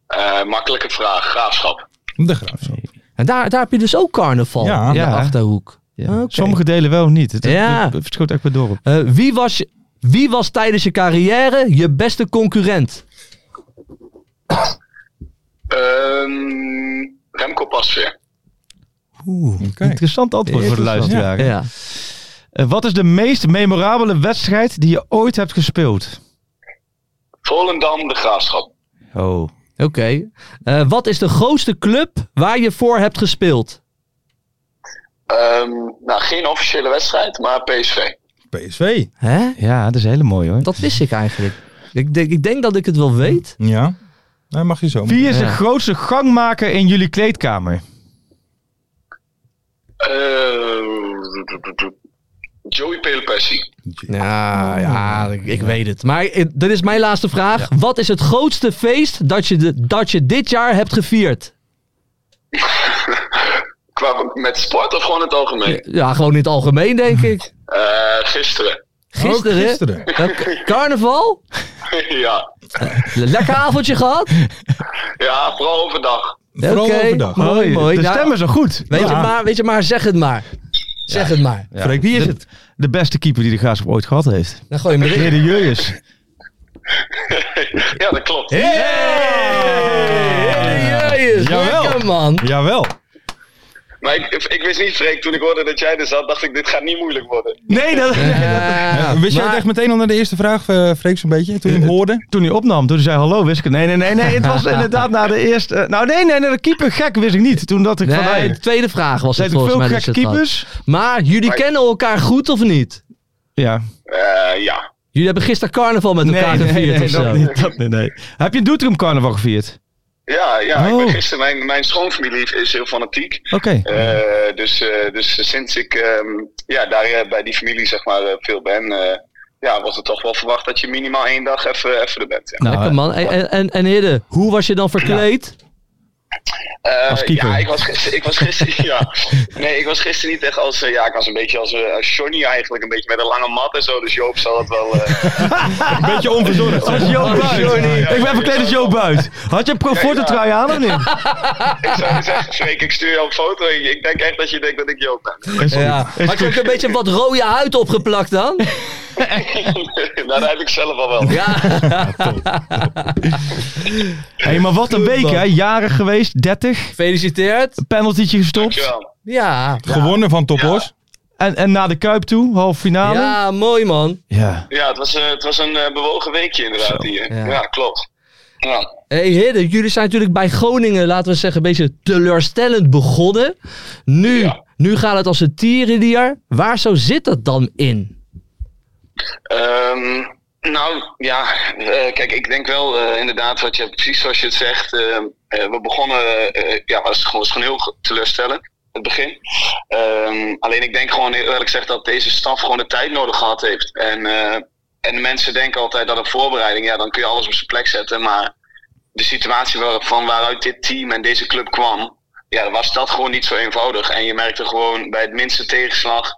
[SPEAKER 11] Eh, makkelijke vraag, graafschap.
[SPEAKER 6] de graaf.
[SPEAKER 7] En daar, daar heb je dus ook carnaval
[SPEAKER 6] Ja.
[SPEAKER 7] in de
[SPEAKER 8] Ja, hè?
[SPEAKER 7] Achterhoek.
[SPEAKER 8] Ja.
[SPEAKER 7] Oké.
[SPEAKER 8] Sommige delen wel of niet. Het,
[SPEAKER 7] Ja.
[SPEAKER 8] het, het verschilt echt per dorp.
[SPEAKER 7] Eh, wie, was, je- wie was tijdens je carrière je beste concurrent?
[SPEAKER 11] Ehm, Remco Pasveer.
[SPEAKER 8] Oeh,
[SPEAKER 6] Oké.
[SPEAKER 8] interessant antwoord voor de
[SPEAKER 6] Interessant,
[SPEAKER 8] luisteraar.
[SPEAKER 7] Ja.
[SPEAKER 8] Eh, wat is de meest memorabele wedstrijd die je ooit hebt gespeeld?
[SPEAKER 11] Volendam, de graafschap.
[SPEAKER 8] Oh.
[SPEAKER 7] Oké. Eh, wat is de grootste club waar je voor hebt gespeeld?
[SPEAKER 11] Ehm, nou, geen officiële wedstrijd, maar PSV.
[SPEAKER 6] PSV.
[SPEAKER 7] Hè?
[SPEAKER 8] Ja, dat is hele mooi hoor.
[SPEAKER 7] Dat wist ik eigenlijk. Ik denk, ik denk dat ik het wel weet.
[SPEAKER 6] Ja. Nou, mag je zo. Oh,
[SPEAKER 8] Wie is
[SPEAKER 7] Ja.
[SPEAKER 8] de grootste gangmaker in jullie kleedkamer?
[SPEAKER 11] Eh, Joey Pelopessi.
[SPEAKER 7] Ja, ja ik, ik weet het. Maar eh, dat is mijn laatste vraag. Wat is het grootste feest dat je, de- dat je dit jaar hebt gevierd?
[SPEAKER 11] Qua, met sport of gewoon in het algemeen?
[SPEAKER 7] Ja, gewoon in het algemeen, denk ik.
[SPEAKER 11] Eh, gisteren. *laughs*
[SPEAKER 7] Gisteren.
[SPEAKER 11] Ook
[SPEAKER 6] gisteren.
[SPEAKER 7] Carnaval?
[SPEAKER 11] ja.
[SPEAKER 7] Lekker avondje gehad?
[SPEAKER 11] ja, vooral overdag. *laughs*
[SPEAKER 7] Oké, Mooi, mooi.
[SPEAKER 8] De
[SPEAKER 7] Nou,
[SPEAKER 8] stemmen zo goed.
[SPEAKER 7] Weet, je maar, weet je maar, zeg het maar. Zeg het maar.
[SPEAKER 8] Ja. Freek, wie is het? De beste keeper die de Graafschap ooit gehad heeft.
[SPEAKER 7] Dan gooi je hem erin.
[SPEAKER 8] Meneer de Jeujus.
[SPEAKER 11] ja, dat klopt.
[SPEAKER 7] Jezus,
[SPEAKER 8] Jawel.
[SPEAKER 7] lekker man.
[SPEAKER 6] Jawel.
[SPEAKER 11] Maar ik, ik wist niet, Freek, toen ik hoorde dat jij er zat, dacht ik, dit gaat niet moeilijk worden.
[SPEAKER 8] Nee, dat...
[SPEAKER 6] Ja, wist jij het echt meteen al naar de eerste vraag, eh, Freek, zo'n beetje? Toen je hem hoorde?
[SPEAKER 8] Toen hij opnam, toen hij zei hallo, wist ik het. Nee, nee, nee, nee. Het *laughs* was inderdaad na de eerste... eh, Nou, nee, nee, nee. De keeper gek wist ik niet. Toen dat ik van...
[SPEAKER 7] Nee,
[SPEAKER 8] hey,
[SPEAKER 7] de tweede vraag was
[SPEAKER 8] zijn
[SPEAKER 7] het
[SPEAKER 8] er
[SPEAKER 7] volgens mij.
[SPEAKER 8] veel
[SPEAKER 7] dat je
[SPEAKER 8] gekke
[SPEAKER 7] het had.
[SPEAKER 8] keepers?
[SPEAKER 7] Maar jullie
[SPEAKER 11] Maar-
[SPEAKER 7] kennen elkaar goed of niet?
[SPEAKER 8] Ja.
[SPEAKER 11] Eh, ja.
[SPEAKER 7] Jullie hebben gisteren carnaval met
[SPEAKER 8] Nee,
[SPEAKER 7] elkaar
[SPEAKER 8] nee, nee,
[SPEAKER 7] gevierd
[SPEAKER 8] nee,
[SPEAKER 7] of zo.
[SPEAKER 8] dat niet, dat niet, nee. Heb je Doetinchem carnaval gevierd?
[SPEAKER 11] Ja, ja ik ben
[SPEAKER 8] Oh.
[SPEAKER 11] gisteren, mijn, mijn schoonfamilie is heel fanatiek.
[SPEAKER 8] Oké.
[SPEAKER 11] Eh, dus, eh, dus sinds ik ehm, ja, daar eh, bij die familie zeg maar, eh, veel ben, eh, ja, was het toch wel verwacht dat je minimaal één dag even, even er bent. Ja.
[SPEAKER 8] Nou,
[SPEAKER 7] Lekker man. En, en, en, en Hidde, hoe was je dan verkleed?
[SPEAKER 11] Eh,
[SPEAKER 8] Als keeper.
[SPEAKER 11] Ja, ik was gisteren, ik was gisteren, *laughs* ja. Nee, ik was gisteren niet echt als, eh, ja, ik was een beetje als, eh, als Johnny eigenlijk, een beetje met een lange mat en zo, dus Joop zal het wel... *laughs* eh,
[SPEAKER 8] Een *laughs* beetje onverzorgd. Als Joop Buit.
[SPEAKER 11] Oh,
[SPEAKER 8] Ik ben verkleed als Joop Buit. Had je een profortentrui aan of
[SPEAKER 6] *laughs*
[SPEAKER 8] niet?
[SPEAKER 11] ik zou je zeggen, Freek, ik stuur jou een foto, ik, ik denk echt dat je denkt dat ik Joop ben.
[SPEAKER 7] Ja. Had je ook een beetje wat rode huid opgeplakt dan?
[SPEAKER 11] *laughs* nou, dat heb ik zelf al wel.
[SPEAKER 7] Ja.
[SPEAKER 8] Hé, maar wat een week hè. Jarig geweest,
[SPEAKER 7] *laughs*
[SPEAKER 8] 30.
[SPEAKER 7] Gefeliciteerd.
[SPEAKER 8] Penaltytje gestopt.
[SPEAKER 11] Dankjewel.
[SPEAKER 7] Ja.
[SPEAKER 6] Gewonnen van Top Os.
[SPEAKER 8] En, en na de Kuip toe, halve finale.
[SPEAKER 7] Ja, mooi man.
[SPEAKER 8] Ja.
[SPEAKER 11] Ja, het was, eh, het was een eh, bewogen weekje inderdaad hier.
[SPEAKER 7] ja.
[SPEAKER 11] Ja, klopt. Ja.
[SPEAKER 7] Hey Hidde, jullie zijn natuurlijk bij Groningen, laten we zeggen, een beetje teleurstellend begonnen. Nu,
[SPEAKER 11] Ja.
[SPEAKER 7] nu gaat het als een tierenlier. Waar zo zit dat dan in?
[SPEAKER 11] Ehm, nou ja, eh, kijk, ik denk wel eh, inderdaad wat je precies zoals je het zegt. ehm, eh, we begonnen, eh, eh, ja, was gewoon, was gewoon heel ge- teleurstellend. Het begin. Ehm, alleen ik denk gewoon heel eerlijk gezegd dat deze staf gewoon de tijd nodig gehad heeft. En, eh, en de mensen denken altijd dat een voorbereiding, ja, dan kun je alles op zijn plek zetten. Maar de situatie waar, van waaruit dit team en deze club kwam, ja, dan was dat gewoon niet zo eenvoudig. En je merkte gewoon bij het minste tegenslag,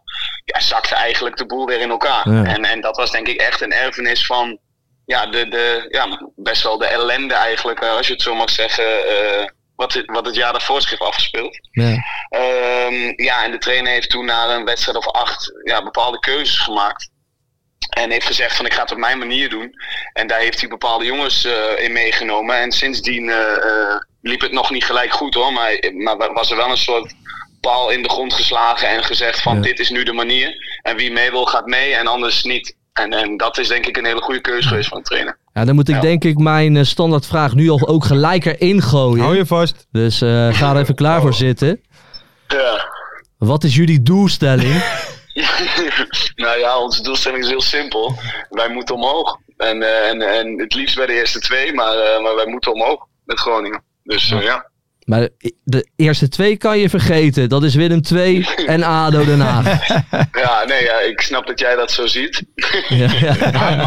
[SPEAKER 11] ja, zakte eigenlijk de boel weer in elkaar.
[SPEAKER 8] Ja.
[SPEAKER 11] En, en dat was denk ik echt een erfenis van, ja, de, de, ja best wel de ellende eigenlijk, eh, als je het zo mag zeggen, eh, wat, het- wat het jaar daarvoor zich heeft afgespeeld.
[SPEAKER 7] Ja.
[SPEAKER 11] Ehm, ja, en de trainer heeft toen na een wedstrijd of acht ja, bepaalde keuzes gemaakt. En heeft gezegd van ik ga het op mijn manier doen. En daar heeft hij bepaalde jongens eh, in meegenomen. En sindsdien eh, eh, liep het nog niet gelijk goed hoor. Maar, maar was er wel een soort paal in de grond geslagen en gezegd van dit is nu de manier. En wie mee wil gaat mee en anders niet. En, en dat is denk ik een hele goede keuze geweest van de trainer.
[SPEAKER 7] Ja, dan moet ik
[SPEAKER 11] Ja.
[SPEAKER 7] denk ik mijn eh, standaardvraag nu al ook gelijk erin gooien.
[SPEAKER 6] Hou je vast.
[SPEAKER 7] Dus eh, ga er even klaar voor zitten.
[SPEAKER 11] Ja.
[SPEAKER 7] Wat is jullie doelstelling?
[SPEAKER 11] *laughs* nou ja, onze doelstelling is heel simpel. Wij moeten omhoog. En, eh, en, en het liefst bij de eerste twee, maar, eh, maar wij moeten omhoog met Groningen. Dus eh, ja.
[SPEAKER 7] maar de eerste twee kan je vergeten. Dat is Willem II en ADO Den Haag.
[SPEAKER 11] Ja, nee, ja, ik snap dat jij dat zo ziet. *laughs*
[SPEAKER 7] Ja, ja.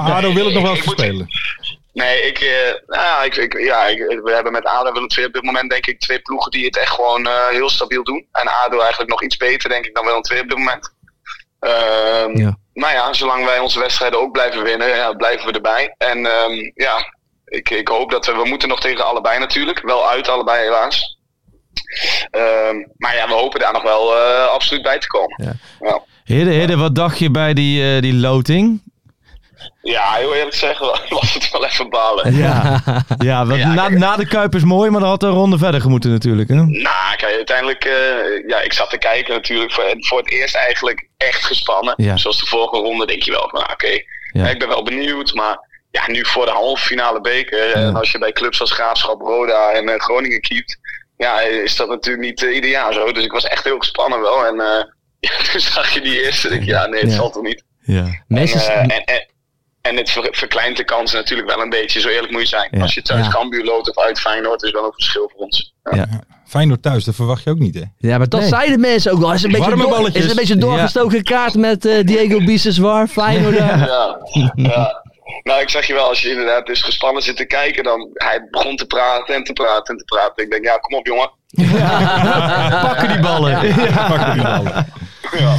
[SPEAKER 6] Maar Ado wil het nog wel
[SPEAKER 11] Ik moet-
[SPEAKER 6] spelen.
[SPEAKER 11] Nee, ik, eh, nou, ja, ik, ik, ja, ik- we hebben met ADO en Willem II op dit moment denk ik twee ploegen die het echt gewoon eh, heel stabiel doen. En ADO eigenlijk nog iets beter denk ik dan Willem II op dit moment. Ehm,
[SPEAKER 7] Ja.
[SPEAKER 11] Maar ja, zolang wij onze wedstrijden ook blijven winnen, ja, blijven we erbij. En ehm, ja, ik, ik hoop dat we, we moeten nog tegen allebei natuurlijk. Wel uit allebei helaas. Ehm, maar ja, we hopen daar nog wel eh, absoluut bij te komen. Ja. Ja.
[SPEAKER 8] Hidde, Hidde, wat dacht je bij die, eh, die loting?
[SPEAKER 11] heel eerlijk zeggen *laughs* was het wel even balen.
[SPEAKER 8] Ja, ja, want
[SPEAKER 11] Ja,
[SPEAKER 8] na,
[SPEAKER 11] kijk.
[SPEAKER 8] na de Kuip is mooi, maar dan had een ronde verder moeten natuurlijk. Hè?
[SPEAKER 11] Nou, kijk, uiteindelijk, eh, ja, ik zat te kijken natuurlijk. Voor, en voor het eerst eigenlijk echt gespannen.
[SPEAKER 8] Ja.
[SPEAKER 11] Zoals de vorige ronde denk je wel van, nou, oké,
[SPEAKER 8] Ja.
[SPEAKER 11] ik ben wel benieuwd. Maar ja, nu voor de halve finale beker. En als je bij clubs als Graafschap, Roda en eh, Groningen keept. Ja, eh, is dat natuurlijk niet eh, ieder jaar zo. Dus ik was echt heel gespannen wel. En eh, *laughs* ja, toen zag je die eerste. denk ik, ja, nee, het
[SPEAKER 7] Ja.
[SPEAKER 11] zal toch niet.
[SPEAKER 8] Ja.
[SPEAKER 7] Mensen,
[SPEAKER 11] En, eh, en, en, en het ver- verkleint de kansen natuurlijk wel een beetje. Zo eerlijk moet je zijn.
[SPEAKER 8] Ja.
[SPEAKER 11] Als je thuis
[SPEAKER 7] Ja.
[SPEAKER 11] Cambuur loopt of uit Feyenoord is wel een verschil voor ons. Ja.
[SPEAKER 8] Ja.
[SPEAKER 6] Feyenoord thuis, dat verwacht je ook niet, hè?
[SPEAKER 7] Ja, maar dat zeiden mensen ook wel. Is een beetje,
[SPEAKER 6] Warme
[SPEAKER 7] door,
[SPEAKER 6] balletjes.
[SPEAKER 7] is een beetje doorgestoken kaart met eh, Diego Biseswar, Feyenoord. eh,
[SPEAKER 11] Ja,
[SPEAKER 8] Mhm.
[SPEAKER 11] ja. Nou, ik zeg je wel, als je inderdaad dus gespannen zit te kijken, dan hij begon te praten en te praten en te praten. Ik denk, ja, kom op jongen. *laughs*
[SPEAKER 7] Pakken die ballen.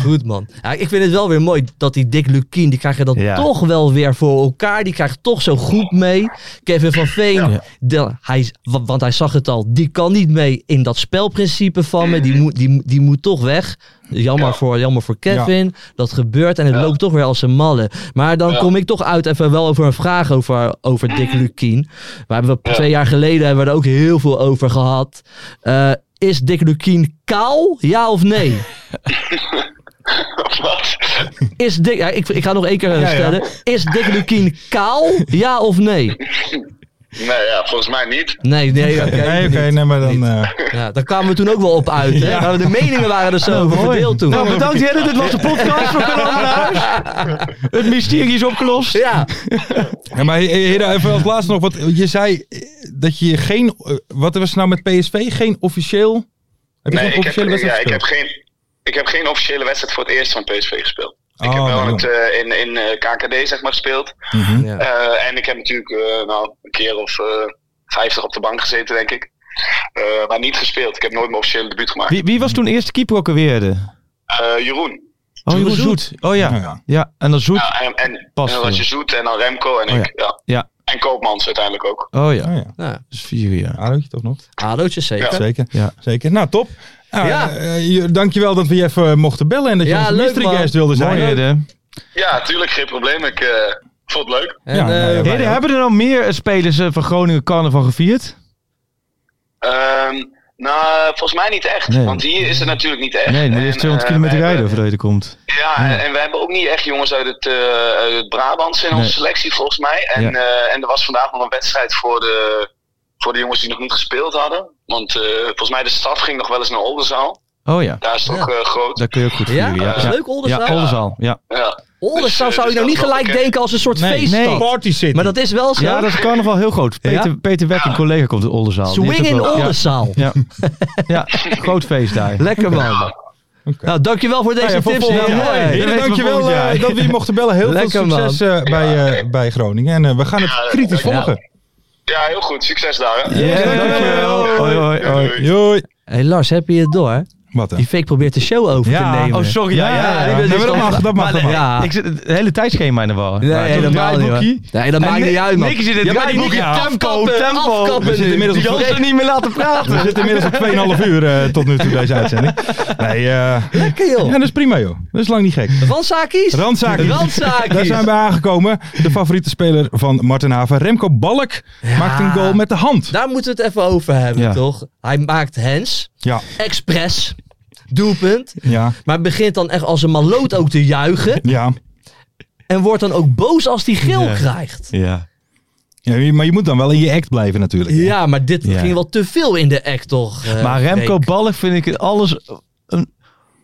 [SPEAKER 7] Goed man. Ja, ik vind het wel weer mooi dat die Dick Lukien, die krijgen dat
[SPEAKER 8] Ja.
[SPEAKER 7] toch wel weer voor elkaar. Die krijgt toch zo goed mee. Kevin van Veen, de- hij, wa- want hij zag het al, die kan niet mee in dat spelprincipe van me. Die moet, die, die moet toch weg. Jammer, voor, jammer voor Kevin. Dat gebeurt en het loopt toch weer als een malle. Maar dan kom ik toch uit even wel over een vraag over, over Dick Lukien. We hebben we, twee jaar geleden hebben we er ook heel veel over gehad. Eh, is Dick Lukien kaal? Ja of nee?
[SPEAKER 11] Wat?
[SPEAKER 7] Is Dick, ja, ik, ik ga nog één keer eh, stellen. Is Dick Lukien kaal? Ja of nee?
[SPEAKER 11] Nee, ja, volgens mij niet.
[SPEAKER 7] Nee, nee, oké.
[SPEAKER 6] Nee, oké, nee, maar dan... eh,
[SPEAKER 7] Ja, daar kwamen we toen ook wel op uit. Hè? Maar De meningen waren er zo over verdeeld toen.
[SPEAKER 8] Nou, bedankt Jelle. Dit was de podcast. We kunnen allemaal naar huis. Het mysterie is opgelost.
[SPEAKER 7] Ja,
[SPEAKER 6] Ja, maar heren, even als laatste nog. Wat, je zei eh, dat je geen... eh, Wat was nou met PSV? Geen officieel... Heb je
[SPEAKER 11] Nee,
[SPEAKER 6] geen
[SPEAKER 11] ik heb,
[SPEAKER 6] officiële
[SPEAKER 11] ja,
[SPEAKER 6] wedstrijd
[SPEAKER 11] ik, heb
[SPEAKER 6] gespeeld?
[SPEAKER 11] geen, ik heb geen officiële wedstrijd voor het eerst van PSV gespeeld. ik heb
[SPEAKER 6] Oh, Mhm.
[SPEAKER 11] wel
[SPEAKER 6] nou,
[SPEAKER 11] het, eh, in, in eh, KKD zeg maar gespeeld. Eh, en ik heb natuurlijk eh, nou, een keer of eh 50 op de bank gezeten, denk ik. Eh, maar niet gespeeld. Ik heb nooit mijn officiële debuut gemaakt.
[SPEAKER 8] Wie, wie was toen eerste keeper ook alweer? de?
[SPEAKER 11] Eh, Jeroen.
[SPEAKER 8] Oh, Jeroen
[SPEAKER 7] Zoet.
[SPEAKER 8] Zoet. Oh ja. Ja, en dan Zoet.
[SPEAKER 11] Ja, en, en, en
[SPEAKER 8] Pas
[SPEAKER 11] dan was je
[SPEAKER 8] voor.
[SPEAKER 11] Zoet en dan Remco en
[SPEAKER 8] Oh,
[SPEAKER 11] ik. Ja.
[SPEAKER 8] Ja.
[SPEAKER 11] En Koopmans uiteindelijk ook.
[SPEAKER 8] Oh ja.
[SPEAKER 6] Oh, ja.
[SPEAKER 7] ja.
[SPEAKER 8] Dus vier jaar.
[SPEAKER 6] Adootje toch nog?
[SPEAKER 7] Adootjes zeker.
[SPEAKER 6] Zeker,
[SPEAKER 8] Ja.
[SPEAKER 6] zeker. Nou, top. Nou,
[SPEAKER 7] Ja.
[SPEAKER 6] eh, je- dankjewel dat we je even eh, mochten bellen en dat je
[SPEAKER 7] Ja,
[SPEAKER 6] onze
[SPEAKER 7] leuk,
[SPEAKER 6] mystery
[SPEAKER 7] man.
[SPEAKER 6] guest wilde zijn.
[SPEAKER 8] Mooi, Hidde.
[SPEAKER 11] Ja, tuurlijk, geen probleem. Ik eh, vond het leuk.
[SPEAKER 7] En,
[SPEAKER 6] Ja,
[SPEAKER 7] eh,
[SPEAKER 6] nou ja, wij
[SPEAKER 8] Hidde,
[SPEAKER 6] ook.
[SPEAKER 8] hebben er nou meer eh, spelers eh, van Groningen Carnaval gevierd?
[SPEAKER 11] Ehm, nou, volgens mij niet echt.
[SPEAKER 8] Nee.
[SPEAKER 11] Want hier is het natuurlijk niet echt.
[SPEAKER 8] Nee,
[SPEAKER 11] En,
[SPEAKER 8] er is 200
[SPEAKER 11] eh,
[SPEAKER 8] kilometer
[SPEAKER 11] we
[SPEAKER 8] rijden
[SPEAKER 11] hebben-
[SPEAKER 8] voordat je er komt.
[SPEAKER 11] Ja, en- en we hebben ook niet echt jongens uit het, eh, uit het Brabants in onze
[SPEAKER 8] Nee.
[SPEAKER 11] selectie, volgens mij. En,
[SPEAKER 8] Ja.
[SPEAKER 11] eh, en er was vandaag nog een wedstrijd voor de, voor de jongens die nog niet gespeeld hadden. Want eh, volgens mij de staf ging nog wel eens naar Oldenzaal.
[SPEAKER 8] Oh ja.
[SPEAKER 11] Daar is het ook eh, groot.
[SPEAKER 8] Daar kun je ook goed
[SPEAKER 7] Ja?
[SPEAKER 8] vieren. Ja,
[SPEAKER 7] Dat is leuk, Oldenzaal.
[SPEAKER 8] Ja, Oldenzaal. Ja.
[SPEAKER 11] Ja.
[SPEAKER 7] Oldenzaal
[SPEAKER 11] Dus, eh,
[SPEAKER 7] zou je
[SPEAKER 11] dus
[SPEAKER 7] nou niet
[SPEAKER 11] dat is wel
[SPEAKER 7] gelijk
[SPEAKER 11] bekend.
[SPEAKER 7] denken als een soort
[SPEAKER 6] Nee,
[SPEAKER 7] feeststad.
[SPEAKER 6] nee. Party City.
[SPEAKER 7] Maar dat is wel zo.
[SPEAKER 8] Ja, dat is carnaval heel groot. Peter, Peter Wek, een collega, komt uit Oldenzaal. Die
[SPEAKER 7] Swing
[SPEAKER 8] heeft
[SPEAKER 7] in
[SPEAKER 8] ook wel- ja.
[SPEAKER 7] Oldenzaal.
[SPEAKER 8] Ja. ja, groot feest daar.
[SPEAKER 7] Lekker man. Nou, dankjewel voor deze
[SPEAKER 6] Nou ja, voor
[SPEAKER 7] tips.
[SPEAKER 6] volgend
[SPEAKER 7] Heel
[SPEAKER 6] jaar.
[SPEAKER 7] mooi.
[SPEAKER 8] Ja,
[SPEAKER 6] Heren,
[SPEAKER 8] dat weten we
[SPEAKER 6] dankjewel
[SPEAKER 8] volgend jaar.
[SPEAKER 6] eh, dat we je mochten bellen. Heel veel
[SPEAKER 7] Lekker, man.
[SPEAKER 6] succes eh, bij, eh, bij Groningen. En eh, we gaan het
[SPEAKER 11] Ja,
[SPEAKER 6] kritisch
[SPEAKER 11] ja.
[SPEAKER 6] volgen.
[SPEAKER 11] ja, heel goed. Succes daar. Hè.
[SPEAKER 8] Ja, dankjewel. Hoi, hoi, hoi.
[SPEAKER 11] Doei.
[SPEAKER 6] Joi.
[SPEAKER 7] Hey Lars, heb je het door?
[SPEAKER 6] Eh, Wat eh? dan?
[SPEAKER 7] Die fake probeert de show over
[SPEAKER 6] Ja,
[SPEAKER 7] te nemen.
[SPEAKER 8] Oh, sorry. Ja, ja, ja.
[SPEAKER 6] Nee, maar dat mag, dat mag, dat mag.
[SPEAKER 7] Ja.
[SPEAKER 8] Ik zit het hele tijdschema in de war.
[SPEAKER 7] Nee,
[SPEAKER 8] Ja, het is een
[SPEAKER 7] helemaal niet. hoor.
[SPEAKER 8] draaiboekje.
[SPEAKER 7] Nee, dat maakt
[SPEAKER 8] En
[SPEAKER 7] niet uit, man.
[SPEAKER 8] Nick is in het
[SPEAKER 7] Ja, maar die
[SPEAKER 8] draaiboekje.
[SPEAKER 7] moet je
[SPEAKER 8] Tempo,
[SPEAKER 7] afkappen,
[SPEAKER 8] tempo.
[SPEAKER 7] afkappen.
[SPEAKER 8] We zitten inmiddels
[SPEAKER 7] Die
[SPEAKER 8] op
[SPEAKER 7] kan
[SPEAKER 8] Jansen niet meer laten praten.
[SPEAKER 6] We zitten
[SPEAKER 8] *laughs*
[SPEAKER 6] inmiddels op 2,5 uur eh, tot nu toe deze uitzending. Nee, eh,
[SPEAKER 7] Lekker
[SPEAKER 6] ja,
[SPEAKER 7] joh.
[SPEAKER 6] dat is prima joh. Dat is lang niet gek.
[SPEAKER 7] Randzakies?
[SPEAKER 6] Randzakies.
[SPEAKER 7] Randzakies.
[SPEAKER 6] Daar zijn we aangekomen. De favoriete speler van Martin Haven, Remco Balk, maakt een goal met de hand.
[SPEAKER 7] Daar moeten we het even over hebben,
[SPEAKER 8] Ja.
[SPEAKER 7] toch? Hij maakt hands.
[SPEAKER 6] Ja,
[SPEAKER 7] Express. Doelpunt.
[SPEAKER 6] ja,
[SPEAKER 7] Maar begint dan echt als een maloot ook te juichen.
[SPEAKER 6] ja.
[SPEAKER 7] En wordt dan ook boos als hij geel
[SPEAKER 8] Ja.
[SPEAKER 7] krijgt.
[SPEAKER 8] Ja.
[SPEAKER 6] ja. Maar je moet dan wel in je act blijven natuurlijk. hè?
[SPEAKER 7] Ja, maar dit
[SPEAKER 8] Ja.
[SPEAKER 7] ging wel te veel in de act, toch? eh,
[SPEAKER 8] Maar Remco
[SPEAKER 7] Freek?
[SPEAKER 8] Ballen vind ik in alles een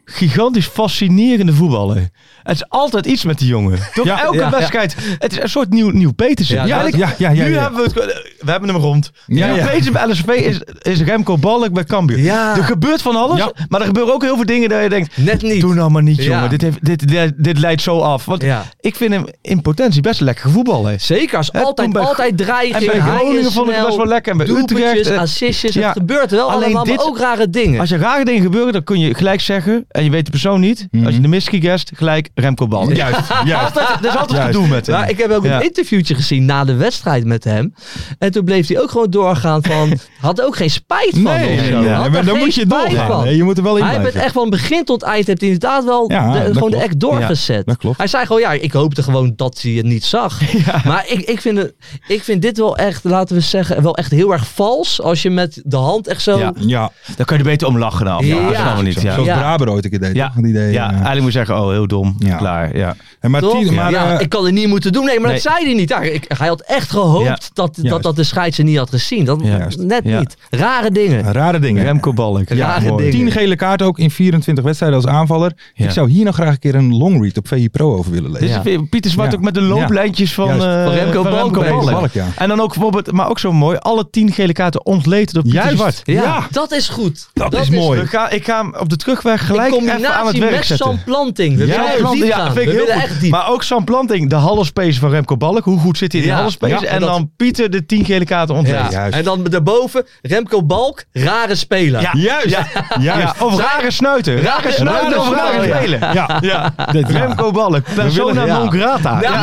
[SPEAKER 8] gigantisch fascinerende voetballer. Het is altijd iets met die jongen. Toch
[SPEAKER 6] Ja,
[SPEAKER 8] elke
[SPEAKER 7] ja, ja.
[SPEAKER 8] wedstrijd. Het is een soort nieuw, nieuw Petersen.
[SPEAKER 7] Ja,
[SPEAKER 8] Eigenlijk,
[SPEAKER 6] ja, ja, ja,
[SPEAKER 8] nu
[SPEAKER 6] ja.
[SPEAKER 8] hebben we het. gewoon- We hebben hem rond.
[SPEAKER 6] Ja,
[SPEAKER 8] nieuw
[SPEAKER 6] ja.
[SPEAKER 8] Petersen bij LSV is, is Remco Balk bij Cambuur.
[SPEAKER 7] Ja.
[SPEAKER 8] Er gebeurt van alles,
[SPEAKER 6] Ja.
[SPEAKER 8] maar er gebeuren ook heel veel dingen dat je denkt...
[SPEAKER 7] Net niet.
[SPEAKER 8] Doe nou maar niet,
[SPEAKER 7] Ja.
[SPEAKER 8] jongen. Dit, heeft, dit, dit, dit leidt zo af. Want
[SPEAKER 7] Ja.
[SPEAKER 8] ik vind hem in potentie best een lekker voetballer.
[SPEAKER 7] Zeker, als
[SPEAKER 8] Hè,
[SPEAKER 7] altijd,
[SPEAKER 8] toen bij-
[SPEAKER 7] altijd
[SPEAKER 8] en
[SPEAKER 7] dreiging.
[SPEAKER 8] bij
[SPEAKER 7] hij is
[SPEAKER 8] Groningen vond ik het
[SPEAKER 7] snel,
[SPEAKER 8] best wel lekker. En bij
[SPEAKER 7] doelpuntjes,
[SPEAKER 8] Utrecht, eh,
[SPEAKER 7] assistjes,
[SPEAKER 8] ja.
[SPEAKER 7] het gebeurt wel
[SPEAKER 8] Alleen
[SPEAKER 7] allemaal,
[SPEAKER 8] dit-
[SPEAKER 7] maar ook rare dingen.
[SPEAKER 8] Als je rare dingen gebeuren, dan kun je gelijk zeggen, en je weet de persoon niet, als je de mystery guest, gelijk Remco Bal.
[SPEAKER 6] Mhm. Juist, juist.
[SPEAKER 8] Er is altijd
[SPEAKER 6] Juist.
[SPEAKER 8] gedoe met hem.
[SPEAKER 7] Maar ik heb ook
[SPEAKER 8] Ja.
[SPEAKER 7] een interviewtje gezien na de wedstrijd met hem. En toen bleef hij ook gewoon doorgaan
[SPEAKER 8] *laughs*
[SPEAKER 7] van... had er ook geen spijt van
[SPEAKER 6] Nee,
[SPEAKER 7] of zo.
[SPEAKER 6] nee, nee.
[SPEAKER 7] Had er
[SPEAKER 6] maar dan
[SPEAKER 7] geen
[SPEAKER 6] moet je
[SPEAKER 7] spijt
[SPEAKER 6] doorgaan.
[SPEAKER 7] van.
[SPEAKER 6] hè. Je moet er wel in
[SPEAKER 7] Hij heeft
[SPEAKER 6] blijven.
[SPEAKER 7] het echt van begin tot eind heeft hij inderdaad wel
[SPEAKER 6] Ja,
[SPEAKER 7] de-
[SPEAKER 6] dat
[SPEAKER 7] gewoon de
[SPEAKER 6] klopt.
[SPEAKER 7] act doorgezet.
[SPEAKER 6] Ja, dat klopt.
[SPEAKER 7] Hij zei gewoon, ja, ik hoopte gewoon dat hij het niet
[SPEAKER 8] *laughs*
[SPEAKER 7] zag. Maar ik, ik, vind het, ik vind dit wel echt, laten we zeggen, wel echt heel erg vals. Als je met de hand echt zo...
[SPEAKER 8] Ja.
[SPEAKER 6] Ja,
[SPEAKER 8] Dan kun je er beter om lachen dan.
[SPEAKER 7] Ja.
[SPEAKER 8] Ja, dat is allemaal niet. Ja.
[SPEAKER 6] zoals
[SPEAKER 7] Ja.
[SPEAKER 6] Braber ooit ik het deed.
[SPEAKER 8] Ja,
[SPEAKER 6] toch? Want die deed,
[SPEAKER 8] ja,
[SPEAKER 6] eh,
[SPEAKER 8] eigenlijk moet je zeggen, oh, heel dom.
[SPEAKER 6] Ja.
[SPEAKER 8] Klaar, ja.
[SPEAKER 6] En maar
[SPEAKER 7] Toch?
[SPEAKER 6] tien- maar,
[SPEAKER 7] ja,
[SPEAKER 6] eh,
[SPEAKER 7] ik kan het niet moeten doen. Nee, maar dat
[SPEAKER 8] Nee.
[SPEAKER 7] zei hij niet. Ja, ik, hij had echt gehoopt
[SPEAKER 8] Ja,
[SPEAKER 7] dat, dat,
[SPEAKER 6] juist.
[SPEAKER 7] dat de scheidsrechter niet had gezien. Dat,
[SPEAKER 8] Juist.
[SPEAKER 7] net
[SPEAKER 8] Ja.
[SPEAKER 7] niet. Rare dingen.
[SPEAKER 6] Rare dingen.
[SPEAKER 8] Remco Balk.
[SPEAKER 7] Rare
[SPEAKER 8] mooi.
[SPEAKER 7] dingen.
[SPEAKER 6] Tien gele kaarten ook in 24 wedstrijden als aanvaller.
[SPEAKER 8] Ja.
[SPEAKER 6] Ik zou hier nog graag een keer een long read op VI Pro over willen lezen.
[SPEAKER 8] Dit is
[SPEAKER 7] Ja.
[SPEAKER 8] weer Pieter Zwart
[SPEAKER 6] Ja.
[SPEAKER 8] ook met de looplijntjes van,
[SPEAKER 6] Juist.
[SPEAKER 8] eh,
[SPEAKER 7] Van Remco
[SPEAKER 8] van
[SPEAKER 7] Balk bezig.
[SPEAKER 8] Balk.
[SPEAKER 6] Balk, ja.
[SPEAKER 8] En dan ook bijvoorbeeld, maar ook zo mooi, alle tien gele kaarten ontleten door Pieter
[SPEAKER 6] Juist.
[SPEAKER 8] Zwart.
[SPEAKER 7] Ja, dat is goed.
[SPEAKER 6] Dat is mooi.
[SPEAKER 8] We gaan- ik ga hem op de terugweg
[SPEAKER 7] In
[SPEAKER 8] gelijk even aan het
[SPEAKER 7] combinatie
[SPEAKER 8] werk
[SPEAKER 7] met
[SPEAKER 8] zetten.
[SPEAKER 7] Sam Planting. We
[SPEAKER 8] Ja,
[SPEAKER 7] willen echt
[SPEAKER 8] Planting,
[SPEAKER 7] diep
[SPEAKER 8] ja,
[SPEAKER 7] gaan.
[SPEAKER 8] vind ik
[SPEAKER 7] We
[SPEAKER 8] heel
[SPEAKER 7] willen
[SPEAKER 8] goed.
[SPEAKER 7] echt diep.
[SPEAKER 8] Maar ook Sam Planting, de halfspace van Remco Balk. Hoe goed zit hij in
[SPEAKER 7] Ja,
[SPEAKER 8] de halfspace?
[SPEAKER 7] ja,
[SPEAKER 8] en
[SPEAKER 7] dat-
[SPEAKER 8] dan Pieter de tien gele kaarten
[SPEAKER 7] Ja.
[SPEAKER 8] ontleed.
[SPEAKER 6] Juist.
[SPEAKER 7] En dan daarboven Remco Balk, rare speler.
[SPEAKER 8] Juist. Ja. Ja, Of rare snuiter. Rare snuiter of rare
[SPEAKER 6] snuiter, ja.
[SPEAKER 8] spelen.
[SPEAKER 6] Ja.
[SPEAKER 8] Ja.
[SPEAKER 6] Dit- ja.
[SPEAKER 8] Remco Balk, persona
[SPEAKER 6] willen- ja.
[SPEAKER 8] non grata. Ja.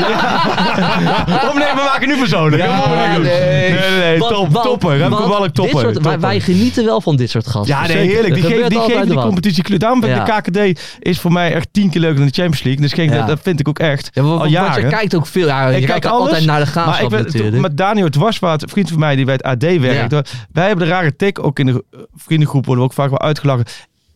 [SPEAKER 8] *laughs* Of nee, we maken nu persoonlijk.
[SPEAKER 7] Ja,
[SPEAKER 8] Dat moeten we niet doen.
[SPEAKER 7] nee.
[SPEAKER 8] nee, nee, nee,
[SPEAKER 7] Want-
[SPEAKER 8] top,
[SPEAKER 7] want-
[SPEAKER 8] topper. Remco
[SPEAKER 7] want
[SPEAKER 8] Balk,
[SPEAKER 7] dit
[SPEAKER 8] topper.
[SPEAKER 7] soort- wij,
[SPEAKER 8] Topper.
[SPEAKER 7] wij genieten wel van dit soort gasten.
[SPEAKER 8] Ja, nee,
[SPEAKER 7] Zeker.
[SPEAKER 8] heerlijk.
[SPEAKER 7] Er
[SPEAKER 8] Die, geeft
[SPEAKER 7] gebeurt
[SPEAKER 8] die,
[SPEAKER 7] altijd
[SPEAKER 8] geeft die
[SPEAKER 7] wat.
[SPEAKER 8] competitie kleur. Daarom vind ik
[SPEAKER 7] Ja.
[SPEAKER 8] de KKD is voor mij echt tien keer leuker dan de Champions League. Dus geen,
[SPEAKER 7] Ja.
[SPEAKER 8] dat, dat vind ik ook echt.
[SPEAKER 7] Ja, want-
[SPEAKER 8] al
[SPEAKER 7] want je
[SPEAKER 8] jaren.
[SPEAKER 7] kijkt ook veel. Ja, je
[SPEAKER 8] ik
[SPEAKER 7] kijkt
[SPEAKER 8] kijk alles,
[SPEAKER 7] altijd naar de
[SPEAKER 8] maar
[SPEAKER 7] gaafschap
[SPEAKER 8] ik ben,
[SPEAKER 7] natuurlijk.
[SPEAKER 8] met Daniel Dwarswaard, een vriend van mij die bij het AD werkt.
[SPEAKER 7] Ja.
[SPEAKER 8] Wij hebben de rare tik, ook in de eh, vriendengroep worden we ook vaak wel uitgelachen.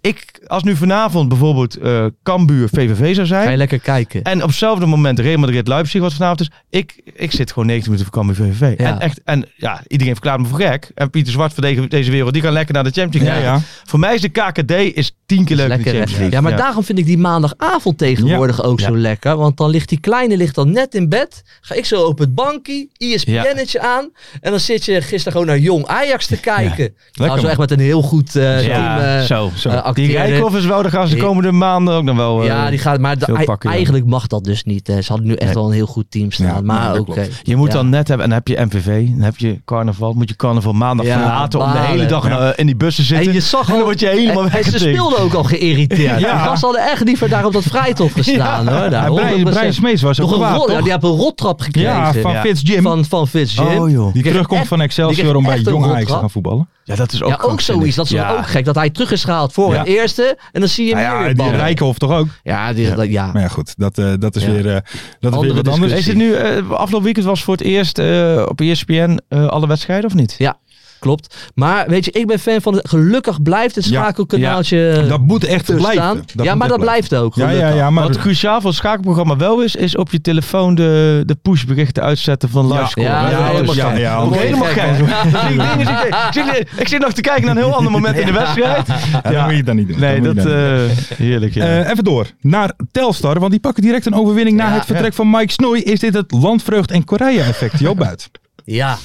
[SPEAKER 8] Ik, als nu vanavond bijvoorbeeld eh Kambuur VVV zou
[SPEAKER 7] Ga je
[SPEAKER 8] zijn.
[SPEAKER 7] lekker kijken.
[SPEAKER 8] En op hetzelfde moment Real Madrid Leipzig wat vanavond is. Ik, ik zit gewoon 90 minuten voor Cambuur VVV.
[SPEAKER 7] Ja.
[SPEAKER 8] En, echt, en ja, iedereen verklaart me voor gek. En Pieter Zwart van deze, deze wereld, die kan lekker naar de Champions League.
[SPEAKER 6] Ja, ja.
[SPEAKER 8] Voor mij is de KKD is tien
[SPEAKER 7] Is
[SPEAKER 8] keer leuker dan de
[SPEAKER 7] lekker,
[SPEAKER 8] Champions
[SPEAKER 7] hè?
[SPEAKER 8] League.
[SPEAKER 7] Ja, maar daarom vind ik die maandagavond tegenwoordig ook zo lekker. Want dan ligt die kleine ligt dan net in bed. Ga ik zo op het E bankje, ESPN'tje aan. En dan zit je gisteren gewoon naar Jong Ajax te kijken. Nou, zo
[SPEAKER 6] man.
[SPEAKER 7] echt met een heel goed eh, team eh,
[SPEAKER 8] zo. zo.
[SPEAKER 7] eh,
[SPEAKER 8] die
[SPEAKER 7] acteren.
[SPEAKER 8] Rijkoff is wel, daar gaan ze de
[SPEAKER 7] Die-
[SPEAKER 8] komende maanden ook nog wel... eh,
[SPEAKER 7] Ja, die gaat, maar de-
[SPEAKER 8] veel
[SPEAKER 7] ei-
[SPEAKER 8] pakken, ja.
[SPEAKER 7] eigenlijk mag dat dus niet. hè. Ze hadden nu echt wel een heel goed team staan.
[SPEAKER 6] Ja, ja,
[SPEAKER 7] maar
[SPEAKER 6] dat
[SPEAKER 7] oké.
[SPEAKER 8] Je moet
[SPEAKER 7] Ja.
[SPEAKER 8] dan net hebben, en dan heb je MVV, dan heb je carnaval, moet je carnaval maandag
[SPEAKER 7] Ja,
[SPEAKER 8] verlaten om de
[SPEAKER 7] balen.
[SPEAKER 8] hele dag eh, in die bussen zitten.
[SPEAKER 7] En je zag
[SPEAKER 8] En *laughs* dan
[SPEAKER 7] al,
[SPEAKER 8] word je helemaal
[SPEAKER 7] en- en Ze
[SPEAKER 8] weggetikt.
[SPEAKER 7] speelden ook al geïrriteerd.
[SPEAKER 8] Ja.
[SPEAKER 7] Die gasten hadden echt liever daar op dat vrijtop gestaan. Hoor, daar,
[SPEAKER 6] En Brian,
[SPEAKER 7] 100%.
[SPEAKER 6] Brian Smeets was ook
[SPEAKER 7] Nog een
[SPEAKER 6] kwaad,
[SPEAKER 7] rot, ja,
[SPEAKER 6] toch?
[SPEAKER 7] die hebben een rottrap gekregen.
[SPEAKER 6] Ja, van
[SPEAKER 8] Ja.
[SPEAKER 6] Fitz Jim.
[SPEAKER 7] van, van Fitz Jim.
[SPEAKER 8] Oh joh.
[SPEAKER 6] die
[SPEAKER 7] kreeg
[SPEAKER 6] terugkomt
[SPEAKER 7] echt-
[SPEAKER 6] van Oh, Excelsior
[SPEAKER 7] die
[SPEAKER 6] om
[SPEAKER 7] kreeg
[SPEAKER 6] bij
[SPEAKER 7] echt een
[SPEAKER 6] Jong
[SPEAKER 7] rot
[SPEAKER 6] Ajax te
[SPEAKER 7] trap.
[SPEAKER 6] gaan voetballen.
[SPEAKER 8] Ja, dat is ook
[SPEAKER 7] Ja, ook
[SPEAKER 8] krankzinnig.
[SPEAKER 7] zoiets. Dat is
[SPEAKER 8] Ja.
[SPEAKER 7] ook gek. Dat hij terug is gehaald voor
[SPEAKER 6] Ja.
[SPEAKER 7] het eerste. En dan zie je hem
[SPEAKER 6] Nou
[SPEAKER 7] weer
[SPEAKER 6] ja, die
[SPEAKER 7] ballen.
[SPEAKER 6] Rijkenhof toch ook?
[SPEAKER 7] Ja, die, dat- ja.
[SPEAKER 6] Maar ja, goed, dat, eh, dat is
[SPEAKER 7] Ja.
[SPEAKER 6] weer, eh, dat is
[SPEAKER 7] Andere
[SPEAKER 6] weer wat anders.
[SPEAKER 8] Is het nu, eh, afgelopen weekend was voor het eerst eh, op ESPN eh, alle wedstrijden of niet?
[SPEAKER 7] Ja, klopt. Maar weet je, ik ben fan van het. Gelukkig blijft het
[SPEAKER 6] Ja.
[SPEAKER 7] schakelkanaaltje eh,
[SPEAKER 6] Dat moet echt
[SPEAKER 7] toestaan.
[SPEAKER 6] blijven.
[SPEAKER 7] ja,
[SPEAKER 6] moet
[SPEAKER 7] maar
[SPEAKER 6] echt
[SPEAKER 7] dat blijft ook.
[SPEAKER 6] Ja, ja,
[SPEAKER 7] gelukkig.
[SPEAKER 6] ja,
[SPEAKER 8] Wat
[SPEAKER 6] maar...
[SPEAKER 8] cruciaal voor het schakelprogramma wel is, is op je telefoon de, de pushberichten uitzetten van live score.
[SPEAKER 7] Ja,
[SPEAKER 8] Dat
[SPEAKER 7] ja,
[SPEAKER 8] is
[SPEAKER 7] helemaal
[SPEAKER 8] ja,
[SPEAKER 7] gek.
[SPEAKER 8] ja,
[SPEAKER 7] Dat is
[SPEAKER 8] helemaal
[SPEAKER 7] gek,
[SPEAKER 8] gek. Dan zie ik dingen, zie ik- ik zit- Ik zit nog te kijken naar een heel ander moment in de wedstrijd.
[SPEAKER 6] Ja, dat moet je dan niet doen.
[SPEAKER 8] Nee,
[SPEAKER 6] moet je
[SPEAKER 8] dat...
[SPEAKER 6] dan niet doen.
[SPEAKER 8] eh, heerlijk, ja.
[SPEAKER 6] Eh, even door naar Telstar, want die pakken direct een overwinning na
[SPEAKER 7] Ja,
[SPEAKER 6] het vertrek van Mike Snoei. Is dit het landvreugd- en Korea-effect,
[SPEAKER 7] *laughs*
[SPEAKER 6] Joop Buit?
[SPEAKER 7] Ja.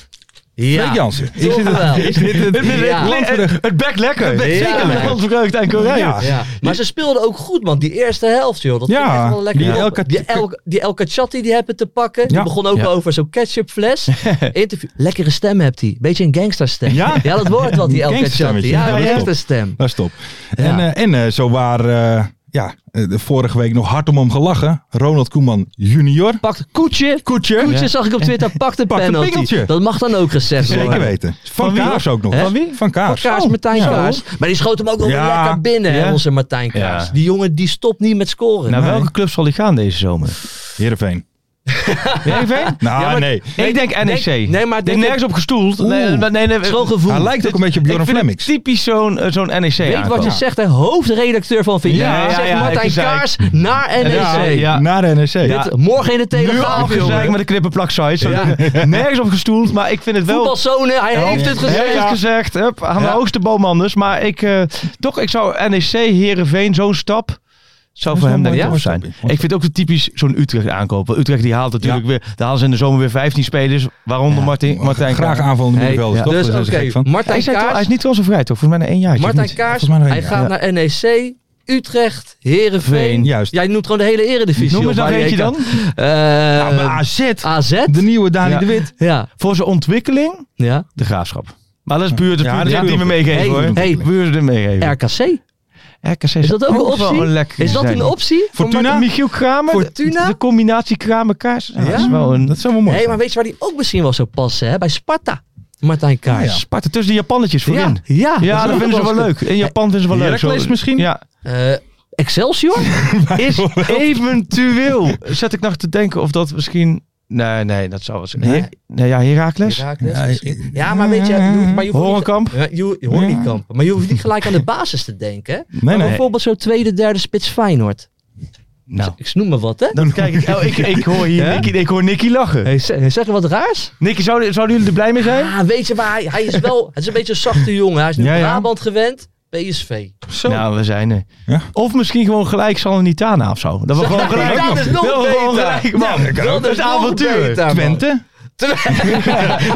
[SPEAKER 6] Freek
[SPEAKER 7] Ja.
[SPEAKER 6] Jansen, is
[SPEAKER 7] Toch
[SPEAKER 6] dit
[SPEAKER 7] wel.
[SPEAKER 6] het, is dit het,
[SPEAKER 8] *laughs* Het,
[SPEAKER 7] Ja.
[SPEAKER 8] het- het- het- het bekt lekker. Het
[SPEAKER 7] bekt zeker lekker.
[SPEAKER 8] Landvergeukt en Korea.
[SPEAKER 6] Ja.
[SPEAKER 7] Ja. Maar ze speelden ook goed, man. Die eerste helft, joh. Dat
[SPEAKER 6] Ja,
[SPEAKER 7] ging echt wel lekker.
[SPEAKER 6] die
[SPEAKER 7] op.
[SPEAKER 6] El Kat-
[SPEAKER 7] die, El, die El Kachati, die hebben te pakken. Die
[SPEAKER 6] Ja.
[SPEAKER 7] begon ook
[SPEAKER 8] Ja.
[SPEAKER 7] over zo'n
[SPEAKER 6] *laughs*
[SPEAKER 7] ketchupfles. Interview. Lekkere stem hebt hij. Beetje een gangsterstem.
[SPEAKER 6] Ja?
[SPEAKER 7] dat wordt wat, die El Kachati.
[SPEAKER 6] Gangsterstemmetje. Ja,
[SPEAKER 7] Ja,
[SPEAKER 6] dat
[SPEAKER 7] een
[SPEAKER 6] klopt.
[SPEAKER 7] gangsterstem.
[SPEAKER 6] Dat is top. En,
[SPEAKER 7] Ja.
[SPEAKER 6] eh, Nou, en eh, zo waar, eh, ja, eh, de vorige week nog hard om hem gelachen. Ronald Koeman junior.
[SPEAKER 7] Pakt Koetje.
[SPEAKER 6] Koetje.
[SPEAKER 7] Koetje zag ik op Twitter. Pakt een
[SPEAKER 6] Pakt een
[SPEAKER 7] penalty.
[SPEAKER 6] pingeltje.
[SPEAKER 7] dat mag dan ook gezegd worden.
[SPEAKER 6] Zeker weten. Van,
[SPEAKER 7] wie?
[SPEAKER 6] Kaars ook nog.
[SPEAKER 7] Hè?
[SPEAKER 6] Van Kaars.
[SPEAKER 7] Van Kaars,
[SPEAKER 6] Oh,
[SPEAKER 7] Martijn
[SPEAKER 6] ja.
[SPEAKER 7] Kaars. Maar die schoot hem ook nog weer
[SPEAKER 6] Ja. Nou,
[SPEAKER 7] lekker binnen, hè,
[SPEAKER 8] Ja.
[SPEAKER 7] onze Martijn Kaars.
[SPEAKER 8] Ja.
[SPEAKER 7] Die jongen die stopt niet met scoren.
[SPEAKER 8] Naar
[SPEAKER 7] Nee.
[SPEAKER 8] welke club zal hij gaan deze zomer?
[SPEAKER 7] *laughs*
[SPEAKER 6] Heerenveen.
[SPEAKER 8] Heerenveen?
[SPEAKER 6] Nou,
[SPEAKER 7] Ja, maar-
[SPEAKER 6] nee.
[SPEAKER 8] Ik denk NEC.
[SPEAKER 7] nee, maar denk
[SPEAKER 8] ik denk nergens op gestoeld. Nee, nee, nee, nee.
[SPEAKER 7] Zo'n gevoel.
[SPEAKER 6] Hij lijkt ook een beetje op
[SPEAKER 8] Ik
[SPEAKER 6] Bjorn
[SPEAKER 8] vind het
[SPEAKER 6] Flemmings.
[SPEAKER 8] Typisch zo'n eh, zo'n NEC
[SPEAKER 7] Weet wat je
[SPEAKER 8] aankoop.
[SPEAKER 7] zegt, hè? Hoofdredacteur van Vignet.
[SPEAKER 8] Ja, ja,
[SPEAKER 7] zegt
[SPEAKER 8] ja,
[SPEAKER 7] Martijn
[SPEAKER 8] even zei ik.
[SPEAKER 7] Kaars naar NEC.
[SPEAKER 8] Ja, ja.
[SPEAKER 6] Naar de NEC.
[SPEAKER 7] Dit, Morgen in de
[SPEAKER 8] Nu
[SPEAKER 7] Telegraaf,
[SPEAKER 8] afgezeikt
[SPEAKER 7] jongen.
[SPEAKER 8] met de knippenplak sites. *laughs* Nergens op gestoeld, maar ik vind het wel...
[SPEAKER 7] Voetbalzone, hij heeft het gezegd.
[SPEAKER 8] Hij heeft gezegd, hup, aan de hoogste boom anders. Maar ik, eh, toch, ik zou NEC, Herenveen, zo'n stap zou voor
[SPEAKER 6] wel
[SPEAKER 8] hem denk ik
[SPEAKER 6] een
[SPEAKER 8] tof
[SPEAKER 6] mooi
[SPEAKER 8] zijn.
[SPEAKER 6] stapje.
[SPEAKER 8] Ik vind ook het typisch zo'n Utrecht aankopen. Utrecht die haalt natuurlijk weer, daar halen ze in de zomer weer 15 spelers, waaronder Martin, Martijn.
[SPEAKER 6] Graag
[SPEAKER 8] Kamer.
[SPEAKER 6] aanvallende
[SPEAKER 7] Hey,
[SPEAKER 6] middenvelders,
[SPEAKER 8] ja.
[SPEAKER 6] toch?
[SPEAKER 7] Dus
[SPEAKER 6] Daar zijn ze
[SPEAKER 7] oké,
[SPEAKER 6] gek van.
[SPEAKER 8] Hij,
[SPEAKER 7] Martijn
[SPEAKER 8] is net wel- hij
[SPEAKER 7] Kaars,
[SPEAKER 8] is niet wel zo vrij toch? Volgens mij een jaartje.
[SPEAKER 7] Martijn
[SPEAKER 8] niet?
[SPEAKER 7] Kaars
[SPEAKER 6] Volgens mij nog
[SPEAKER 7] hij
[SPEAKER 6] één,
[SPEAKER 7] gaat
[SPEAKER 6] ja.
[SPEAKER 7] naar NEC, Utrecht, Herenveen.
[SPEAKER 8] Veen,
[SPEAKER 6] juist.
[SPEAKER 7] Jij noemt gewoon de hele eredivisie.
[SPEAKER 8] Noem
[SPEAKER 7] op,
[SPEAKER 8] eens nog
[SPEAKER 7] waar je
[SPEAKER 8] eentje
[SPEAKER 7] kan-
[SPEAKER 8] dan.
[SPEAKER 7] Eh,
[SPEAKER 6] Nou, maar AZ.
[SPEAKER 7] AZ.
[SPEAKER 6] De nieuwe Dani
[SPEAKER 8] Ja.
[SPEAKER 6] de Wit.
[SPEAKER 7] Ja,
[SPEAKER 8] Voor zijn ontwikkeling,
[SPEAKER 7] ja.
[SPEAKER 8] de graafschap. Maar dat is buurt,
[SPEAKER 6] Ja,
[SPEAKER 8] dat
[SPEAKER 6] dat
[SPEAKER 8] is
[SPEAKER 6] is
[SPEAKER 8] buurt die me
[SPEAKER 6] buurt-
[SPEAKER 8] meegeven
[SPEAKER 7] Hey,
[SPEAKER 8] hoor.
[SPEAKER 7] hey.
[SPEAKER 8] Buurt er meegeven.
[SPEAKER 7] RKC.
[SPEAKER 8] RKC
[SPEAKER 7] Is dat ook een
[SPEAKER 8] wel
[SPEAKER 7] optie?
[SPEAKER 8] lekker
[SPEAKER 7] Is dat
[SPEAKER 8] zijn.
[SPEAKER 7] een optie?
[SPEAKER 8] Fortuna? Michiel Kramer?
[SPEAKER 7] Fortuna?
[SPEAKER 8] De, de combinatie Kramer-Kaars. Ja, Dat is wel een...
[SPEAKER 6] Dat is wel mooi.
[SPEAKER 7] Nee, maar weet je waar die ook misschien wel zou passen? Hè? Bij Sparta. Martijn
[SPEAKER 8] Ja.
[SPEAKER 7] Kaars.
[SPEAKER 8] Sparta tussen de Japannetjes
[SPEAKER 7] Ja,
[SPEAKER 8] voorin.
[SPEAKER 7] ja,
[SPEAKER 8] Ja,
[SPEAKER 7] Ah, is
[SPEAKER 8] dat
[SPEAKER 7] ook
[SPEAKER 8] vinden ze wel
[SPEAKER 7] eens
[SPEAKER 8] leuk. In Japan vinden ze wel leuk.
[SPEAKER 6] Heracles
[SPEAKER 8] Zo-
[SPEAKER 6] misschien?
[SPEAKER 8] Ja.
[SPEAKER 7] goed. Eh, Excelsior?
[SPEAKER 8] Is eventueel, zet ik nog te denken of dat misschien Nee, nee, dat zou wel zijn.
[SPEAKER 7] Nee?
[SPEAKER 8] Her- nee, ja, Herakles.
[SPEAKER 7] Ja, Ja, maar weet je, je hoeft- maar je hoeft niet-
[SPEAKER 8] Horenkamp?
[SPEAKER 7] Ja, je, je Horenkamp. Maar je hoeft niet gelijk aan de basis te denken. hè. Maar
[SPEAKER 8] nee.
[SPEAKER 7] Bijvoorbeeld zo'n tweede, derde spits Feyenoord.
[SPEAKER 8] Nou.
[SPEAKER 7] Ik noem maar wat, hè?
[SPEAKER 8] Dan kijk ik, oh, ik, ik hoor hier,
[SPEAKER 7] Ja?
[SPEAKER 8] ik, ik hoor Nicky lachen.
[SPEAKER 7] Hey, ze- zeg je wat raars?
[SPEAKER 8] Nicky, zouden, zouden jullie er blij mee zijn?
[SPEAKER 7] Ah, weet je, maar hij, hij is wel... Het is een beetje een zachte jongen. Hij is nu
[SPEAKER 8] Ja, ja.
[SPEAKER 7] Brabant gewend. PSV.
[SPEAKER 8] Zo. Nou, we zijn er. Of misschien gewoon gelijk Salernitana of zo. Dat we gewoon gelijk...
[SPEAKER 7] dat is nog
[SPEAKER 8] dat we gewoon
[SPEAKER 7] beter.
[SPEAKER 8] gelijk, man.
[SPEAKER 7] Ja, dat
[SPEAKER 8] dat is
[SPEAKER 7] is nog
[SPEAKER 8] avontuur.
[SPEAKER 7] beter, man.
[SPEAKER 6] Twente? Ja,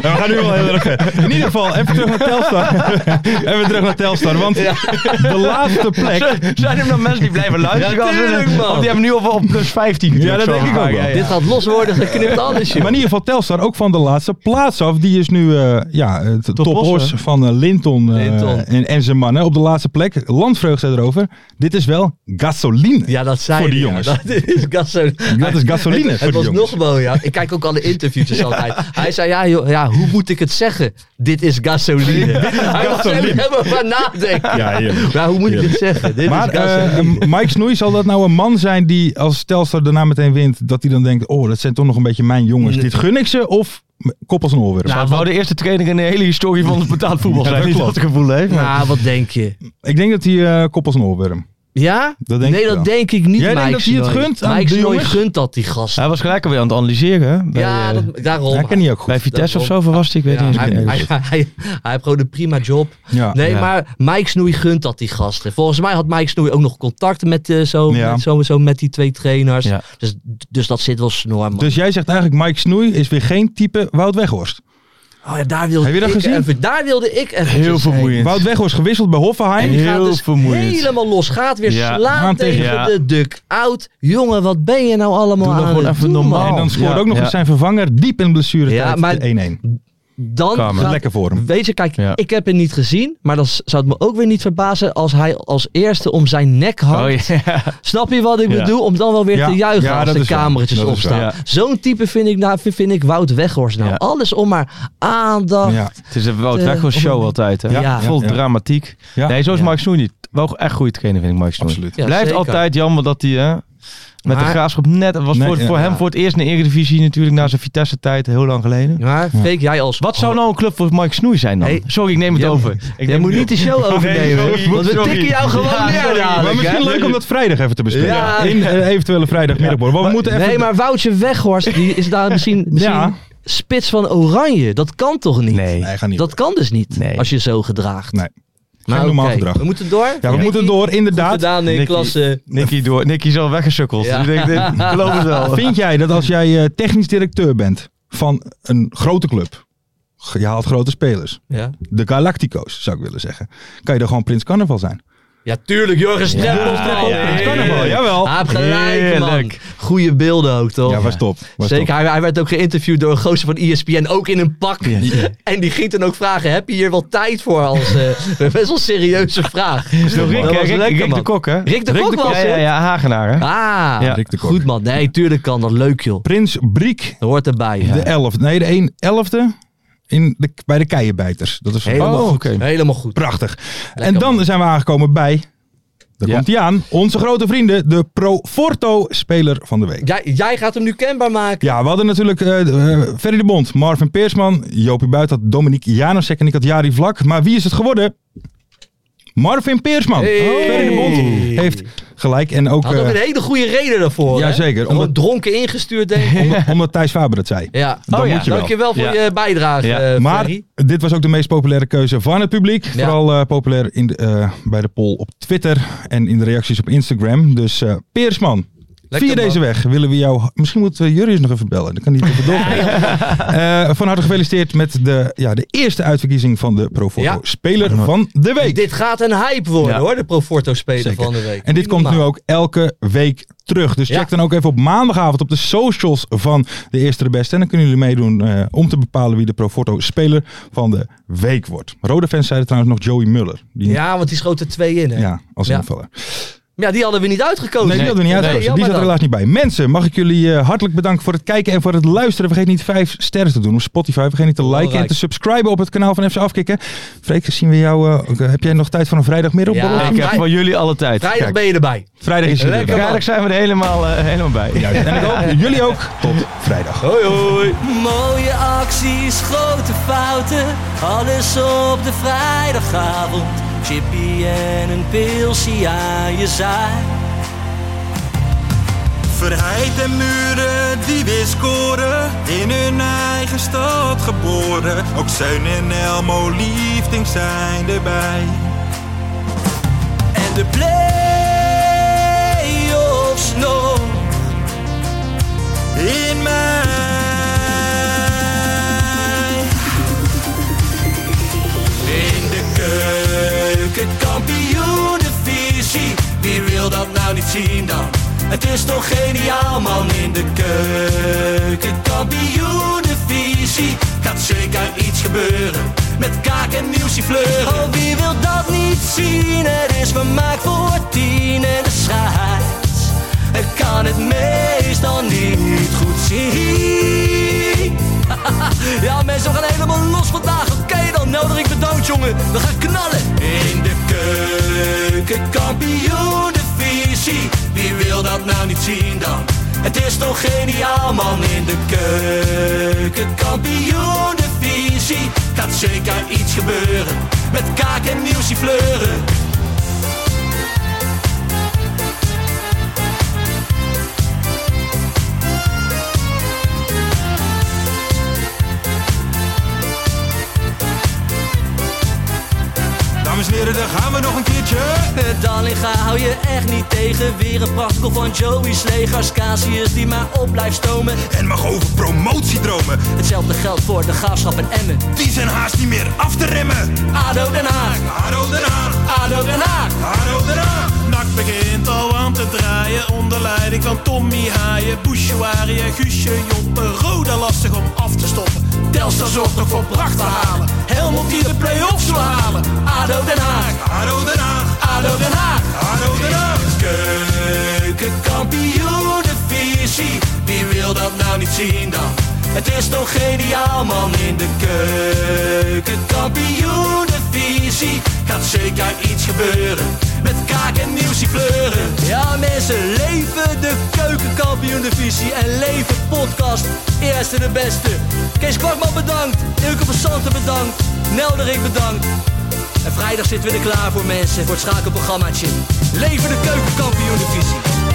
[SPEAKER 6] we gaan nu al heel erg ver. In ieder geval, even terug naar Telstar.
[SPEAKER 8] *laughs*
[SPEAKER 6] even terug naar Telstar, want de laatste plek...
[SPEAKER 8] Z- Zijn er nog mensen die blijven luisteren?
[SPEAKER 7] Ja,
[SPEAKER 8] Als we-
[SPEAKER 7] tuurlijk, man.
[SPEAKER 8] Of die hebben nu al op plus 15
[SPEAKER 6] Ja, dat denk ik ook wel.
[SPEAKER 7] Dit gaat los worden geknipt anders, joh.
[SPEAKER 6] Maar in ieder geval Telstar ook van de laatste plaats af. Die is nu eh, ja, het tophorst
[SPEAKER 8] Bossen.
[SPEAKER 6] van eh, Linton, eh,
[SPEAKER 7] Linton.
[SPEAKER 6] En, en zijn mannen op de laatste plek. Landvreugd zei erover. Dit is wel gasoline.
[SPEAKER 7] Ja, dat zijn
[SPEAKER 6] Voor die
[SPEAKER 7] ja, *laughs*
[SPEAKER 6] jongens.
[SPEAKER 7] dat is gasoline.
[SPEAKER 6] Dat is gasoline
[SPEAKER 7] Het,
[SPEAKER 6] voor die
[SPEAKER 7] was
[SPEAKER 6] jongens.
[SPEAKER 7] nog mooi. Ja. Ik kijk ook alle
[SPEAKER 6] *laughs*
[SPEAKER 7] interviewtjes altijd. Hij zei, ja, joh, ja, hoe moet ik het zeggen? Dit is
[SPEAKER 6] *laughs*
[SPEAKER 7] gasoline. Hij was er helemaal van nadenken.
[SPEAKER 6] Ja, joh.
[SPEAKER 7] Maar hoe moet ik het zeggen? Dit
[SPEAKER 6] Maar
[SPEAKER 7] is gasoline.
[SPEAKER 6] eh, Mike Snoei, zal dat nou een man zijn die als Telstar daarna meteen wint, dat hij dan denkt, oh, dat zijn toch nog een beetje mijn jongens. Dit gun ik ze of koppels een oorwerp?
[SPEAKER 8] Nou, het wou de eerste trainer in de hele historie van het betaald voetbal
[SPEAKER 6] Ja,
[SPEAKER 8] zijn.
[SPEAKER 6] dat
[SPEAKER 8] die
[SPEAKER 6] klopt.
[SPEAKER 8] dat gevoel heeft. maar-
[SPEAKER 7] nou, wat denk je?
[SPEAKER 6] Ik denk dat hij eh, koppels een oorworm.
[SPEAKER 7] Ja?
[SPEAKER 6] Dat denk
[SPEAKER 7] nee,
[SPEAKER 6] ik wel.
[SPEAKER 7] dat denk ik niet,
[SPEAKER 6] Jij denkt
[SPEAKER 7] Mike
[SPEAKER 6] dat hij het
[SPEAKER 7] Snoei.
[SPEAKER 6] gunt aan
[SPEAKER 7] Mike
[SPEAKER 6] de
[SPEAKER 7] Snoei
[SPEAKER 6] jongens?
[SPEAKER 7] gunt dat, die gast.
[SPEAKER 8] Hij was gelijk alweer aan het analyseren. hè, Bij,
[SPEAKER 7] ja,
[SPEAKER 8] eh,
[SPEAKER 7] dat, daarom.
[SPEAKER 6] Hij ken je ook goed.
[SPEAKER 8] bij Vitesse of zo, of was het? Ik weet
[SPEAKER 7] Ja,
[SPEAKER 8] niet
[SPEAKER 7] hij,
[SPEAKER 8] eens.
[SPEAKER 7] hij, hij- hij heeft gewoon een prima job.
[SPEAKER 6] Ja.
[SPEAKER 7] Nee,
[SPEAKER 8] Ah, Ja.
[SPEAKER 7] maar Mike Snoei gunt dat die gasten. Volgens mij had Mike Snoei ook nog contact met, eh, zo,
[SPEAKER 6] Ja.
[SPEAKER 7] met, zo, zo met die twee trainers.
[SPEAKER 8] Ja.
[SPEAKER 7] Dus, dus dat zit wel snor, man.
[SPEAKER 6] Dus jij zegt eigenlijk, Mike Snoei is weer geen type Wout Weghorst.
[SPEAKER 7] oh, ja, daar wilde
[SPEAKER 6] Heb je dat
[SPEAKER 7] ik
[SPEAKER 6] gezien?
[SPEAKER 7] even- daar wilde ik even
[SPEAKER 8] Heel vermoeiend.
[SPEAKER 6] Wout Weghorst gewisseld bij Hoffenheim.
[SPEAKER 7] En die gaat
[SPEAKER 8] Heel
[SPEAKER 7] dus
[SPEAKER 8] vermoeiend.
[SPEAKER 7] helemaal los. Gaat weer
[SPEAKER 8] Ja.
[SPEAKER 7] slaan
[SPEAKER 6] Aan
[SPEAKER 7] tegen
[SPEAKER 6] tegen-
[SPEAKER 8] Ja.
[SPEAKER 7] de duk. Oud. Jongen, wat ben je nou allemaal
[SPEAKER 8] Doe
[SPEAKER 7] aan
[SPEAKER 8] dan gewoon
[SPEAKER 7] het
[SPEAKER 8] even
[SPEAKER 7] doen,
[SPEAKER 8] normaal.
[SPEAKER 7] man?
[SPEAKER 6] En dan scoorde
[SPEAKER 8] Ja,
[SPEAKER 6] ook nog
[SPEAKER 8] ja.
[SPEAKER 6] eens zijn vervanger diep in blessure
[SPEAKER 7] Ja, maar-
[SPEAKER 6] de 1-1.
[SPEAKER 7] Dan
[SPEAKER 6] Kamer.
[SPEAKER 7] gaat-
[SPEAKER 6] Lekker voor hem.
[SPEAKER 7] Weet je, kijk,
[SPEAKER 8] Ja.
[SPEAKER 7] ik heb hem niet gezien. Maar dan s- zou het me ook weer niet verbazen als hij als eerste om zijn nek hangt.
[SPEAKER 8] Oh, ja.
[SPEAKER 7] Snap je wat ik
[SPEAKER 8] Ja.
[SPEAKER 7] bedoel? Om dan wel weer
[SPEAKER 6] Ja.
[SPEAKER 7] te juichen
[SPEAKER 6] Ja,
[SPEAKER 7] als
[SPEAKER 6] dat
[SPEAKER 7] de
[SPEAKER 6] is waar.
[SPEAKER 7] kamertjes
[SPEAKER 6] Dat is
[SPEAKER 7] opstaan.
[SPEAKER 8] waar. Ja.
[SPEAKER 7] Zo'n type vind ik, nou, vind, vind ik Wout Weghorst nou.
[SPEAKER 8] Ja.
[SPEAKER 7] Alles om maar aandacht.
[SPEAKER 6] Ja.
[SPEAKER 8] Het is een Wout
[SPEAKER 7] Eh,
[SPEAKER 8] Weghorst show altijd. Hè?
[SPEAKER 7] Ja. Ja.
[SPEAKER 8] Vol
[SPEAKER 6] Ja.
[SPEAKER 8] dramatiek.
[SPEAKER 6] Ja.
[SPEAKER 8] Nee, zo is
[SPEAKER 7] Ja.
[SPEAKER 8] Mark Snoei niet. Wel echt goede trainer vind ik Mark Snoei.
[SPEAKER 6] Absoluut.
[SPEAKER 7] Ja,
[SPEAKER 8] Blijft
[SPEAKER 7] zeker.
[SPEAKER 8] altijd jammer dat hij hè, met de
[SPEAKER 7] Maar-
[SPEAKER 8] graafschap net... Het was
[SPEAKER 6] Nee,
[SPEAKER 8] voor,
[SPEAKER 6] ja.
[SPEAKER 8] voor hem voor het eerst in de Eredivisie natuurlijk na zijn Vitesse-tijd heel lang geleden.
[SPEAKER 7] Maar fake jij als...
[SPEAKER 8] Wat zou nou een club voor Mike Snoei zijn dan?
[SPEAKER 7] Hey.
[SPEAKER 8] Sorry, ik neem het
[SPEAKER 7] Jij-
[SPEAKER 8] over.
[SPEAKER 7] Jij
[SPEAKER 8] Ik neem
[SPEAKER 7] moet
[SPEAKER 8] het
[SPEAKER 7] niet de
[SPEAKER 8] over.
[SPEAKER 7] show overnemen.
[SPEAKER 8] sorry.
[SPEAKER 7] want we
[SPEAKER 8] Sorry.
[SPEAKER 7] tikken jou gewoon
[SPEAKER 8] Ja,
[SPEAKER 7] neer
[SPEAKER 8] sorry.
[SPEAKER 7] dadelijk,
[SPEAKER 6] Maar misschien
[SPEAKER 7] hè?
[SPEAKER 6] leuk om dat vrijdag even te bespreken.
[SPEAKER 7] Ja.
[SPEAKER 6] In eh, eventuele vrijdagmiddagborrel. Want we moeten even...
[SPEAKER 7] Nee, maar Woutje Weghorst die is
[SPEAKER 6] *laughs*
[SPEAKER 7] daar misschien, misschien
[SPEAKER 6] Ja.
[SPEAKER 7] spits van oranje. Dat kan toch niet?
[SPEAKER 8] Nee.
[SPEAKER 6] Nee, ga niet.
[SPEAKER 7] Dat kan dus niet
[SPEAKER 8] Nee.
[SPEAKER 7] als je zo gedraagt.
[SPEAKER 6] Nee.
[SPEAKER 7] Maar
[SPEAKER 6] Geen normaal
[SPEAKER 7] oké,
[SPEAKER 6] gedrag.
[SPEAKER 7] We moeten door.
[SPEAKER 6] ja, we moeten door,
[SPEAKER 7] Goed
[SPEAKER 6] inderdaad.
[SPEAKER 7] gedaan in
[SPEAKER 8] Nicky.
[SPEAKER 7] klasse.
[SPEAKER 8] Nicky, door, Nicky is al weggesukkeld.
[SPEAKER 7] Ja.
[SPEAKER 8] Dus ik denk, ik geloof het wel.
[SPEAKER 6] Vind jij dat als jij eh, technisch directeur bent van een grote club, ge- je haalt grote spelers,
[SPEAKER 7] Ja.
[SPEAKER 6] de Galactico's zou ik willen zeggen, kan je dan gewoon Prins Carnaval zijn?
[SPEAKER 7] ja, tuurlijk. Jurgen Streppel. Streppel,
[SPEAKER 8] ja,
[SPEAKER 7] Prins Carnaval,
[SPEAKER 8] heerlijk.
[SPEAKER 7] jawel. Hij heeft gelijk,
[SPEAKER 8] Heerlijk.
[SPEAKER 7] man. Goeie beelden ook, toch?
[SPEAKER 6] Ja, was top. Was
[SPEAKER 7] Zeker,
[SPEAKER 6] top.
[SPEAKER 7] hij, hij werd ook geïnterviewd door een gozer van E ESPN, ook in een pak. *laughs* En die ging dan ook vragen, heb je hier wel tijd voor? Als,
[SPEAKER 6] *laughs*
[SPEAKER 7] eh, best wel een serieuze vraag.
[SPEAKER 8] Door Rick,
[SPEAKER 7] Dat
[SPEAKER 8] eh,
[SPEAKER 7] was
[SPEAKER 8] Rick,
[SPEAKER 7] lekker,
[SPEAKER 8] Rick de
[SPEAKER 7] man.
[SPEAKER 8] Kok, hè?
[SPEAKER 7] Rick de Kok was
[SPEAKER 8] Ja, ja,
[SPEAKER 7] het?
[SPEAKER 8] ja, Hagenaar, hè?
[SPEAKER 7] Ah,
[SPEAKER 8] Ja.
[SPEAKER 6] Rick de Kok.
[SPEAKER 7] goed man. Nee, tuurlijk kan dat. Leuk joh.
[SPEAKER 6] Prins Briek,
[SPEAKER 7] Dat hoort erbij.
[SPEAKER 6] de elfde. Nee, de een elfde in de, bij de Keienbijters. Dat is
[SPEAKER 7] Helemaal,
[SPEAKER 6] Oh,
[SPEAKER 7] goed.
[SPEAKER 6] oké.
[SPEAKER 7] Helemaal goed.
[SPEAKER 6] Prachtig. en
[SPEAKER 7] man.
[SPEAKER 6] dan zijn we aangekomen bij, daar
[SPEAKER 8] Ja.
[SPEAKER 6] komt hij aan, onze grote vrienden, de Pro Forto Speler van de Week.
[SPEAKER 7] Jij, jij gaat hem nu kenbaar maken.
[SPEAKER 6] Ja, we hadden natuurlijk eh eh, Ferry de Bond, Marvin Peersman, Jopie Buit had Dominique Janosek en ik had Jari Vlak. Maar wie is het geworden? Marvin Peersman.
[SPEAKER 7] Hey.
[SPEAKER 6] Ferry de Bond heeft gelijk. En ook,
[SPEAKER 7] Had ook
[SPEAKER 6] eh,
[SPEAKER 7] een hele goede reden daarvoor. hè?
[SPEAKER 6] Jazeker,
[SPEAKER 7] Gewoon
[SPEAKER 6] omdat-
[SPEAKER 7] dronken ingestuurd, denk ik.
[SPEAKER 6] *laughs* omdat, omdat Thijs Faber het zei.
[SPEAKER 7] Ja.
[SPEAKER 6] Dan
[SPEAKER 8] Oh, ja,
[SPEAKER 6] moet je wel.
[SPEAKER 7] Dankjewel voor
[SPEAKER 8] Ja.
[SPEAKER 7] je bijdrage,
[SPEAKER 8] Ja.
[SPEAKER 7] eh,
[SPEAKER 6] Maar
[SPEAKER 7] Ferry.
[SPEAKER 6] dit was ook de meest populaire keuze van het publiek. Vooral eh, populair in de, eh, bij de poll op Twitter en in de reacties op Instagram. Dus eh, Peersman,
[SPEAKER 7] Lekker,
[SPEAKER 6] via
[SPEAKER 7] man.
[SPEAKER 6] deze weg willen we jou... Misschien moeten we Jurrius nog even bellen. Dan kan hij
[SPEAKER 7] *laughs*
[SPEAKER 6] het even doorgeven. Eh, van harte gefeliciteerd met de, ja, de eerste uitverkiezing van de Pro Foto
[SPEAKER 7] Ja.
[SPEAKER 6] Speler van de Week.
[SPEAKER 7] Dit gaat een hype worden,
[SPEAKER 8] Ja.
[SPEAKER 7] hoor. De Proforto-speler
[SPEAKER 6] Zeker.
[SPEAKER 7] van de week. Nou,
[SPEAKER 6] En dit komt nu ook elke week terug. Dus
[SPEAKER 7] Ja.
[SPEAKER 6] check dan ook even op maandagavond op de socials van de Eerste de Beste. En dan kunnen jullie meedoen eh, om te bepalen wie de Proforto speler van de week wordt. Rode fans zeiden trouwens nog Joey Muller. Die,
[SPEAKER 7] Ja, Oh, want die schoten twee in, hè.
[SPEAKER 6] ja, als
[SPEAKER 7] Ja.
[SPEAKER 6] invaller.
[SPEAKER 12] Ja, die hadden we niet uitgekozen.
[SPEAKER 6] Nee, die hadden we niet uitgekozen. die zat er helaas niet bij. Mensen, mag ik jullie eh, hartelijk bedanken voor het kijken en voor het luisteren. Vergeet niet vijf sterren te doen op Spotify. Vergeet niet te liken en
[SPEAKER 12] Belangrijk.
[SPEAKER 6] te subscriben op het kanaal van FC Afkikken. Freek, zien we jou... eh, ook- heb jij nog tijd voor een vrijdagmiddag?
[SPEAKER 12] Ja,
[SPEAKER 6] borreltje?
[SPEAKER 12] ik heb voor
[SPEAKER 13] jullie alle tijd.
[SPEAKER 12] Vrijdag ben je erbij.
[SPEAKER 6] Vrijdag is hij er
[SPEAKER 12] Lekker
[SPEAKER 6] weer.
[SPEAKER 12] man.
[SPEAKER 13] Vrijdag zijn we er helemaal, eh, helemaal bij.
[SPEAKER 6] Juist. En ik hoop jullie ook tot vrijdag.
[SPEAKER 12] Hoi hoi.
[SPEAKER 7] Mooie acties, grote fouten, alles op de vrijdagavond. Chippy en een pilsie aan je zaai.
[SPEAKER 5] Verheid en muren die weer scoren, in hun eigen stad geboren. Ook Zijn en Elmo liefding zijn erbij.
[SPEAKER 7] En de play-offs nog in mij. In de keuken, kampioenenvisie. Wie wil dat nou niet zien dan? Het is toch geniaal man in de keuken, kampioenenvisie. Gaat zeker iets gebeuren met kaak en muziek fleuren. Oh, wie wil dat niet zien? Het is vermaakt voor tien en de scheids. Ik kan het meestal niet goed zien. Ja, mensen, we gaan helemaal los vandaag. Oké, dan nodig ik de dood, jongen. We gaan knallen. In de keuken, kampioen, de visie. Wie wil dat nou niet zien dan? Het is toch geniaal, man. In de keuken, kampioen, de visie. Gaat zeker iets gebeuren. Met kaak en nieuwsie fleuren.
[SPEAKER 5] Dames en heren, daar gaan we nog een keertje.
[SPEAKER 7] Eh, Dallinga hou je echt niet tegen. Weer een prachtkel van Joey's legers. Casius die maar op blijft stomen.
[SPEAKER 5] En mag over promotiedromen,
[SPEAKER 7] Hetzelfde geldt voor de graafschap en Emmen.
[SPEAKER 5] die zijn haast niet meer af te remmen.
[SPEAKER 7] ADO Den Haag,
[SPEAKER 5] Haro Den Haag,
[SPEAKER 7] ADO Den Haag.
[SPEAKER 5] Haro Den Haag.
[SPEAKER 14] Nak begint al aan te draaien onder leiding van Tommy Haaien, Bouchouari en Guusje Joppen. Roda lastig om af te stoppen.
[SPEAKER 7] Telstra zorgt nog voor pracht te halen. Helmond die de play-offs wil halen. ADO Den Haag,
[SPEAKER 5] Haro Den Haag,
[SPEAKER 7] ADO Den Haag.
[SPEAKER 5] Haro Den Haag.
[SPEAKER 7] Keukenkampioenenvisie, wie wil dat nou niet zien dan? Het is toch geniaal man in de keukenkampioenenvisie. Gaat zeker iets gebeuren, met kaak en nieuwsie kleuren. Ja mensen, leven de keukenkampioenenvisie en leven podcast. Eerste de beste. Kees Kwakman bedankt, Ilke van Santen bedankt, Nelderik bedankt. En vrijdag zitten we er klaar voor mensen, voor het schakelprogrammaatje. Leven de keukenkampioen divisie.